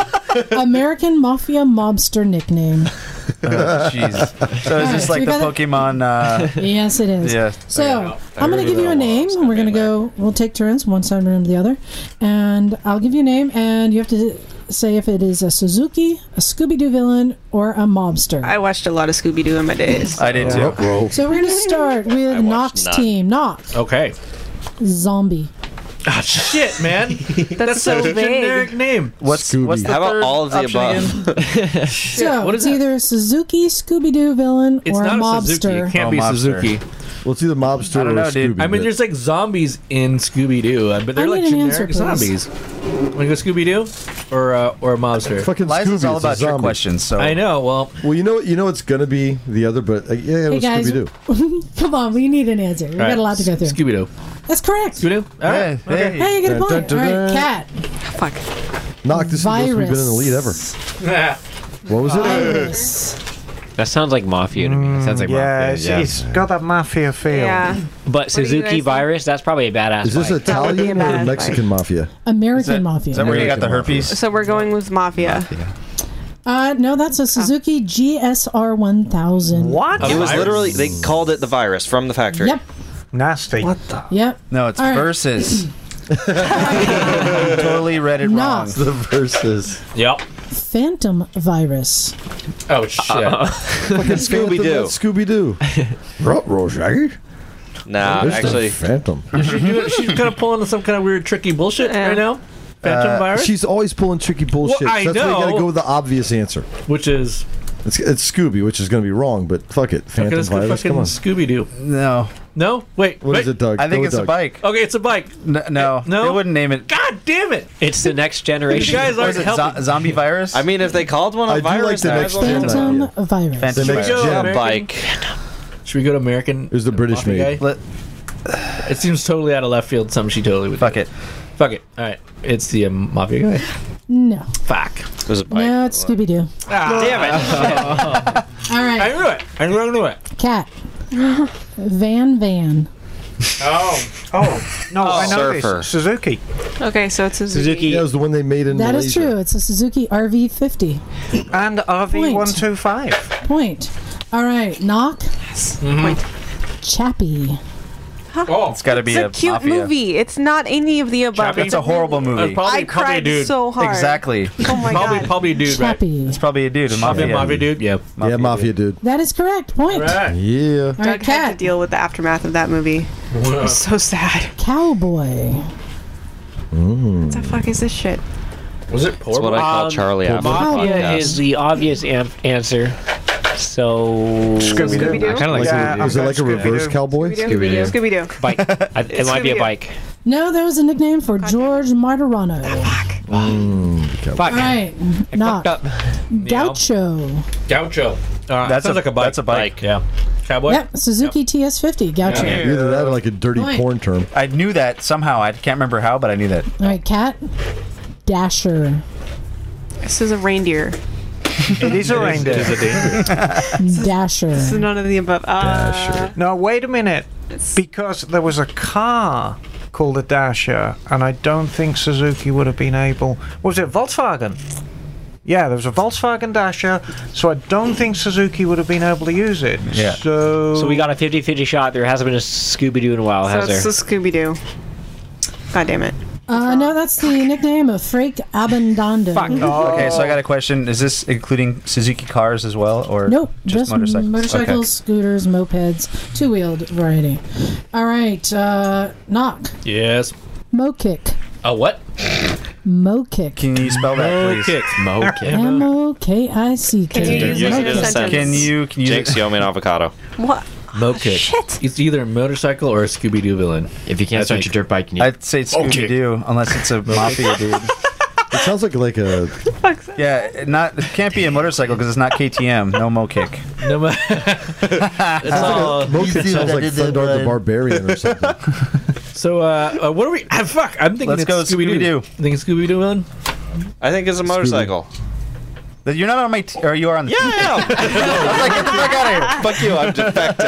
Speaker 2: American Mafia mobster nickname.
Speaker 10: Uh,
Speaker 6: Oh, Jeez. so is this
Speaker 2: Alright, so
Speaker 6: like
Speaker 2: we
Speaker 6: the
Speaker 2: got
Speaker 6: Pokemon? Uh,
Speaker 2: Yes, it is.
Speaker 6: Yeah.
Speaker 2: So
Speaker 6: I
Speaker 2: I'm going to
Speaker 6: already
Speaker 2: give you a
Speaker 6: know.
Speaker 2: name, and we're going to go. We'll take turns, one side of the room to the other, and I'll give you a name, and you have to say if it is a Suzuki, a Scooby-Doo villain, or a mobster.
Speaker 3: I watched a lot of Scooby Doo in my days.
Speaker 6: I did
Speaker 4: Uh-huh.
Speaker 6: too.
Speaker 2: So we're going to start with Knox
Speaker 8: none.
Speaker 2: team. Knox
Speaker 1: Okay.
Speaker 2: zombie.
Speaker 1: Ah, shit, man. That's,
Speaker 3: so
Speaker 1: such a
Speaker 3: vague.
Speaker 1: generic name.
Speaker 6: What's, what's the
Speaker 8: How about
Speaker 6: third
Speaker 8: all of the
Speaker 6: option
Speaker 8: above?
Speaker 6: again?
Speaker 2: so
Speaker 1: what
Speaker 2: it's
Speaker 1: is that?
Speaker 2: either a Suzuki, Scooby-Doo villain,
Speaker 1: It's
Speaker 2: or a
Speaker 1: not a Suzuki. It
Speaker 2: mobster.
Speaker 1: can't
Speaker 6: Oh,
Speaker 1: be
Speaker 6: mobster.
Speaker 1: Suzuki.
Speaker 4: Well, it's either mobster
Speaker 6: I don't
Speaker 4: or
Speaker 6: know, dude.
Speaker 4: Scooby.
Speaker 1: I mean,
Speaker 4: but-
Speaker 1: there's like zombies in Scooby Doo, but they're
Speaker 2: I
Speaker 1: like
Speaker 2: need an
Speaker 1: generic
Speaker 2: answer, please.
Speaker 1: zombies. Want to go Scooby Doo or uh, or a mobster?
Speaker 4: fucking
Speaker 6: Liza's
Speaker 4: Scooby.
Speaker 6: all
Speaker 4: it's a
Speaker 6: about trick
Speaker 4: zombie.
Speaker 6: questions. So
Speaker 1: I know. Well,
Speaker 4: Well, you know, you know, it's gonna be the other, but uh, yeah, it
Speaker 2: Hey
Speaker 4: was
Speaker 2: guys,
Speaker 4: Scooby Doo.
Speaker 2: come on, we need an answer. We've got a lot to go through.
Speaker 1: Scooby Doo.
Speaker 2: That's correct.
Speaker 1: Scooby Doo. All right.
Speaker 6: Hey, hey.
Speaker 2: Hey, you get a
Speaker 4: Dun,
Speaker 2: point.
Speaker 4: dun,
Speaker 2: All
Speaker 4: dun, dun.
Speaker 2: right, cat.
Speaker 3: Fuck.
Speaker 4: Knock, this is the most we've been in the lead ever. What was it?
Speaker 2: Iris.
Speaker 9: That sounds like mafia to me.
Speaker 6: That sounds like
Speaker 7: yeah,
Speaker 6: mafia,
Speaker 7: it's, it's got that mafia feel.
Speaker 3: Yeah.
Speaker 9: But
Speaker 3: do you guys
Speaker 9: Suzuki
Speaker 3: think?
Speaker 9: virus, that's probably a badass.
Speaker 4: is this
Speaker 9: bike.
Speaker 3: That would be
Speaker 4: Italian
Speaker 3: a
Speaker 4: or
Speaker 3: badass
Speaker 4: Mexican mafia?
Speaker 6: Is
Speaker 2: American
Speaker 6: that,
Speaker 2: Mafia.
Speaker 6: is that where you got the
Speaker 4: American
Speaker 6: herpes?
Speaker 3: So we're going with Mafia. Oh.
Speaker 2: Uh, no, that's a Suzuki GSR 1000.
Speaker 7: What?
Speaker 8: It was literally they called it the virus from the factory.
Speaker 2: Yep.
Speaker 7: Nasty.
Speaker 3: What the?
Speaker 2: Yep.
Speaker 6: No, it's
Speaker 2: All right.
Speaker 6: versus. You totally read it
Speaker 2: Nah.
Speaker 6: wrong.
Speaker 4: The verses.
Speaker 1: Yep.
Speaker 2: Phantom virus.
Speaker 1: Oh shit.
Speaker 8: Scooby Doo.
Speaker 4: Scooby Doo. Rut row, Shaggy.
Speaker 8: Nah,
Speaker 4: There's the
Speaker 8: actually,
Speaker 4: Phantom.
Speaker 1: She's kind of pulling some kind of weird tricky bullshit right now. Phantom virus,
Speaker 4: Uh, She's always pulling tricky bullshit.
Speaker 1: Well, I
Speaker 4: so that's why you gotta
Speaker 1: know.
Speaker 4: go with the obvious answer.
Speaker 1: which is
Speaker 4: It's, it's Scooby, which is gonna be wrong, but fuck it.
Speaker 1: okay,
Speaker 4: Phantom
Speaker 1: let's go
Speaker 4: virus.
Speaker 1: fucking
Speaker 4: Come on.
Speaker 1: Scooby Doo.
Speaker 6: No,
Speaker 1: No, wait,
Speaker 4: What
Speaker 1: wait.
Speaker 4: is it, Doug?
Speaker 6: I think
Speaker 4: Go,
Speaker 6: it's a
Speaker 4: Doug.
Speaker 6: bike.
Speaker 1: Okay, it's a bike. Eh,
Speaker 6: N- no,
Speaker 1: No?
Speaker 6: they wouldn't name it.
Speaker 1: God damn it!
Speaker 9: It's the next
Speaker 1: You
Speaker 9: generation.
Speaker 1: guys aren't
Speaker 6: Was it
Speaker 1: helping.
Speaker 6: zo- zombie virus?
Speaker 8: I mean, if they called one a
Speaker 4: I do like
Speaker 8: virus,
Speaker 4: the
Speaker 8: they might
Speaker 4: next
Speaker 8: as well
Speaker 4: thing.
Speaker 8: do
Speaker 4: Phantom
Speaker 2: Phantom virus.
Speaker 6: Phantom
Speaker 4: The
Speaker 6: virus.
Speaker 4: next
Speaker 1: Joe,
Speaker 4: gem.
Speaker 8: that.
Speaker 1: American-
Speaker 8: bike.
Speaker 1: Should we go to American?
Speaker 4: It was the British
Speaker 1: Mafia
Speaker 4: made.
Speaker 1: guy?
Speaker 6: Let-
Speaker 1: It seems totally out of left field. Something she totally would.
Speaker 6: Fuck
Speaker 1: do.
Speaker 6: it.
Speaker 1: Fuck it. All right, it's the um, mafia guy.
Speaker 2: No.
Speaker 1: Fuck.
Speaker 8: It was a bike.
Speaker 2: No, it's Scooby Doo.
Speaker 1: Ah, damn it!
Speaker 2: All
Speaker 1: I
Speaker 2: right.
Speaker 1: knew it. uh, I knew I knew it.
Speaker 2: Cat. Van Van.
Speaker 7: Oh, no, I know
Speaker 8: Surfer.
Speaker 7: this. Suzuki.
Speaker 3: Okay, so it's
Speaker 9: Suzuki.
Speaker 4: Yeah, it was the one they made in
Speaker 2: That
Speaker 4: Malaysia.
Speaker 2: is true. It's a Suzuki RV50.
Speaker 7: And RV125.
Speaker 2: Point. All right. Knock.
Speaker 1: Mm-hmm.
Speaker 3: Point.
Speaker 2: Chappie.
Speaker 1: Oh,
Speaker 6: It's got to be
Speaker 3: It's a,
Speaker 6: a
Speaker 3: cute
Speaker 6: mafia.
Speaker 3: movie. It's not any of the above.
Speaker 1: Chappie?
Speaker 6: That's a horrible movie.
Speaker 1: probably,
Speaker 3: I
Speaker 1: probably a
Speaker 3: cried
Speaker 1: dude.
Speaker 3: so hard.
Speaker 6: Exactly.
Speaker 3: Oh my
Speaker 1: probably
Speaker 3: god.
Speaker 1: probably a dude. Right?
Speaker 2: Chappie.
Speaker 6: It's probably a dude. A
Speaker 1: Mafia,
Speaker 6: mafia.
Speaker 1: mafia dude. Yeah.
Speaker 4: yeah, mafia dude.
Speaker 2: That is correct. Point.
Speaker 4: Yeah.
Speaker 2: All right.
Speaker 3: Doug had to
Speaker 2: Cat.
Speaker 3: deal with the aftermath of that movie. It's so sad.
Speaker 2: Cowboy.
Speaker 4: Mm.
Speaker 3: What the fuck is this shit?
Speaker 1: Was it poor?
Speaker 8: That's what I call
Speaker 9: Um,
Speaker 8: Charlie after the
Speaker 9: Mafia
Speaker 8: podcast.
Speaker 9: is the obvious am- answer. So
Speaker 7: Scooby-Doo?
Speaker 9: I kind of like
Speaker 7: Yeah,
Speaker 9: Scooby-Doo.
Speaker 4: Was it
Speaker 7: I've
Speaker 4: like a
Speaker 7: got Scooby-Doo.
Speaker 4: reverse cowboy?
Speaker 3: Scooby-Doo. Scooby-Doo.
Speaker 9: bike. I, it might be a
Speaker 3: Scooby-Doo.
Speaker 9: bike.
Speaker 2: No, that was a nickname for George Martirano.
Speaker 9: Ah,
Speaker 4: Mm,
Speaker 9: Fuck.
Speaker 2: All right.
Speaker 9: I
Speaker 2: Knock.
Speaker 9: fucked up.
Speaker 2: Gaucho.
Speaker 1: Gaucho. Uh,
Speaker 6: That's a-
Speaker 1: sounds like a bike.
Speaker 6: that's a bike.
Speaker 1: Yeah. Cowboy.
Speaker 2: Yep, Suzuki TS50 Gaucho.
Speaker 1: Yeah.
Speaker 4: Either that or like a dirty
Speaker 2: Point.
Speaker 4: porn term.
Speaker 6: I knew that somehow. I can't remember how, but I knew that.
Speaker 2: All right, cat. Dasher.
Speaker 3: This is a reindeer.
Speaker 7: It is a reindeer.
Speaker 3: This is
Speaker 2: Dasher.
Speaker 3: none of the above. Uh,
Speaker 7: No, wait a minute. Because there was a car called a Dasher, and I don't think Suzuki would have been able. Was it Volkswagen? Yeah, there was a Volkswagen Dasher, so I don't think Suzuki would have been able to use it.
Speaker 6: Yeah.
Speaker 7: So,
Speaker 9: So we got a 50-50 shot. There hasn't been a Scooby-Doo in a while,
Speaker 3: so it's
Speaker 9: has
Speaker 3: a
Speaker 9: there?
Speaker 3: Scooby-Doo. God damn it.
Speaker 2: Uh, no, that's the nickname of Mm-hmm. Frake Abandondo.
Speaker 1: Oh.
Speaker 6: Okay, so I got a question. Is this including Suzuki cars as well, or
Speaker 2: Nope,
Speaker 6: just, motorcycles?
Speaker 2: motorcycles, scooters, mopeds, two wheeled variety. All right, uh, knock,
Speaker 1: Yes.
Speaker 2: mo kick,
Speaker 1: A what?
Speaker 2: mo kick,
Speaker 6: Can you spell that, please?
Speaker 1: Kick. Mo
Speaker 2: M O K I C K.
Speaker 3: Can you use it in a sentence?
Speaker 6: Can you? Can you?
Speaker 8: Jake's Yomi and avocado.
Speaker 3: What?
Speaker 4: Oh,
Speaker 1: Mo kick.
Speaker 3: Shit.
Speaker 1: It's either a motorcycle or a Scooby Doo villain.
Speaker 9: If you
Speaker 1: I
Speaker 9: can't start
Speaker 1: think-
Speaker 9: your dirt bike, you need
Speaker 6: I'd say Scooby Doo, unless it's a mafia dude.
Speaker 4: It sounds like like a
Speaker 6: Yeah, it not it can't be a motorcycle because it's not KTM. No mo kick.
Speaker 1: No, ma- It's all-
Speaker 4: Mo Kid sounds like Thundar the Barbarian or something.
Speaker 1: so, uh, uh, what are we? Ah, fuck, I'm thinking
Speaker 6: Let's
Speaker 1: it's
Speaker 6: go Scooby-Doo.
Speaker 1: Scooby-Doo. Think it's Scooby Doo villain?
Speaker 8: I think it's a motorcycle.
Speaker 6: But You're not on my. T- or you are on the.
Speaker 8: Yeah, I am.
Speaker 6: like get the fuck out of here.
Speaker 8: Fuck you. I'm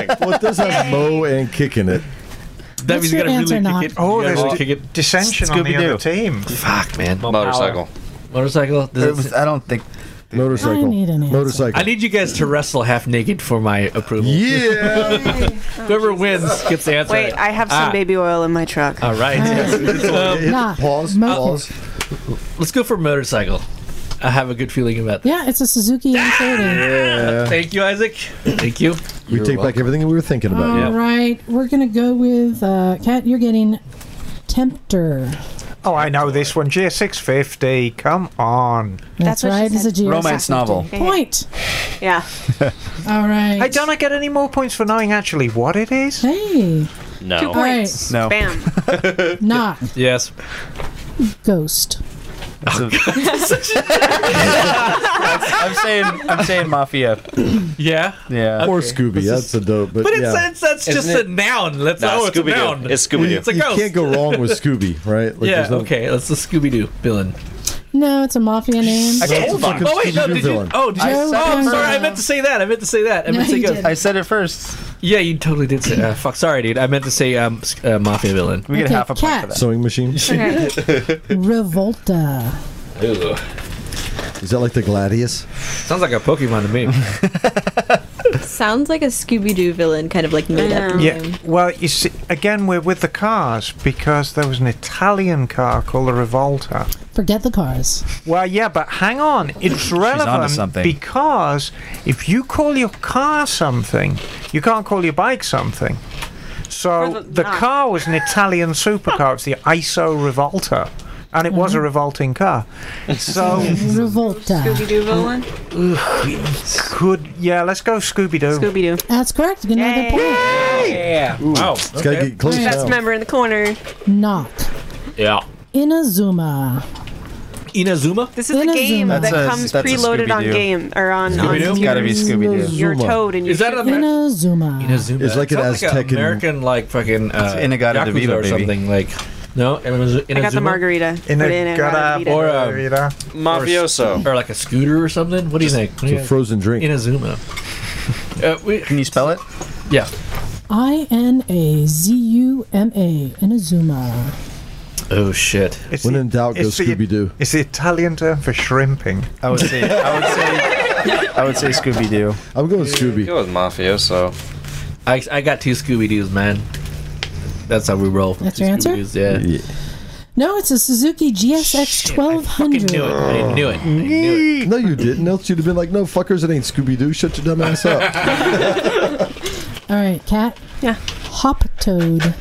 Speaker 8: defecting.
Speaker 4: Well, it does have Mo and kick in it.
Speaker 1: That means you
Speaker 2: your
Speaker 1: gotta
Speaker 2: answer,
Speaker 1: really
Speaker 2: Nog?
Speaker 1: kick it. you
Speaker 7: Oh,
Speaker 1: gotta
Speaker 7: there's
Speaker 1: really
Speaker 7: di-
Speaker 1: kick it.
Speaker 7: dissension on the other
Speaker 6: Scooby-Doo.
Speaker 7: team.
Speaker 1: Fuck, man.
Speaker 8: Motorcycle.
Speaker 1: Motorcycle. Does it-
Speaker 6: It was- I don't think.
Speaker 4: Motorcycle.
Speaker 2: I need an answer.
Speaker 4: Motorcycle.
Speaker 1: I need you guys to wrestle half naked for my approval.
Speaker 4: yeah.
Speaker 1: Whoever wins gets the answer.
Speaker 3: Wait, I have some
Speaker 1: Ah.
Speaker 3: baby oil in my truck.
Speaker 1: All
Speaker 2: Uh,
Speaker 1: right. Um,
Speaker 2: Knock,
Speaker 4: Pause.
Speaker 2: mo
Speaker 4: Pause.
Speaker 2: kick.
Speaker 1: let's go for motorcycle. I have a good feeling about that.
Speaker 2: Yeah, it's a Suzuki M30.
Speaker 4: Yeah.
Speaker 1: Thank you, Isaac. Thank you.
Speaker 4: We take back everything we were thinking about.
Speaker 2: All
Speaker 1: Yeah.
Speaker 2: right, we're gonna go with uh, Kat. You're getting Tempter.
Speaker 7: Oh, I know this one. GS650. Come on.
Speaker 2: That's,
Speaker 3: That's what she
Speaker 2: right. It's
Speaker 3: said.
Speaker 2: a GS
Speaker 6: Romance novel.
Speaker 2: Point.
Speaker 3: Yeah.
Speaker 2: All right.
Speaker 7: Hey, don't I get any more points for knowing actually what it is?
Speaker 2: Hey,
Speaker 8: Mm. No.
Speaker 2: all right,
Speaker 6: No.
Speaker 3: Bam.
Speaker 2: knock,
Speaker 1: Yes.
Speaker 2: ghost.
Speaker 6: I'm saying. I'm saying mafia.
Speaker 1: Yeah.
Speaker 6: Yeah.
Speaker 4: Or Scooby. That's a dope. But,
Speaker 1: But it's,
Speaker 4: yeah.
Speaker 1: it's that's just a noun. Let's
Speaker 8: Nah,
Speaker 1: oh, it's a
Speaker 8: Scooby-Doo.
Speaker 1: noun.
Speaker 8: It's Scooby-Doo.
Speaker 1: It's a
Speaker 4: you
Speaker 1: ghost.
Speaker 4: can't go wrong with Scooby, right? Like,
Speaker 1: yeah.
Speaker 4: there's no-
Speaker 1: Okay. That's the Scooby Doo villain.
Speaker 2: No, it's a mafia name.
Speaker 1: Hold on. Oh wait, no,
Speaker 4: Scooby-Doo
Speaker 1: did you?
Speaker 4: villain.
Speaker 1: Oh, did you?
Speaker 2: Joe
Speaker 1: Oh, I'm
Speaker 2: Burrow.
Speaker 1: sorry. I meant to say that. I meant to say that. I
Speaker 2: No,
Speaker 1: meant to say
Speaker 2: you
Speaker 1: ghost.
Speaker 2: didn't.
Speaker 6: I said it first.
Speaker 1: Yeah, you totally did say. Uh, fuck. Sorry, dude. I meant to say um, s- uh, mafia villain.
Speaker 6: We get
Speaker 2: Okay,
Speaker 6: half a point for
Speaker 2: cat.
Speaker 6: that.
Speaker 4: Sewing machine.
Speaker 3: Okay.
Speaker 2: Revolta.
Speaker 4: Is that like the Gladius?
Speaker 1: Sounds like a Pokemon to me.
Speaker 12: Sounds like a Scooby Doo villain, kind of like made up.
Speaker 7: Yeah.
Speaker 12: name.
Speaker 7: Well, you see, again, we're with the cars because there was an Italian car called the Revolta.
Speaker 2: Forget the cars.
Speaker 7: Well, yeah, but hang on. It's relevant
Speaker 6: something.
Speaker 7: because if you call your car something, you can't call your bike something. So
Speaker 3: Or the-
Speaker 7: the
Speaker 3: ah.
Speaker 7: car was an Italian supercar. It's the ISO Revolta. And it was a revolting car. So
Speaker 2: Revolta.
Speaker 3: Scooby Doo villain?
Speaker 7: could, yeah, let's go Scooby Doo.
Speaker 3: Scooby Doo.
Speaker 2: That's correct. You Get another
Speaker 3: Yay.
Speaker 2: point.
Speaker 1: wow.
Speaker 4: It's got to get close
Speaker 2: Best
Speaker 4: now.
Speaker 3: Member in the corner.
Speaker 2: Knock.
Speaker 1: Yeah.
Speaker 2: Inazuma.
Speaker 1: Inazuma.
Speaker 3: This is a
Speaker 2: Inazuma.
Speaker 3: game
Speaker 2: That's
Speaker 3: that
Speaker 6: a-
Speaker 3: comes
Speaker 6: that's a
Speaker 3: preloaded on
Speaker 6: Scooby-Doo.
Speaker 3: game or on, on
Speaker 6: It's got to be Scooby Doo.
Speaker 4: Scooby-Doo.
Speaker 3: your
Speaker 4: Zuma.
Speaker 3: toad. And you
Speaker 1: Is that
Speaker 3: shoot
Speaker 1: an
Speaker 3: them.
Speaker 2: Inazuma.
Speaker 1: Inazuma.
Speaker 4: It's like an
Speaker 1: Sounds
Speaker 4: Aztec in-
Speaker 1: American, like fucking uh,
Speaker 6: It's Inagata
Speaker 1: Yakuza
Speaker 6: de Viva,
Speaker 1: or
Speaker 6: baby.
Speaker 1: something like. No, Inazuma.
Speaker 3: I got the margarita.
Speaker 7: In
Speaker 3: Put it
Speaker 7: a
Speaker 3: I
Speaker 7: gutter,
Speaker 3: gotta beat it.
Speaker 1: or, um,
Speaker 7: you know.
Speaker 8: Mafioso.
Speaker 1: or like a scooter or something. What do you think? What do you
Speaker 4: It's a frozen drink.
Speaker 1: Inazuma. Uh, we,
Speaker 6: Can you spell it?
Speaker 1: yeah.
Speaker 2: I N A Z U M A. Inazuma.
Speaker 1: Oh shit.
Speaker 7: It's
Speaker 4: When
Speaker 7: the-
Speaker 4: in doubt, go
Speaker 7: it's the-
Speaker 4: Scooby Doo.
Speaker 7: It's the Italian term for shrimping.
Speaker 9: Oh,
Speaker 6: I would say. I would say. I would say Scooby Doo.
Speaker 4: I'm going Scooby.
Speaker 8: Go with mafioso.
Speaker 1: I, I got two Scooby Doo's, man. That's how we roll.
Speaker 2: That's
Speaker 1: Two
Speaker 2: your answer?
Speaker 1: Scooby-Doo's, Yeah.
Speaker 2: No, it's a Suzuki GSX
Speaker 1: Fucking knew it.
Speaker 2: 1200.
Speaker 1: I knew it. I knew it.
Speaker 4: No, you didn't. Else you'd have been like, no, fuckers, it ain't Scooby Doo. Shut your dumb ass up.
Speaker 2: All right, cat.
Speaker 3: Yeah.
Speaker 2: Hop Toad.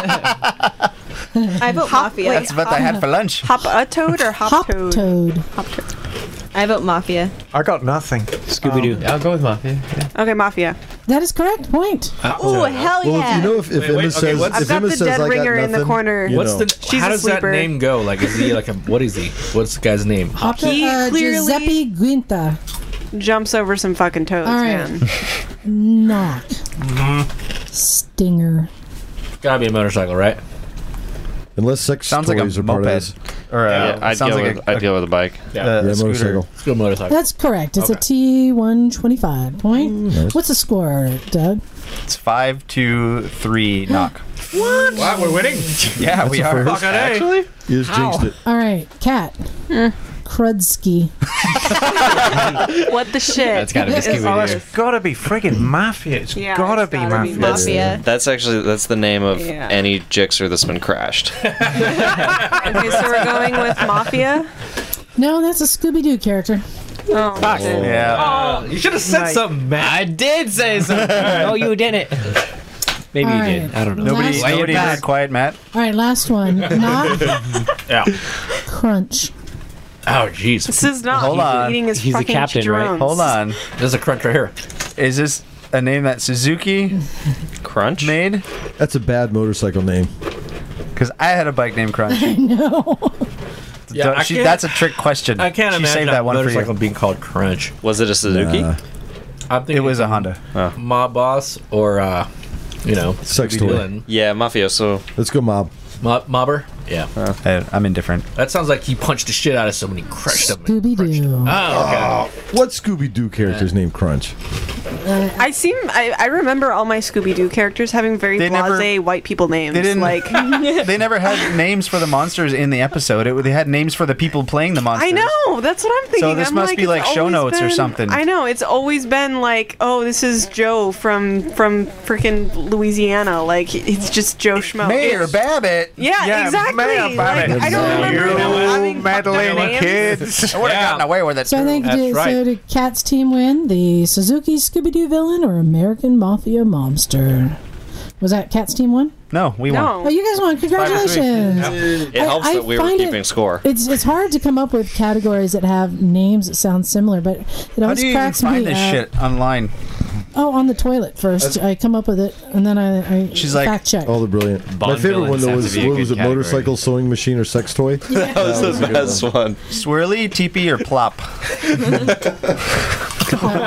Speaker 12: I vote Mafia.
Speaker 6: That's what I had
Speaker 12: um,
Speaker 6: for lunch.
Speaker 3: Hop a toad or hop,
Speaker 2: Hop
Speaker 3: toad?
Speaker 2: Toad.
Speaker 3: Hop toad.
Speaker 12: I vote Mafia.
Speaker 7: I got nothing. Um,
Speaker 9: Scooby Doo. I'll go with Mafia.
Speaker 3: Okay, mafia.
Speaker 2: That is correct. Point.
Speaker 12: Oh hell
Speaker 4: Well,
Speaker 12: yeah!
Speaker 4: if you know, if, if
Speaker 1: Uh, Wait, wait,
Speaker 4: Emma
Speaker 1: okay,
Speaker 4: says,
Speaker 1: what's-
Speaker 4: if
Speaker 1: I've
Speaker 3: got
Speaker 4: Emma
Speaker 3: the
Speaker 4: says,
Speaker 3: dead
Speaker 4: I got
Speaker 3: ringer in the
Speaker 4: nothing,
Speaker 3: corner.
Speaker 4: you
Speaker 1: What's
Speaker 4: know.
Speaker 1: the?
Speaker 3: She's
Speaker 1: how
Speaker 3: a
Speaker 1: does
Speaker 3: sleeper.
Speaker 1: that name go? Like, is he like a? What is he? What's the guy's name?
Speaker 2: Hop Toad.
Speaker 3: He
Speaker 2: Uh,
Speaker 3: clearly-
Speaker 2: Giuseppe Guinta.
Speaker 3: Jumps over some fucking toads,
Speaker 2: All right.
Speaker 3: man.
Speaker 2: Knock. Mm-hmm. Stinger.
Speaker 1: Gotta be a motorcycle, right?
Speaker 4: Unless sex
Speaker 6: Sounds like
Speaker 4: toys
Speaker 6: a
Speaker 4: are part of
Speaker 6: moped.
Speaker 4: it.
Speaker 6: Or uh,
Speaker 8: Yeah, I'd
Speaker 6: sounds
Speaker 8: go
Speaker 6: like
Speaker 8: with
Speaker 6: a, uh,
Speaker 8: I'd go with a bike.
Speaker 4: Yeah,
Speaker 6: a
Speaker 4: motorcycle.
Speaker 1: Let's go motorcycle.
Speaker 2: That's correct. It's a T one twenty five point.
Speaker 6: Mm.
Speaker 2: What's the score, Doug?
Speaker 6: It's five, two, three, knock.
Speaker 1: wow, we're winning.
Speaker 6: Yeah, we are.
Speaker 1: Actually,
Speaker 4: You just jinxed it.
Speaker 12: Mm.
Speaker 2: All right, cat. Krudsky.
Speaker 3: what the shit?
Speaker 9: That's gotta be
Speaker 3: is
Speaker 9: Scooby-Doo. Mm.
Speaker 3: all
Speaker 7: Oh, It's
Speaker 3: this-
Speaker 7: gotta be friggin' mafia. It's
Speaker 3: Yeah,
Speaker 7: gotta
Speaker 3: it's
Speaker 7: be
Speaker 3: gotta be
Speaker 7: mafia.
Speaker 3: mafia. Yeah.
Speaker 8: That's actually that's the name of
Speaker 3: Yeah.
Speaker 8: any jixer that's been crashed.
Speaker 3: Okay, so we're going with mafia.
Speaker 2: No, that's a Scooby Doo character.
Speaker 3: Oh, shit.
Speaker 1: Yeah. you should have said
Speaker 7: Mate.
Speaker 1: something, Matt.
Speaker 9: I did say something. no, you didn't. Maybe
Speaker 2: All
Speaker 9: you
Speaker 2: right.
Speaker 9: did. I don't know.
Speaker 10: Nobody,
Speaker 2: Last-
Speaker 10: nobody heard quiet, Matt.
Speaker 2: All right, last one. Not
Speaker 1: Yeah.
Speaker 2: crunch.
Speaker 1: Oh, jeez.
Speaker 3: This is not.
Speaker 10: Hold
Speaker 3: he's
Speaker 10: on.
Speaker 3: Eating his
Speaker 9: He's the
Speaker 3: fucking
Speaker 9: captain, right?
Speaker 3: chicharrones.
Speaker 10: Hold on.
Speaker 1: There's a crunch right here.
Speaker 10: Is this a name that Suzuki
Speaker 8: Crunch.
Speaker 10: made?
Speaker 4: That's a bad motorcycle name.
Speaker 10: Because I had a bike named Crunch.
Speaker 2: No.
Speaker 1: Yeah,
Speaker 10: Don't-
Speaker 1: I
Speaker 10: she-
Speaker 1: can't-
Speaker 10: that's a trick question.
Speaker 1: I can't
Speaker 10: she
Speaker 1: imagine
Speaker 10: saved
Speaker 1: that
Speaker 10: that one for
Speaker 1: motorcycle
Speaker 10: you.
Speaker 1: being called Crunch.
Speaker 8: Was it a Suzuki? Oh.
Speaker 4: Nah.
Speaker 1: I'm thinking
Speaker 10: It was a Honda.
Speaker 1: mob boss or uh, you know,
Speaker 4: Sex
Speaker 1: Scooby
Speaker 4: toy.
Speaker 1: Dylan.
Speaker 8: Yeah, mafioso.
Speaker 4: Let's go, mob.
Speaker 1: Mob- mobber. Yeah,
Speaker 10: I, I'm indifferent.
Speaker 1: that sounds like he punched the shit out of someone. He crushed them.
Speaker 2: Scooby Doo.
Speaker 1: Oh,
Speaker 4: What Scooby Doo character's named Crunch?
Speaker 3: Uh, I seem. I, I remember all my Scooby Doo characters having very
Speaker 10: They
Speaker 3: blase
Speaker 10: never-
Speaker 3: white people names.
Speaker 10: They didn't-
Speaker 3: like.
Speaker 10: They never had names for the monsters in the episode. It, they had names for the people playing the monsters.
Speaker 3: I know. That's what I'm thinking.
Speaker 10: this
Speaker 3: I'm
Speaker 10: must be
Speaker 3: it's
Speaker 10: like show
Speaker 3: always
Speaker 10: notes or
Speaker 3: been-
Speaker 10: something.
Speaker 3: I know. It's always been like, oh, this is Joe from from freaking Louisiana. Like it's just Joe Schmo.
Speaker 10: Mayor Babbitt.
Speaker 3: Yeah,
Speaker 7: Yeah,
Speaker 3: exactly.
Speaker 7: Mayor
Speaker 3: Like,
Speaker 7: Babbitt.
Speaker 3: I don't remember
Speaker 7: You
Speaker 3: them having
Speaker 7: meddling
Speaker 3: names.
Speaker 7: kids.
Speaker 10: I would have
Speaker 1: Yeah.
Speaker 10: gotten away with it.
Speaker 2: So I think
Speaker 1: That's
Speaker 2: did, so
Speaker 1: right.
Speaker 2: did Cat's team win the Suzuki Scooby Doo villain or American Mafia mobster? Was that Cat's team won?
Speaker 10: no, we won't.
Speaker 2: Oh,
Speaker 3: No.
Speaker 2: you guys won! Congratulations.
Speaker 8: It
Speaker 2: I-
Speaker 8: helps
Speaker 2: I
Speaker 8: that we were
Speaker 2: find it-
Speaker 8: keeping score.
Speaker 2: It's it's hard to come up with categories that have names that sound similar, but it
Speaker 10: How
Speaker 2: always
Speaker 10: do you even
Speaker 2: cracks
Speaker 10: find
Speaker 2: me
Speaker 10: this
Speaker 2: up.
Speaker 10: shit online?
Speaker 2: Oh, on the toilet first. I come up with it and then I, I
Speaker 10: She's like,
Speaker 2: fact check.
Speaker 4: All the brilliant. My
Speaker 9: Bond
Speaker 4: favorite
Speaker 9: villains
Speaker 4: one though
Speaker 9: have to
Speaker 4: was
Speaker 9: be a
Speaker 4: what
Speaker 9: good
Speaker 4: was it?
Speaker 9: category.
Speaker 4: Motorcycle sewing machine or sex toy?
Speaker 8: That was the best one.
Speaker 10: Swirly, teepee, or plop?
Speaker 4: I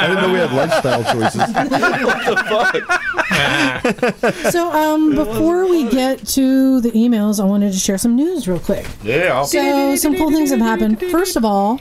Speaker 4: didn't know we had lifestyle choices.
Speaker 2: so um, before we get to the emails, I wanted to share some news real quick.
Speaker 1: yeah.
Speaker 10: Oh.
Speaker 2: So some cool things have happened. First of all,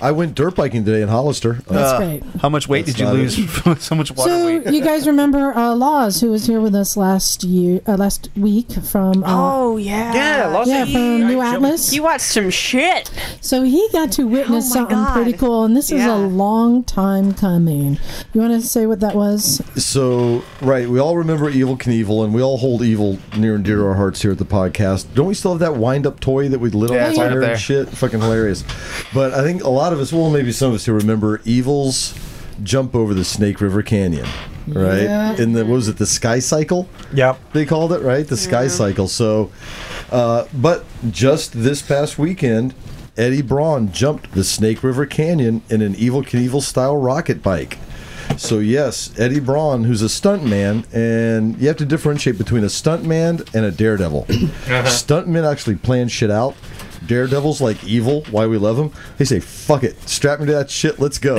Speaker 4: I went dirt biking today in Hollister. Uh,
Speaker 2: that's great.
Speaker 10: How much weight did you
Speaker 4: That's
Speaker 10: lose? so much water
Speaker 2: So
Speaker 10: weight.
Speaker 2: you guys remember uh, Laws, who was here with us last year, uh, last week from uh,
Speaker 3: Oh yeah.
Speaker 7: Yeah, lots
Speaker 2: yeah
Speaker 7: of
Speaker 2: from New Atlas.
Speaker 3: You watched some shit.
Speaker 2: So he got to witness
Speaker 3: Oh my
Speaker 2: something
Speaker 3: God.
Speaker 2: pretty cool, and this is
Speaker 3: Yeah.
Speaker 2: a long time coming. You want to say what that was?
Speaker 4: so right, we all remember Evil Knievel, and we all hold evil near and dear to our hearts here at the podcast. Don't we still have that wind up toy that we lit
Speaker 10: Yeah,
Speaker 4: on
Speaker 10: it's right up
Speaker 4: fire
Speaker 10: there.
Speaker 4: and shit? Fucking hilarious. But I think a lot of us, well, maybe some of us who remember Evil's jump over the Snake River Canyon, right?
Speaker 2: Yeah.
Speaker 4: In the what was it, the Sky Cycle?
Speaker 7: Yep.
Speaker 4: they called it right the sky cycle so uh, but just this past weekend eddie braun jumped the snake river canyon in an evil knievel style rocket bike so yes eddie braun who's a stuntman and you have to differentiate between a stuntman and a daredevil stuntmen actually plan shit out Daredevil's like evil, why we love him. They say, fuck it, strap me to that shit, let's go.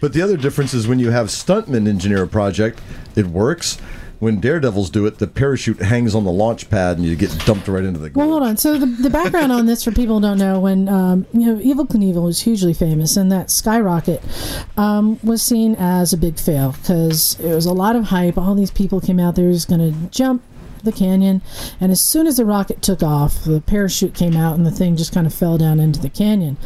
Speaker 4: but the other difference is when you have stuntmen engineer a project, it works. When daredevils do it, the parachute hangs on the launch pad and you get dumped right into the
Speaker 2: Well,
Speaker 4: ground.
Speaker 2: hold on. So the, the background on this, for people who don't know, when um, you know Evil Knievel was hugely famous, and that skyrocket um, was seen as a big fail because it was a lot of hype. All these people came out there who's going to jump the canyon, and as soon as the rocket took off, the parachute came out, and the thing just kind of fell down into the canyon.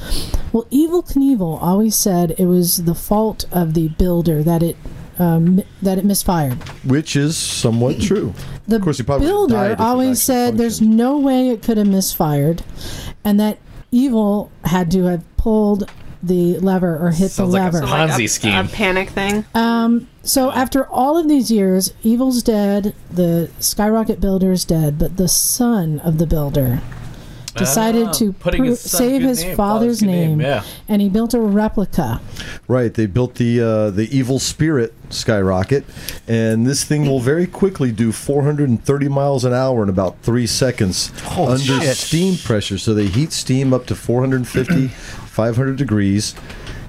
Speaker 2: Well, Evil Knievel always said it was the fault of the builder that it um, that it misfired.
Speaker 4: Which is somewhat true.
Speaker 2: The
Speaker 4: Of course, he probably would've died
Speaker 2: builder
Speaker 4: if it
Speaker 2: always
Speaker 4: actually
Speaker 2: said there's
Speaker 4: functioned."
Speaker 2: no way it could have misfired, and that evil had to have pulled the lever or hit
Speaker 1: Sounds
Speaker 2: the
Speaker 1: like a
Speaker 2: lever. Um,
Speaker 1: Ponzi
Speaker 3: a,
Speaker 1: scheme.
Speaker 3: A panic thing.
Speaker 2: so after all of these years, evil's dead. The skyrocket builder is dead, but the son of the builder decided
Speaker 1: Ah,
Speaker 2: to
Speaker 1: putting his son's
Speaker 2: save
Speaker 1: good
Speaker 2: his
Speaker 1: name,
Speaker 2: father's,
Speaker 1: father's good
Speaker 2: name,
Speaker 1: name, yeah.
Speaker 2: and he built a replica.
Speaker 4: Right, they built the uh, the evil spirit skyrocket, and this thing will very quickly do 430 miles an hour in about three seconds
Speaker 10: Holy
Speaker 4: under
Speaker 10: shit.
Speaker 4: steam pressure. So they heat steam up to 450, 500 degrees,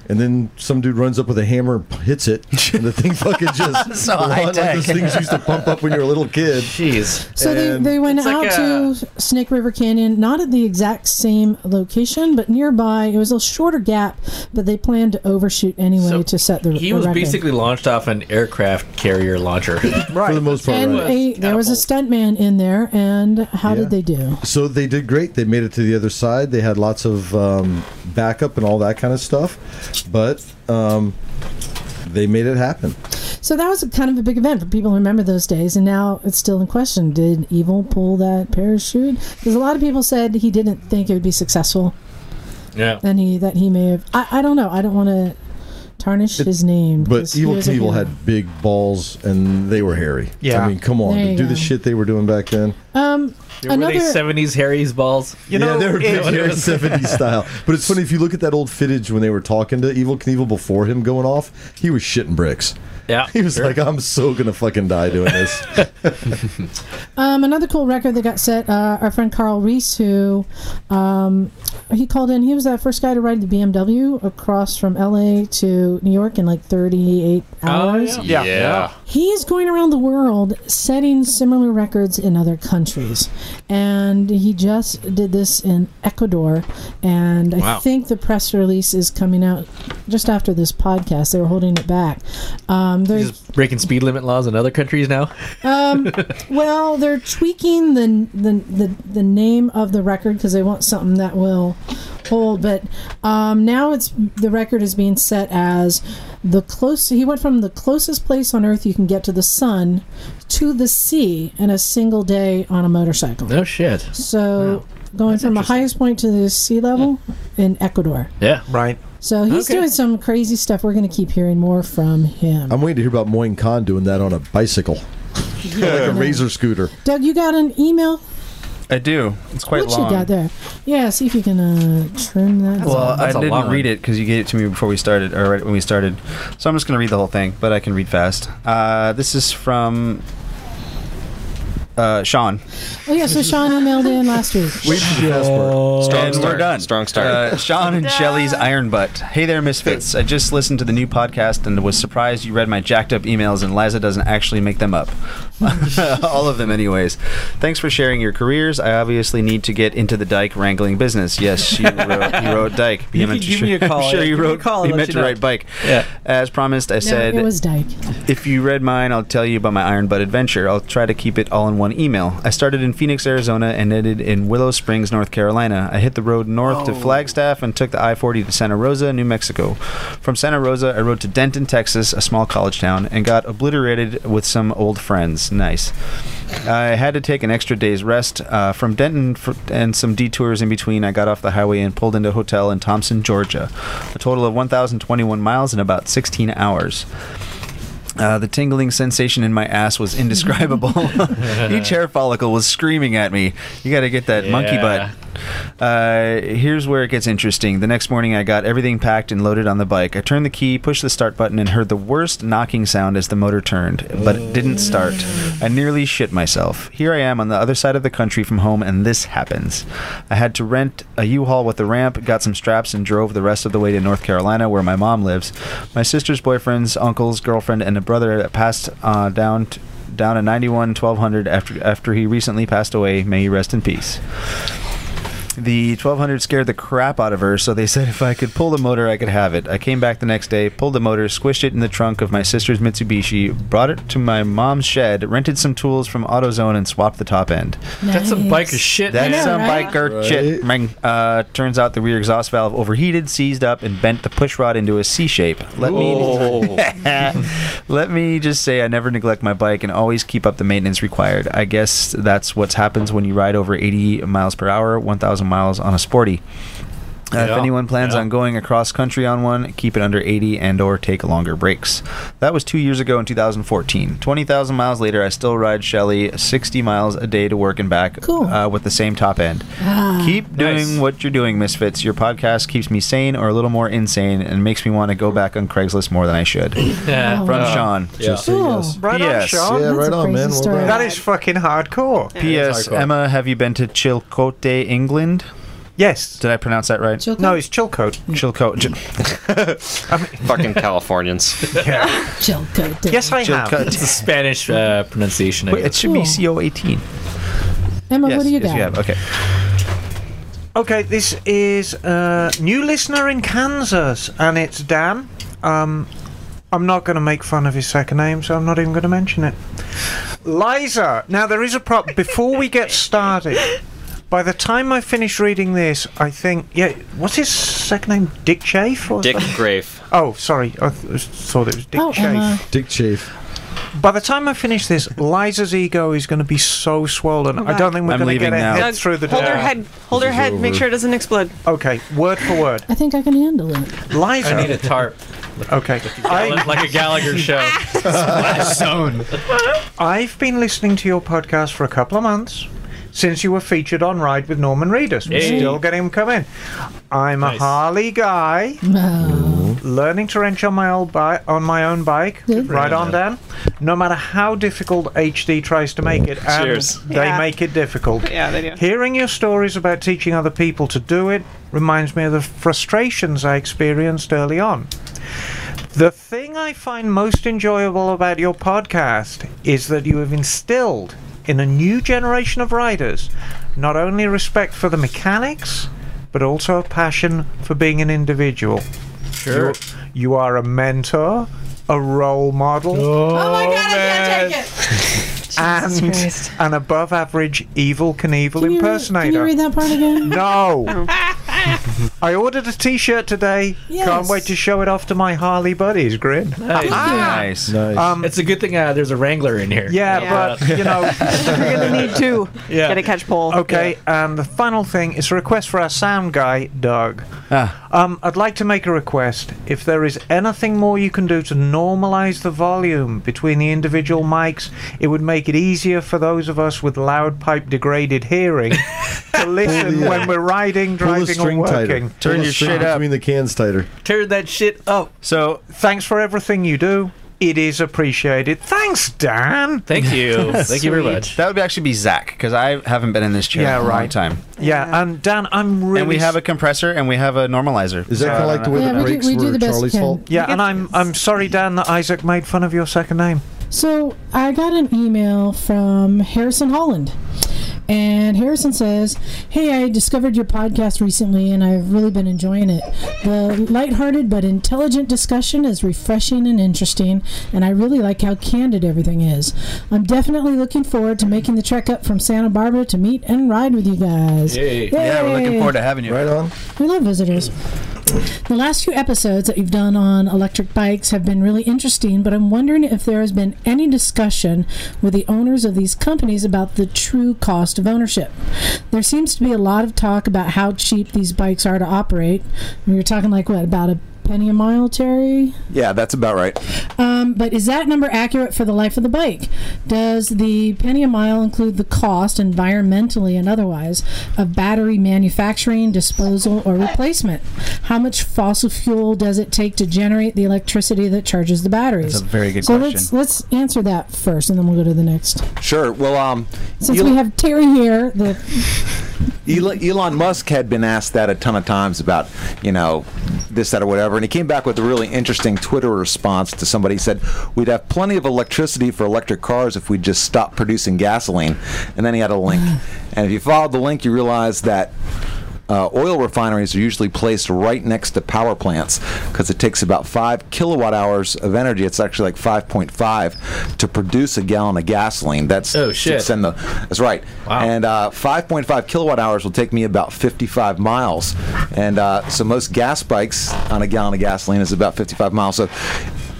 Speaker 4: and then some dude runs up with a hammer, and p- hits it, and the thing fucking just
Speaker 10: So high
Speaker 4: like
Speaker 10: tech.
Speaker 4: those things you used to pump up when you were a little kid.
Speaker 1: Jeez.
Speaker 2: So they,
Speaker 4: And-
Speaker 2: they went
Speaker 1: It's like
Speaker 2: out to Snake River Canyon, not at the exact same location, but nearby. It was a shorter gap, but they planned to overshoot anyway
Speaker 1: So
Speaker 2: to set the
Speaker 1: He
Speaker 2: the
Speaker 1: was
Speaker 2: record.
Speaker 1: basically launched off an aircraft carrier launcher.
Speaker 4: for the most part.
Speaker 2: and
Speaker 4: right.
Speaker 2: a, there was a stuntman in there, and how did they do?
Speaker 4: So they did great. They made it to the other side. They had lots of um, backup and all that kind of stuff, but um, they made it happen.
Speaker 2: So that was a kind of a big event for people who remember those days, and now it's still in question. Did Evil pull that parachute? Because a lot of people said he didn't think it would be successful,
Speaker 1: yeah.
Speaker 2: and he that he may have. I, I don't know. I don't want to tarnish his name.
Speaker 4: But
Speaker 2: 'cause he
Speaker 4: Evil
Speaker 2: was a
Speaker 4: Knievel
Speaker 2: hero.
Speaker 4: had big balls, and they were hairy.
Speaker 7: Yeah.
Speaker 4: I mean, come on,
Speaker 2: There
Speaker 4: to
Speaker 2: you
Speaker 4: do the
Speaker 2: go.
Speaker 4: shit they were doing back then.
Speaker 2: Um,
Speaker 1: Were they
Speaker 2: another.
Speaker 1: seventies Harry's balls?
Speaker 7: You
Speaker 4: yeah,
Speaker 7: know,
Speaker 4: they were big
Speaker 7: it-
Speaker 4: hairy '70s style. But it's funny if you look at that old footage when they were talking to Evil Knievel before him going off, he was shitting bricks.
Speaker 1: Yeah.
Speaker 4: He was like, "I'm so gonna fucking die doing this."
Speaker 2: Um, another cool record that got set. Uh, our friend Carl Reese, who um, he called in, he was the first guy to ride the BMW across from LA to New York in like 38
Speaker 1: Oh.
Speaker 2: hours.
Speaker 7: Yeah.
Speaker 8: yeah.
Speaker 2: He is going around the world setting similar records in other countries, and he just did this in Ecuador. And I
Speaker 1: Wow.
Speaker 2: think the press release is coming out just after this podcast. They were holding it back. Um, there's
Speaker 1: Just breaking speed limit laws in other countries now.
Speaker 2: um, well, they're tweaking the the, the, the name of the record because they want something that will hold. But um, now it's the record is being set as the close. He went from the closest place on Earth you can get to the sun to the sea in a single day on a motorcycle.
Speaker 1: No shit.
Speaker 2: So going from the highest point to the sea level in Ecuador.
Speaker 1: Yeah.
Speaker 7: Right.
Speaker 2: So he's
Speaker 1: Okay.
Speaker 2: doing some crazy stuff. We're going to keep hearing more from him.
Speaker 4: I'm waiting to hear about Moin Khan doing that on a bicycle, like a razor scooter.
Speaker 2: Doug, you got an email
Speaker 10: I do. It's quite
Speaker 2: what
Speaker 10: long.
Speaker 2: you got there? Yeah, see if you can uh, trim that.
Speaker 10: Well,
Speaker 1: a-
Speaker 10: I
Speaker 1: that's a long
Speaker 10: didn't
Speaker 1: one.
Speaker 10: read it because you gave it to me before we started, or right when we started. So I'm just going to read the whole thing, but I can read fast. Uh, this is from uh, Sean.
Speaker 2: oh yeah, so Sean emailed in last week.
Speaker 8: Strong
Speaker 10: and
Speaker 8: start.
Speaker 10: we're done.
Speaker 8: Strong start.
Speaker 10: Uh, Sean and Shelly's Iron Butt. Hey there, Misfits. I just listened to the new podcast and was surprised you read my jacked up emails and Liza doesn't actually make them up. All of them, anyways. Thanks for sharing your careers. I obviously need to get into the dyke wrangling business. Yes, she wrote, you wrote dyke.
Speaker 6: You can give me a call.
Speaker 10: I'm sure you
Speaker 6: Give me a
Speaker 10: wrote.
Speaker 6: call, I'll
Speaker 10: you
Speaker 6: let
Speaker 10: meant
Speaker 6: you
Speaker 10: to
Speaker 6: know.
Speaker 10: write bike.
Speaker 1: Yeah.
Speaker 10: As promised, I
Speaker 2: No,
Speaker 10: said
Speaker 2: it was Dyke.
Speaker 10: if you read mine, I'll tell you about my Iron Butt adventure. I'll try to keep it all in one email. I started in Phoenix, Arizona, and ended in Willow Springs, North Carolina. I hit the road north to Flagstaff and took the I 40 to Santa Rosa, New Mexico. From Santa Rosa, I rode to Denton, Texas, a small college town, and got obliterated with some old friends. Nice. I had to take an extra day's rest uh, from Denton fr- and some detours in between. I got off the highway and pulled into a hotel in Thompson, Georgia. A total of 1,021 miles in about 16 hours. Uh, the tingling sensation in my ass was indescribable. Each hair follicle was screaming at me. You got to get that monkey
Speaker 1: Yeah.
Speaker 10: butt. Uh, here's where it gets interesting. The next morning, I got everything packed and loaded on the bike. I turned the key, pushed the start button, and heard the worst knocking sound as the motor turned, but it didn't start. I nearly shit myself. Here I am on the other side of the country from home, and this happens. I had to rent a U-Haul with a ramp, got some straps, and drove the rest of the way to North Carolina, where my mom lives. My sister's boyfriends, uncles, girlfriend, and a brother that passed uh, down. T- down to 91 1200 after after he recently passed away may he rest in peace the 1200 scared the crap out of her, so they said if I could pull the motor, I could have it. I came back the next day, pulled the motor, squished it in the trunk of my sister's Mitsubishi, brought it to my mom's shed, rented some tools from AutoZone, and swapped the top end.
Speaker 1: That's some
Speaker 2: Nice.
Speaker 1: biker shit.
Speaker 10: That's
Speaker 1: man.
Speaker 10: some
Speaker 2: right?
Speaker 10: biker shit. man. Uh, turns out the rear exhaust valve overheated, seized up, and bent the push rod into a C shape. Let
Speaker 8: Oh.
Speaker 10: me let me just say I never neglect my bike and always keep up the maintenance required. I guess that's what happens when you ride over 80 miles per hour, 1,000 miles on a sporty. Uh,
Speaker 1: Yeah,
Speaker 10: If anyone plans
Speaker 1: yeah.
Speaker 10: on going across country on one, keep it under 80 and or take longer breaks. That was two years ago in 2014. 20,000 miles later, I still ride Shelly 60 miles a day to work and back
Speaker 2: Cool.
Speaker 10: uh, with the same top end.
Speaker 2: Ah.
Speaker 10: keep doing
Speaker 1: Nice.
Speaker 10: what you're doing, Misfits. Your podcast keeps me sane or a little more insane and makes me want to go back on Craigslist more than I should.
Speaker 7: Oh,
Speaker 1: Yeah.
Speaker 10: Uh, From Sean.
Speaker 4: Oh. Just say
Speaker 2: Cool.
Speaker 4: yes.
Speaker 7: Right
Speaker 10: Yes.
Speaker 7: on, Sean.
Speaker 4: Yeah,
Speaker 2: That's
Speaker 4: right
Speaker 2: a
Speaker 4: on,
Speaker 2: crazy
Speaker 4: man. Well
Speaker 2: story.
Speaker 4: done.
Speaker 7: That is fucking hardcore.
Speaker 10: P.S.
Speaker 4: hardcore.
Speaker 10: Emma, have you been to Chilcote, England?
Speaker 7: Yes.
Speaker 10: Did I pronounce that right?
Speaker 7: No, it's Chilcote.
Speaker 10: Chilcote.
Speaker 8: Fucking Californians.
Speaker 2: Chilcote.
Speaker 7: Yes, I have.
Speaker 1: It's the Spanish uh, pronunciation. I
Speaker 10: Wait, it
Speaker 1: guess.
Speaker 10: should be
Speaker 2: Cool.
Speaker 10: CO eighteen.
Speaker 2: Emma, what do you
Speaker 10: yes,
Speaker 2: got?
Speaker 10: you have. Okay.
Speaker 7: Okay, this is uh, new listener in Kansas, and it's Dan. Um, I'm not going to make fun of his second name, so I'm not even going to mention it. Liza. Now there is a prop. Before we get started, by the time I finish reading this, I think yeah. What's his second name? Dick Chafe? Or
Speaker 8: Dick
Speaker 7: something?
Speaker 8: Grafe.
Speaker 7: Oh, sorry. I th- thought it was Dick
Speaker 4: uh,
Speaker 2: Oh,
Speaker 7: Chafe.
Speaker 2: Emma.
Speaker 4: Dick Chafe.
Speaker 7: By the time I finish this, Liza's ego is going to be so swollen. I don't think we're
Speaker 10: I'm
Speaker 7: going to
Speaker 10: leaving
Speaker 7: get it
Speaker 10: now.
Speaker 7: head
Speaker 3: Doug,
Speaker 7: through the
Speaker 3: hold
Speaker 7: door.
Speaker 3: her head. Hold her
Speaker 4: is
Speaker 3: head. Make
Speaker 4: over.
Speaker 3: sure it doesn't explode.
Speaker 7: Okay, word for word.
Speaker 2: I think I can handle it.
Speaker 7: Liza.
Speaker 1: I need a tarp,
Speaker 7: Okay. I,
Speaker 1: like a Gallagher show.
Speaker 7: I've been listening to your podcast for a couple of months since you were featured on Ride with Norman Reedus. We're
Speaker 1: Hey.
Speaker 7: still getting him come in. I'm a
Speaker 1: Nice.
Speaker 7: Harley guy,
Speaker 2: No.
Speaker 7: learning to wrench on my old bike on my own bike.
Speaker 2: Good.
Speaker 7: Right on, Dan. No matter how difficult HD tries to make it, and
Speaker 8: Cheers.
Speaker 7: they
Speaker 3: Yeah.
Speaker 7: make it difficult.
Speaker 3: Yeah, they do.
Speaker 7: Hearing your stories about teaching other people to do it reminds me of the frustrations I experienced early on. The thing I find most enjoyable about your podcast is that you have instilled in a new generation of riders not only respect for the mechanics, but also a passion for being an individual.
Speaker 1: Sure.
Speaker 7: You are a mentor, a role model,
Speaker 2: Oh my god, I can't take it.
Speaker 7: and
Speaker 3: Christ.
Speaker 7: an above average evil Knievel
Speaker 2: Can you, read,
Speaker 7: impersonator.
Speaker 2: can you read that part again?
Speaker 7: No. I ordered a T-shirt today. Can't
Speaker 2: Yes.
Speaker 7: wait to show it off to my Harley buddies. Grin.
Speaker 10: Nice.
Speaker 4: Nice.
Speaker 7: Um,
Speaker 1: Ah. It's a good thing uh, there's a Wrangler in here.
Speaker 7: yeah,
Speaker 3: Yeah.
Speaker 7: but you know.
Speaker 3: You're going to need to
Speaker 1: Yeah.
Speaker 3: get a catch pole.
Speaker 7: Okay. And the final thing is a request for our sound guy, Doug.
Speaker 10: Ah,
Speaker 7: Um, I'd like to make a request. If there is anything more you can do to normalize the volume between the individual mics, it would make it easier for those of us with loud pipe degraded hearing to listen
Speaker 4: the, uh,
Speaker 7: when we're riding,
Speaker 4: Pull the
Speaker 7: driving, or
Speaker 4: string tighter.
Speaker 7: working.
Speaker 10: Turn
Speaker 4: Pull the
Speaker 10: your
Speaker 4: string
Speaker 10: shit up.
Speaker 4: Between the cans tighter.
Speaker 1: Tear that shit up.
Speaker 10: so
Speaker 7: Thanks for everything you do. It is appreciated. Thanks, Dan.
Speaker 1: Thank you. Thank you very much.
Speaker 10: that would actually be Zach because I haven't been in this chair in
Speaker 7: Yeah,
Speaker 10: a long
Speaker 7: right.
Speaker 10: time.
Speaker 7: Yeah, and Dan, I'm really.
Speaker 10: and we have
Speaker 7: s-
Speaker 10: a compressor and we have a normalizer. Uh,
Speaker 4: Is that kind of like the way
Speaker 2: Yeah,
Speaker 4: the
Speaker 2: we do-
Speaker 4: brakes
Speaker 2: we do
Speaker 4: were
Speaker 2: the best
Speaker 4: Charlie's
Speaker 2: we can.
Speaker 4: fault?
Speaker 7: Yeah, and I'm I'm sorry, Dan, that Isaac made fun of your second name.
Speaker 2: So I got an email from Harrison Holland. And Harrison says, Hey, I discovered your podcast recently and I've really been enjoying it. The lighthearted but intelligent discussion is refreshing and interesting, and I really like how candid everything is. I'm definitely looking forward to making the trek up from Santa Barbara to meet and ride with you guys.
Speaker 1: Yay.
Speaker 10: yeah, we're looking
Speaker 2: Yay.
Speaker 10: forward to having you.
Speaker 4: Right on.
Speaker 2: We love visitors. The last few episodes that you've done on electric bikes have been really interesting, but I'm wondering if there has been any discussion with the owners of these companies about the true cost of ownership. There seems to be a lot of talk about how cheap these bikes are to operate. We were talking like what about a penny a mile, Terry?
Speaker 13: Yeah, that's about right.
Speaker 2: Um, but is that number accurate for the life of the bike? Does the penny a mile include the cost, environmentally and otherwise, of battery manufacturing, disposal, or replacement? How much fossil fuel does it take to generate the electricity that charges the batteries?
Speaker 10: That's a very good
Speaker 2: so
Speaker 10: question.
Speaker 2: let's let's answer that first, and then we'll go to the next.
Speaker 13: Sure. Well, um,
Speaker 2: Since
Speaker 13: Elon,
Speaker 2: we have Terry here, the
Speaker 13: Elon, Elon Musk had been asked that a ton of times about, you know, this, that, or whatever, and he came back with a really interesting Twitter response to somebody. He said, "We'd have plenty of electricity for electric cars if we just stopped producing gasoline." And then he had a link, and if you followed the link, you realize that uh, oil refineries are usually placed right next to power plants because it takes about five kilowatt hours of energy. It's actually like 5.5 to produce a gallon of gasoline. That's
Speaker 1: Oh,
Speaker 13: to
Speaker 1: shit.
Speaker 13: send the- that's right.
Speaker 1: Wow.
Speaker 13: And uh, 5.5 kilowatt hours will take me about 55 miles. And uh, so most gas bikes on a gallon of gasoline is about 55 miles. So,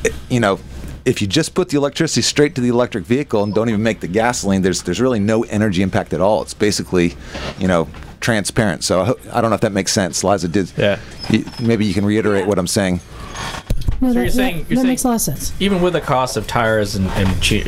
Speaker 13: it- you know. If you just put the electricity straight to the electric vehicle and don't even make the gasoline, there's there's really no energy impact at all. It's basically, you know, transparent. So I, ho- I don't know if that makes sense. Liza did.
Speaker 1: Yeah.
Speaker 13: You, maybe you can reiterate what I'm saying.
Speaker 2: no, that,
Speaker 1: you're saying-
Speaker 2: that-
Speaker 1: you're
Speaker 2: that
Speaker 1: saying-
Speaker 2: makes a lot of sense.
Speaker 1: Even with the cost of tires and, and che-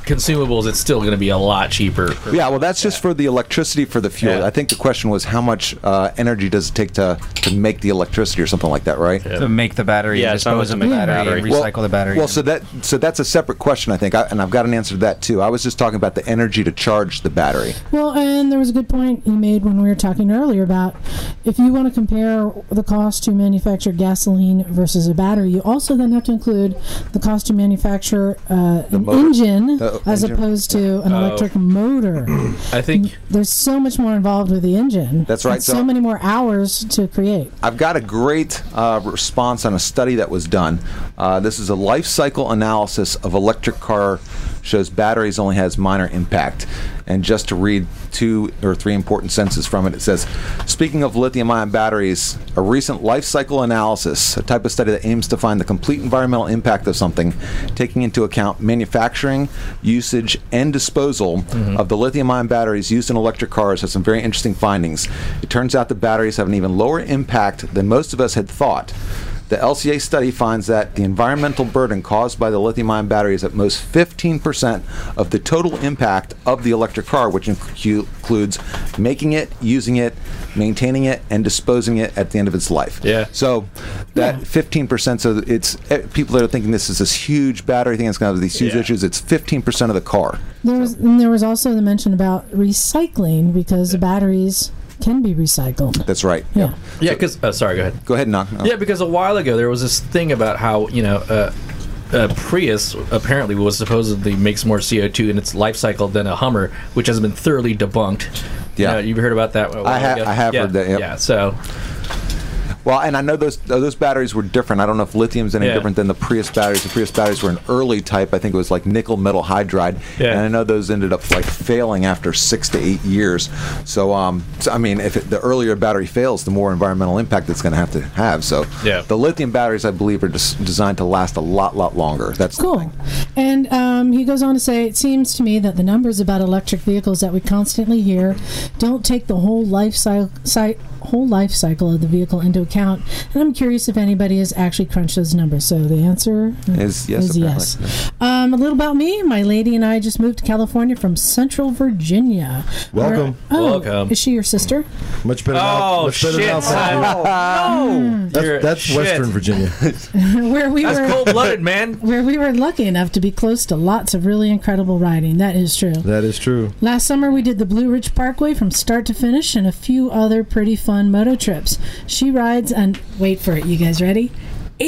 Speaker 1: consumables, it's still going to be a lot cheaper.
Speaker 13: Yeah, well, that's just for the electricity for the fuel. I think the question was how much uh, energy does it take to, to make the electricity or something like that, right?
Speaker 6: To make the battery,
Speaker 13: Yeah,
Speaker 6: yeah,
Speaker 13: it's not
Speaker 6: dispose
Speaker 13: to
Speaker 6: of the
Speaker 13: make the
Speaker 6: battery,
Speaker 13: battery.
Speaker 6: and recycle the battery.
Speaker 13: Well, so that so that's a separate question, I think, I, and I've got an answer to that too. I was just talking about the energy to charge the battery.
Speaker 2: Well, and there was a good point you made when we were talking earlier about if you want to compare the cost to manufacture gasoline versus a battery, you also then have to include the cost to manufacture uh, an
Speaker 1: motor.
Speaker 2: engine
Speaker 1: The
Speaker 2: as
Speaker 1: engine.
Speaker 2: opposed to an
Speaker 1: Oh.
Speaker 2: electric motor.
Speaker 1: I think
Speaker 2: There's so much more involved with the engine.
Speaker 13: That's right,
Speaker 2: And so,
Speaker 13: so-
Speaker 2: many more hours to create.
Speaker 13: I've got a great uh, response on a study that was done. Uh, this is a life cycle analysis of electric car shows batteries only has minor impact. And just to read two or three important sentences from it, it says, "Speaking of lithium-ion batteries, a recent life cycle analysis, a type of study that aims to find the complete environmental impact of something, taking into account manufacturing, usage, and disposal of the lithium-ion batteries used in electric cars, has some very interesting findings. It turns out the batteries have an even lower impact than most of us had thought. The LCA study finds that the environmental burden caused by the lithium ion battery is at most 15% of the total impact of the electric car, which incu- includes making it, using it, maintaining it, and disposing it at the end of its life. Yeah. So that 15%, so it's eh, people that are thinking this is this huge battery thing, it's going to have these huge issues, it's 15% of the car.
Speaker 2: There was, and there was also the mention about recycling because the batteries can be recycled.
Speaker 13: That's right.
Speaker 2: Yeah.
Speaker 1: Yeah, because uh, sorry, go ahead.
Speaker 13: Mm-hmm. Go ahead, knock.
Speaker 1: Yeah, because a while ago there was this thing about how you know uh, a Prius apparently was supposedly makes more CO two in its life cycle than a Hummer, which has been thoroughly debunked.
Speaker 13: Yeah.
Speaker 1: you know, you've heard about that. a while
Speaker 13: I ha-
Speaker 1: ago?
Speaker 13: I have
Speaker 1: Yeah,
Speaker 13: heard that, yep.
Speaker 1: Yeah, so
Speaker 13: Well, and I know those those batteries were different. I don't know if lithium's any
Speaker 1: Yeah.
Speaker 13: different than the Prius batteries. The Prius batteries were an early type. I think it was like nickel metal hydride.
Speaker 1: Yeah.
Speaker 13: And I know those ended up like failing after six to eight years. So, um, so I mean, if it, the earlier battery fails, the more environmental impact it's going to have to have. So,
Speaker 1: Yeah.
Speaker 13: the lithium batteries, I believe, are des- designed to last a lot, lot longer. That's the
Speaker 2: Cool. And um, he goes on to say, it seems to me that the numbers about electric vehicles that we constantly hear don't take the whole life cycle. Whole life cycle of the vehicle into account, and I'm curious if anybody has actually crunched those numbers. So the answer
Speaker 13: Is yes,
Speaker 2: is
Speaker 13: apparently.
Speaker 2: yes. Um, a little about me. My lady and I just moved to California from Central Virginia.
Speaker 4: Welcome.
Speaker 2: Where- oh,
Speaker 4: Welcome.
Speaker 2: Is she your sister?
Speaker 4: Much better. now.
Speaker 1: Oh,
Speaker 4: Much better
Speaker 1: shit,
Speaker 4: now,
Speaker 10: Oh,
Speaker 2: Simon.
Speaker 4: thank you. That's,
Speaker 1: You're-
Speaker 4: that's
Speaker 1: shit.
Speaker 4: Western Virginia.
Speaker 2: where we
Speaker 1: That's
Speaker 2: were
Speaker 1: cold-blooded, man.
Speaker 2: Where we were lucky enough to be close to lots of really incredible riding. That is true.
Speaker 4: that is true.
Speaker 2: Last summer, we did the Blue Ridge Parkway from start to finish and a few other pretty fun moto trips. She rides and wait for it, you guys ready?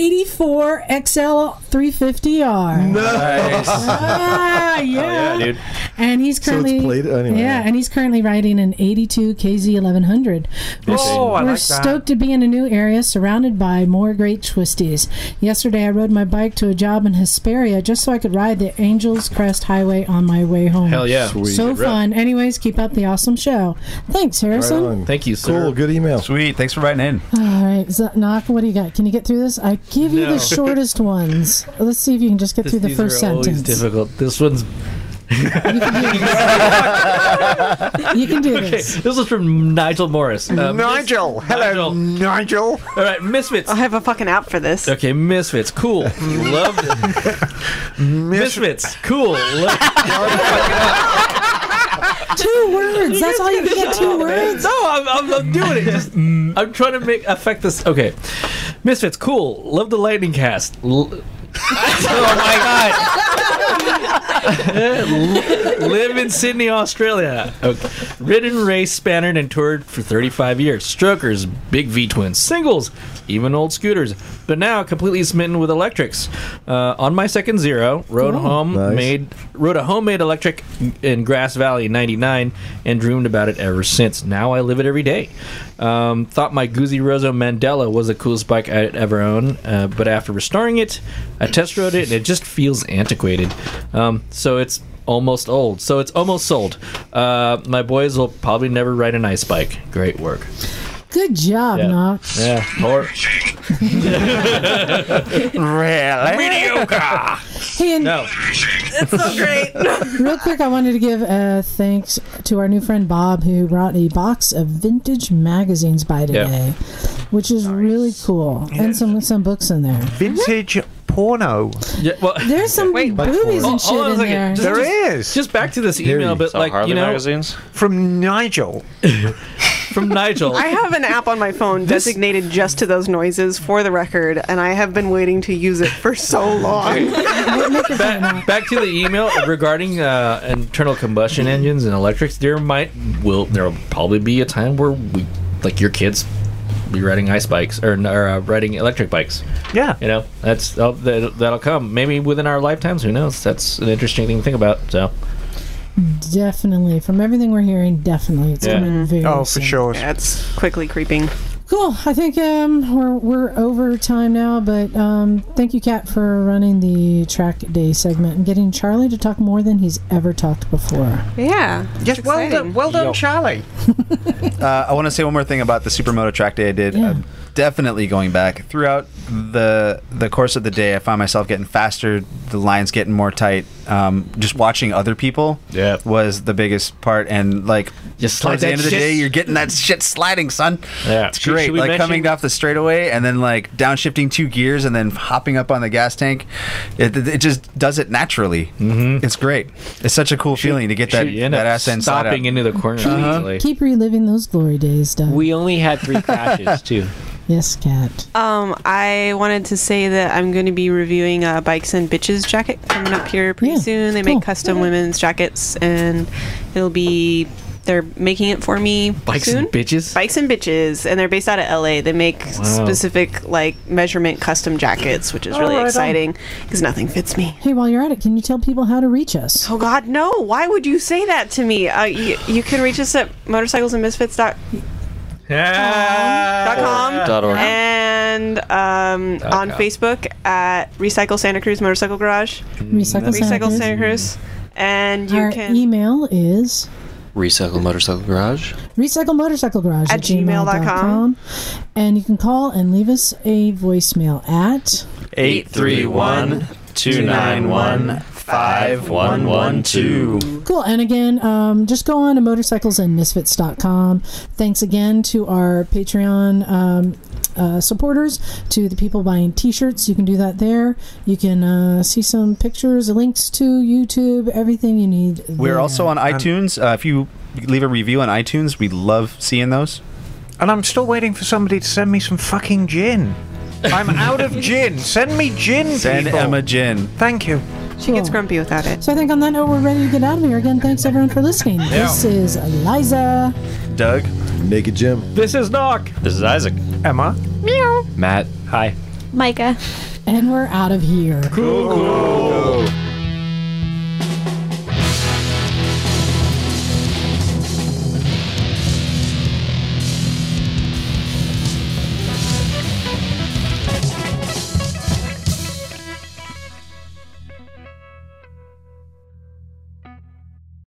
Speaker 2: 84 XL 350R.
Speaker 6: Nice.
Speaker 2: Ah, yeah.
Speaker 1: dude.
Speaker 2: And he's currently
Speaker 4: played- anyway,
Speaker 2: yeah,
Speaker 4: yeah.
Speaker 2: and he's currently riding an 82 KZ 1100. We're,
Speaker 7: Oh, I
Speaker 2: we're
Speaker 7: like that.
Speaker 2: stoked to be in a new area surrounded by more great twisties. Yesterday I rode my bike to a job in Hesperia just so I could ride the Angels Crest Highway on my way home.
Speaker 1: Hell yeah. Sweet.
Speaker 2: So
Speaker 1: Good rep.
Speaker 2: fun. Anyways, keep up the awesome show. Thanks, Harrison.
Speaker 1: Thank you,
Speaker 4: sir. Cool. Good email.
Speaker 6: Sweet. Thanks for writing in.
Speaker 2: All right, Knock, what do you got? Can you get through this? I give you
Speaker 1: No.
Speaker 2: the shortest ones. Let's see if you can just get
Speaker 1: This-
Speaker 2: through the
Speaker 1: these
Speaker 2: first
Speaker 1: are always
Speaker 2: sentence.
Speaker 1: difficult. This one's
Speaker 2: you can do
Speaker 1: this. This is from Nigel Morris. Nigel, hello, Nigel. All right, Misfits. I
Speaker 3: have a fucking app for this.
Speaker 1: Okay, Misfits, cool. Love Misfits, cool. Lo-
Speaker 2: two words. That's all you get. Two words.
Speaker 1: No, I'm, I'm, I'm doing it. Just I'm trying to make affect this. Okay, Misfits, cool. Love the lightning cast. L- oh my god. L- Live in Sydney, Australia. Okay. Ridden, raced, spannered, and toured for 35 years. Strokers, big V twins, singles, even old scooters. But now completely smitten with electrics. Uh, on my second zero, rode
Speaker 14: Cool.
Speaker 1: home
Speaker 14: Nice.
Speaker 1: made rode a homemade electric in Grass Valley in '99 and dreamed about it ever since. Now I live it every day. Um, thought my Guzzi Rosso Mandela was the coolest bike I'd ever owned, uh, but after restoring it, I test rode it and it just feels antiquated. Um, so it's almost old. So it's almost sold. Uh, my boys will probably never ride an ice bike. Great work.
Speaker 2: Good job,
Speaker 1: Yeah.
Speaker 2: Knock.
Speaker 1: Yeah. Or-
Speaker 2: Really?
Speaker 1: Mediocre.
Speaker 2: Hey, and
Speaker 1: No.
Speaker 3: That's so great.
Speaker 2: Real quick, I wanted to give uh, thanks to our new friend Bob, who brought a box of vintage magazines by today, which is really cool, and some some books in there.
Speaker 7: Vintage porno.
Speaker 1: Yeah, well,
Speaker 2: there's some boobies and shit
Speaker 1: Hold on a
Speaker 2: in
Speaker 1: second.
Speaker 2: there.
Speaker 1: Just, just- Just back to this email, but like you know,
Speaker 7: from Nigel,
Speaker 1: from Nigel.
Speaker 3: I have an app on my phone designated just to those noises for the record, and I have been waiting to use it for so long.
Speaker 1: back, back to the email regarding uh, internal combustion engines and electrics. There might will there will probably be a time where we like your kids be riding ice bikes or, or uh, riding electric bikes.
Speaker 7: Yeah,
Speaker 1: you know that's that'll, that'll come maybe within our lifetimes. Who knows? That's an interesting thing to think about. So
Speaker 2: Definitely. From everything we're hearing, definitely. It's
Speaker 1: Yeah.
Speaker 2: coming very soon.
Speaker 3: That's quickly creeping.
Speaker 2: Cool. I think um, we're, we're over time now, but um, thank you, Kat, for running the track day segment and getting Charlie to talk more than he's ever talked before.
Speaker 3: Yeah.
Speaker 7: Yes, well done, well done, Charlie.
Speaker 10: Uh, I want to say one more thing about the Supermoto track day I did. I'm definitely going back. Throughout the the course of the day, I found myself getting faster, the lines getting more tight. Um, just watching other people was the biggest part. And like, just
Speaker 6: slide
Speaker 10: towards the
Speaker 6: that
Speaker 10: end of the
Speaker 6: shit.
Speaker 10: day, you're getting that shit sliding, son.
Speaker 1: Yeah.
Speaker 10: It's
Speaker 6: Should-
Speaker 10: great.
Speaker 6: should we
Speaker 10: like
Speaker 6: mention-
Speaker 10: coming off the straightaway and then like downshifting two gears and then hopping up on the gas tank. It, it just does it naturally. Mm-hmm. It's great. It's such a cool feeling to get that,
Speaker 9: should you end
Speaker 10: that
Speaker 9: up
Speaker 10: ass end slide
Speaker 9: stopping
Speaker 10: out.
Speaker 1: into the corner.
Speaker 2: Keep, keep reliving those glory days, Doug.
Speaker 9: We only had three crashes too.
Speaker 2: Yes, Kat.
Speaker 3: Um, I wanted to say that I'm going to be reviewing a Bikes and Bitches jacket coming up here pretty soon. They make custom women's jackets, and it'll be they're making it for me
Speaker 1: Bikes
Speaker 3: soon.
Speaker 1: and bitches.
Speaker 3: Bikes and Bitches, and they're based out of LA. They make
Speaker 1: Wow.
Speaker 3: specific like measurement custom jackets, which is
Speaker 2: Oh,
Speaker 3: really
Speaker 2: right on.
Speaker 3: exciting because nothing fits me.
Speaker 2: Hey, while you're at it, can you tell people how to reach us?
Speaker 3: Oh God, no! Why would you say that to me? Uh, you, you can reach us at motorcyclesandmisfits.com dot com,
Speaker 8: Dot org.
Speaker 3: and um,
Speaker 8: Dot
Speaker 3: on
Speaker 8: com.
Speaker 3: Facebook at Recycle Santa Cruz Motorcycle Garage.
Speaker 2: Recycle Santa
Speaker 3: Recycle
Speaker 2: Cruz.
Speaker 3: Santa Cruz. And you
Speaker 2: Our
Speaker 3: can
Speaker 2: email is
Speaker 8: Recycle Motorcycle Garage.
Speaker 2: Recycle Motorcycle Garage at,
Speaker 3: gmail.com.
Speaker 2: gmail.com. And you can call and leave us a voicemail at
Speaker 8: 831 291 5112.
Speaker 2: Cool. And again, um, just go on to motorcyclesandmisfits.com. Thanks again to our Patreon um, uh, supporters, to the people buying t shirts. You can do that there. You can uh, see some pictures, links to YouTube, everything you need.
Speaker 10: We're
Speaker 2: there.
Speaker 10: also on iTunes. Uh, if you leave a review on iTunes, we love seeing those.
Speaker 7: And I'm still waiting for somebody to send me some fucking gin. I'm out of gin. Send me gin,
Speaker 10: Send
Speaker 7: people.
Speaker 10: Emma gin.
Speaker 7: Thank you.
Speaker 3: She gets grumpy without it.
Speaker 2: Oh. So I think on that note, we're ready to get out of here. Again, thanks everyone for listening.
Speaker 7: Yeah.
Speaker 2: This is Eliza.
Speaker 10: Doug.
Speaker 4: Naked Jim.
Speaker 1: This is Knock.
Speaker 8: This is Isaac.
Speaker 7: Emma.
Speaker 2: Meow.
Speaker 8: Matt.
Speaker 9: Hi.
Speaker 12: Micah.
Speaker 2: And we're out of here.
Speaker 1: Cool.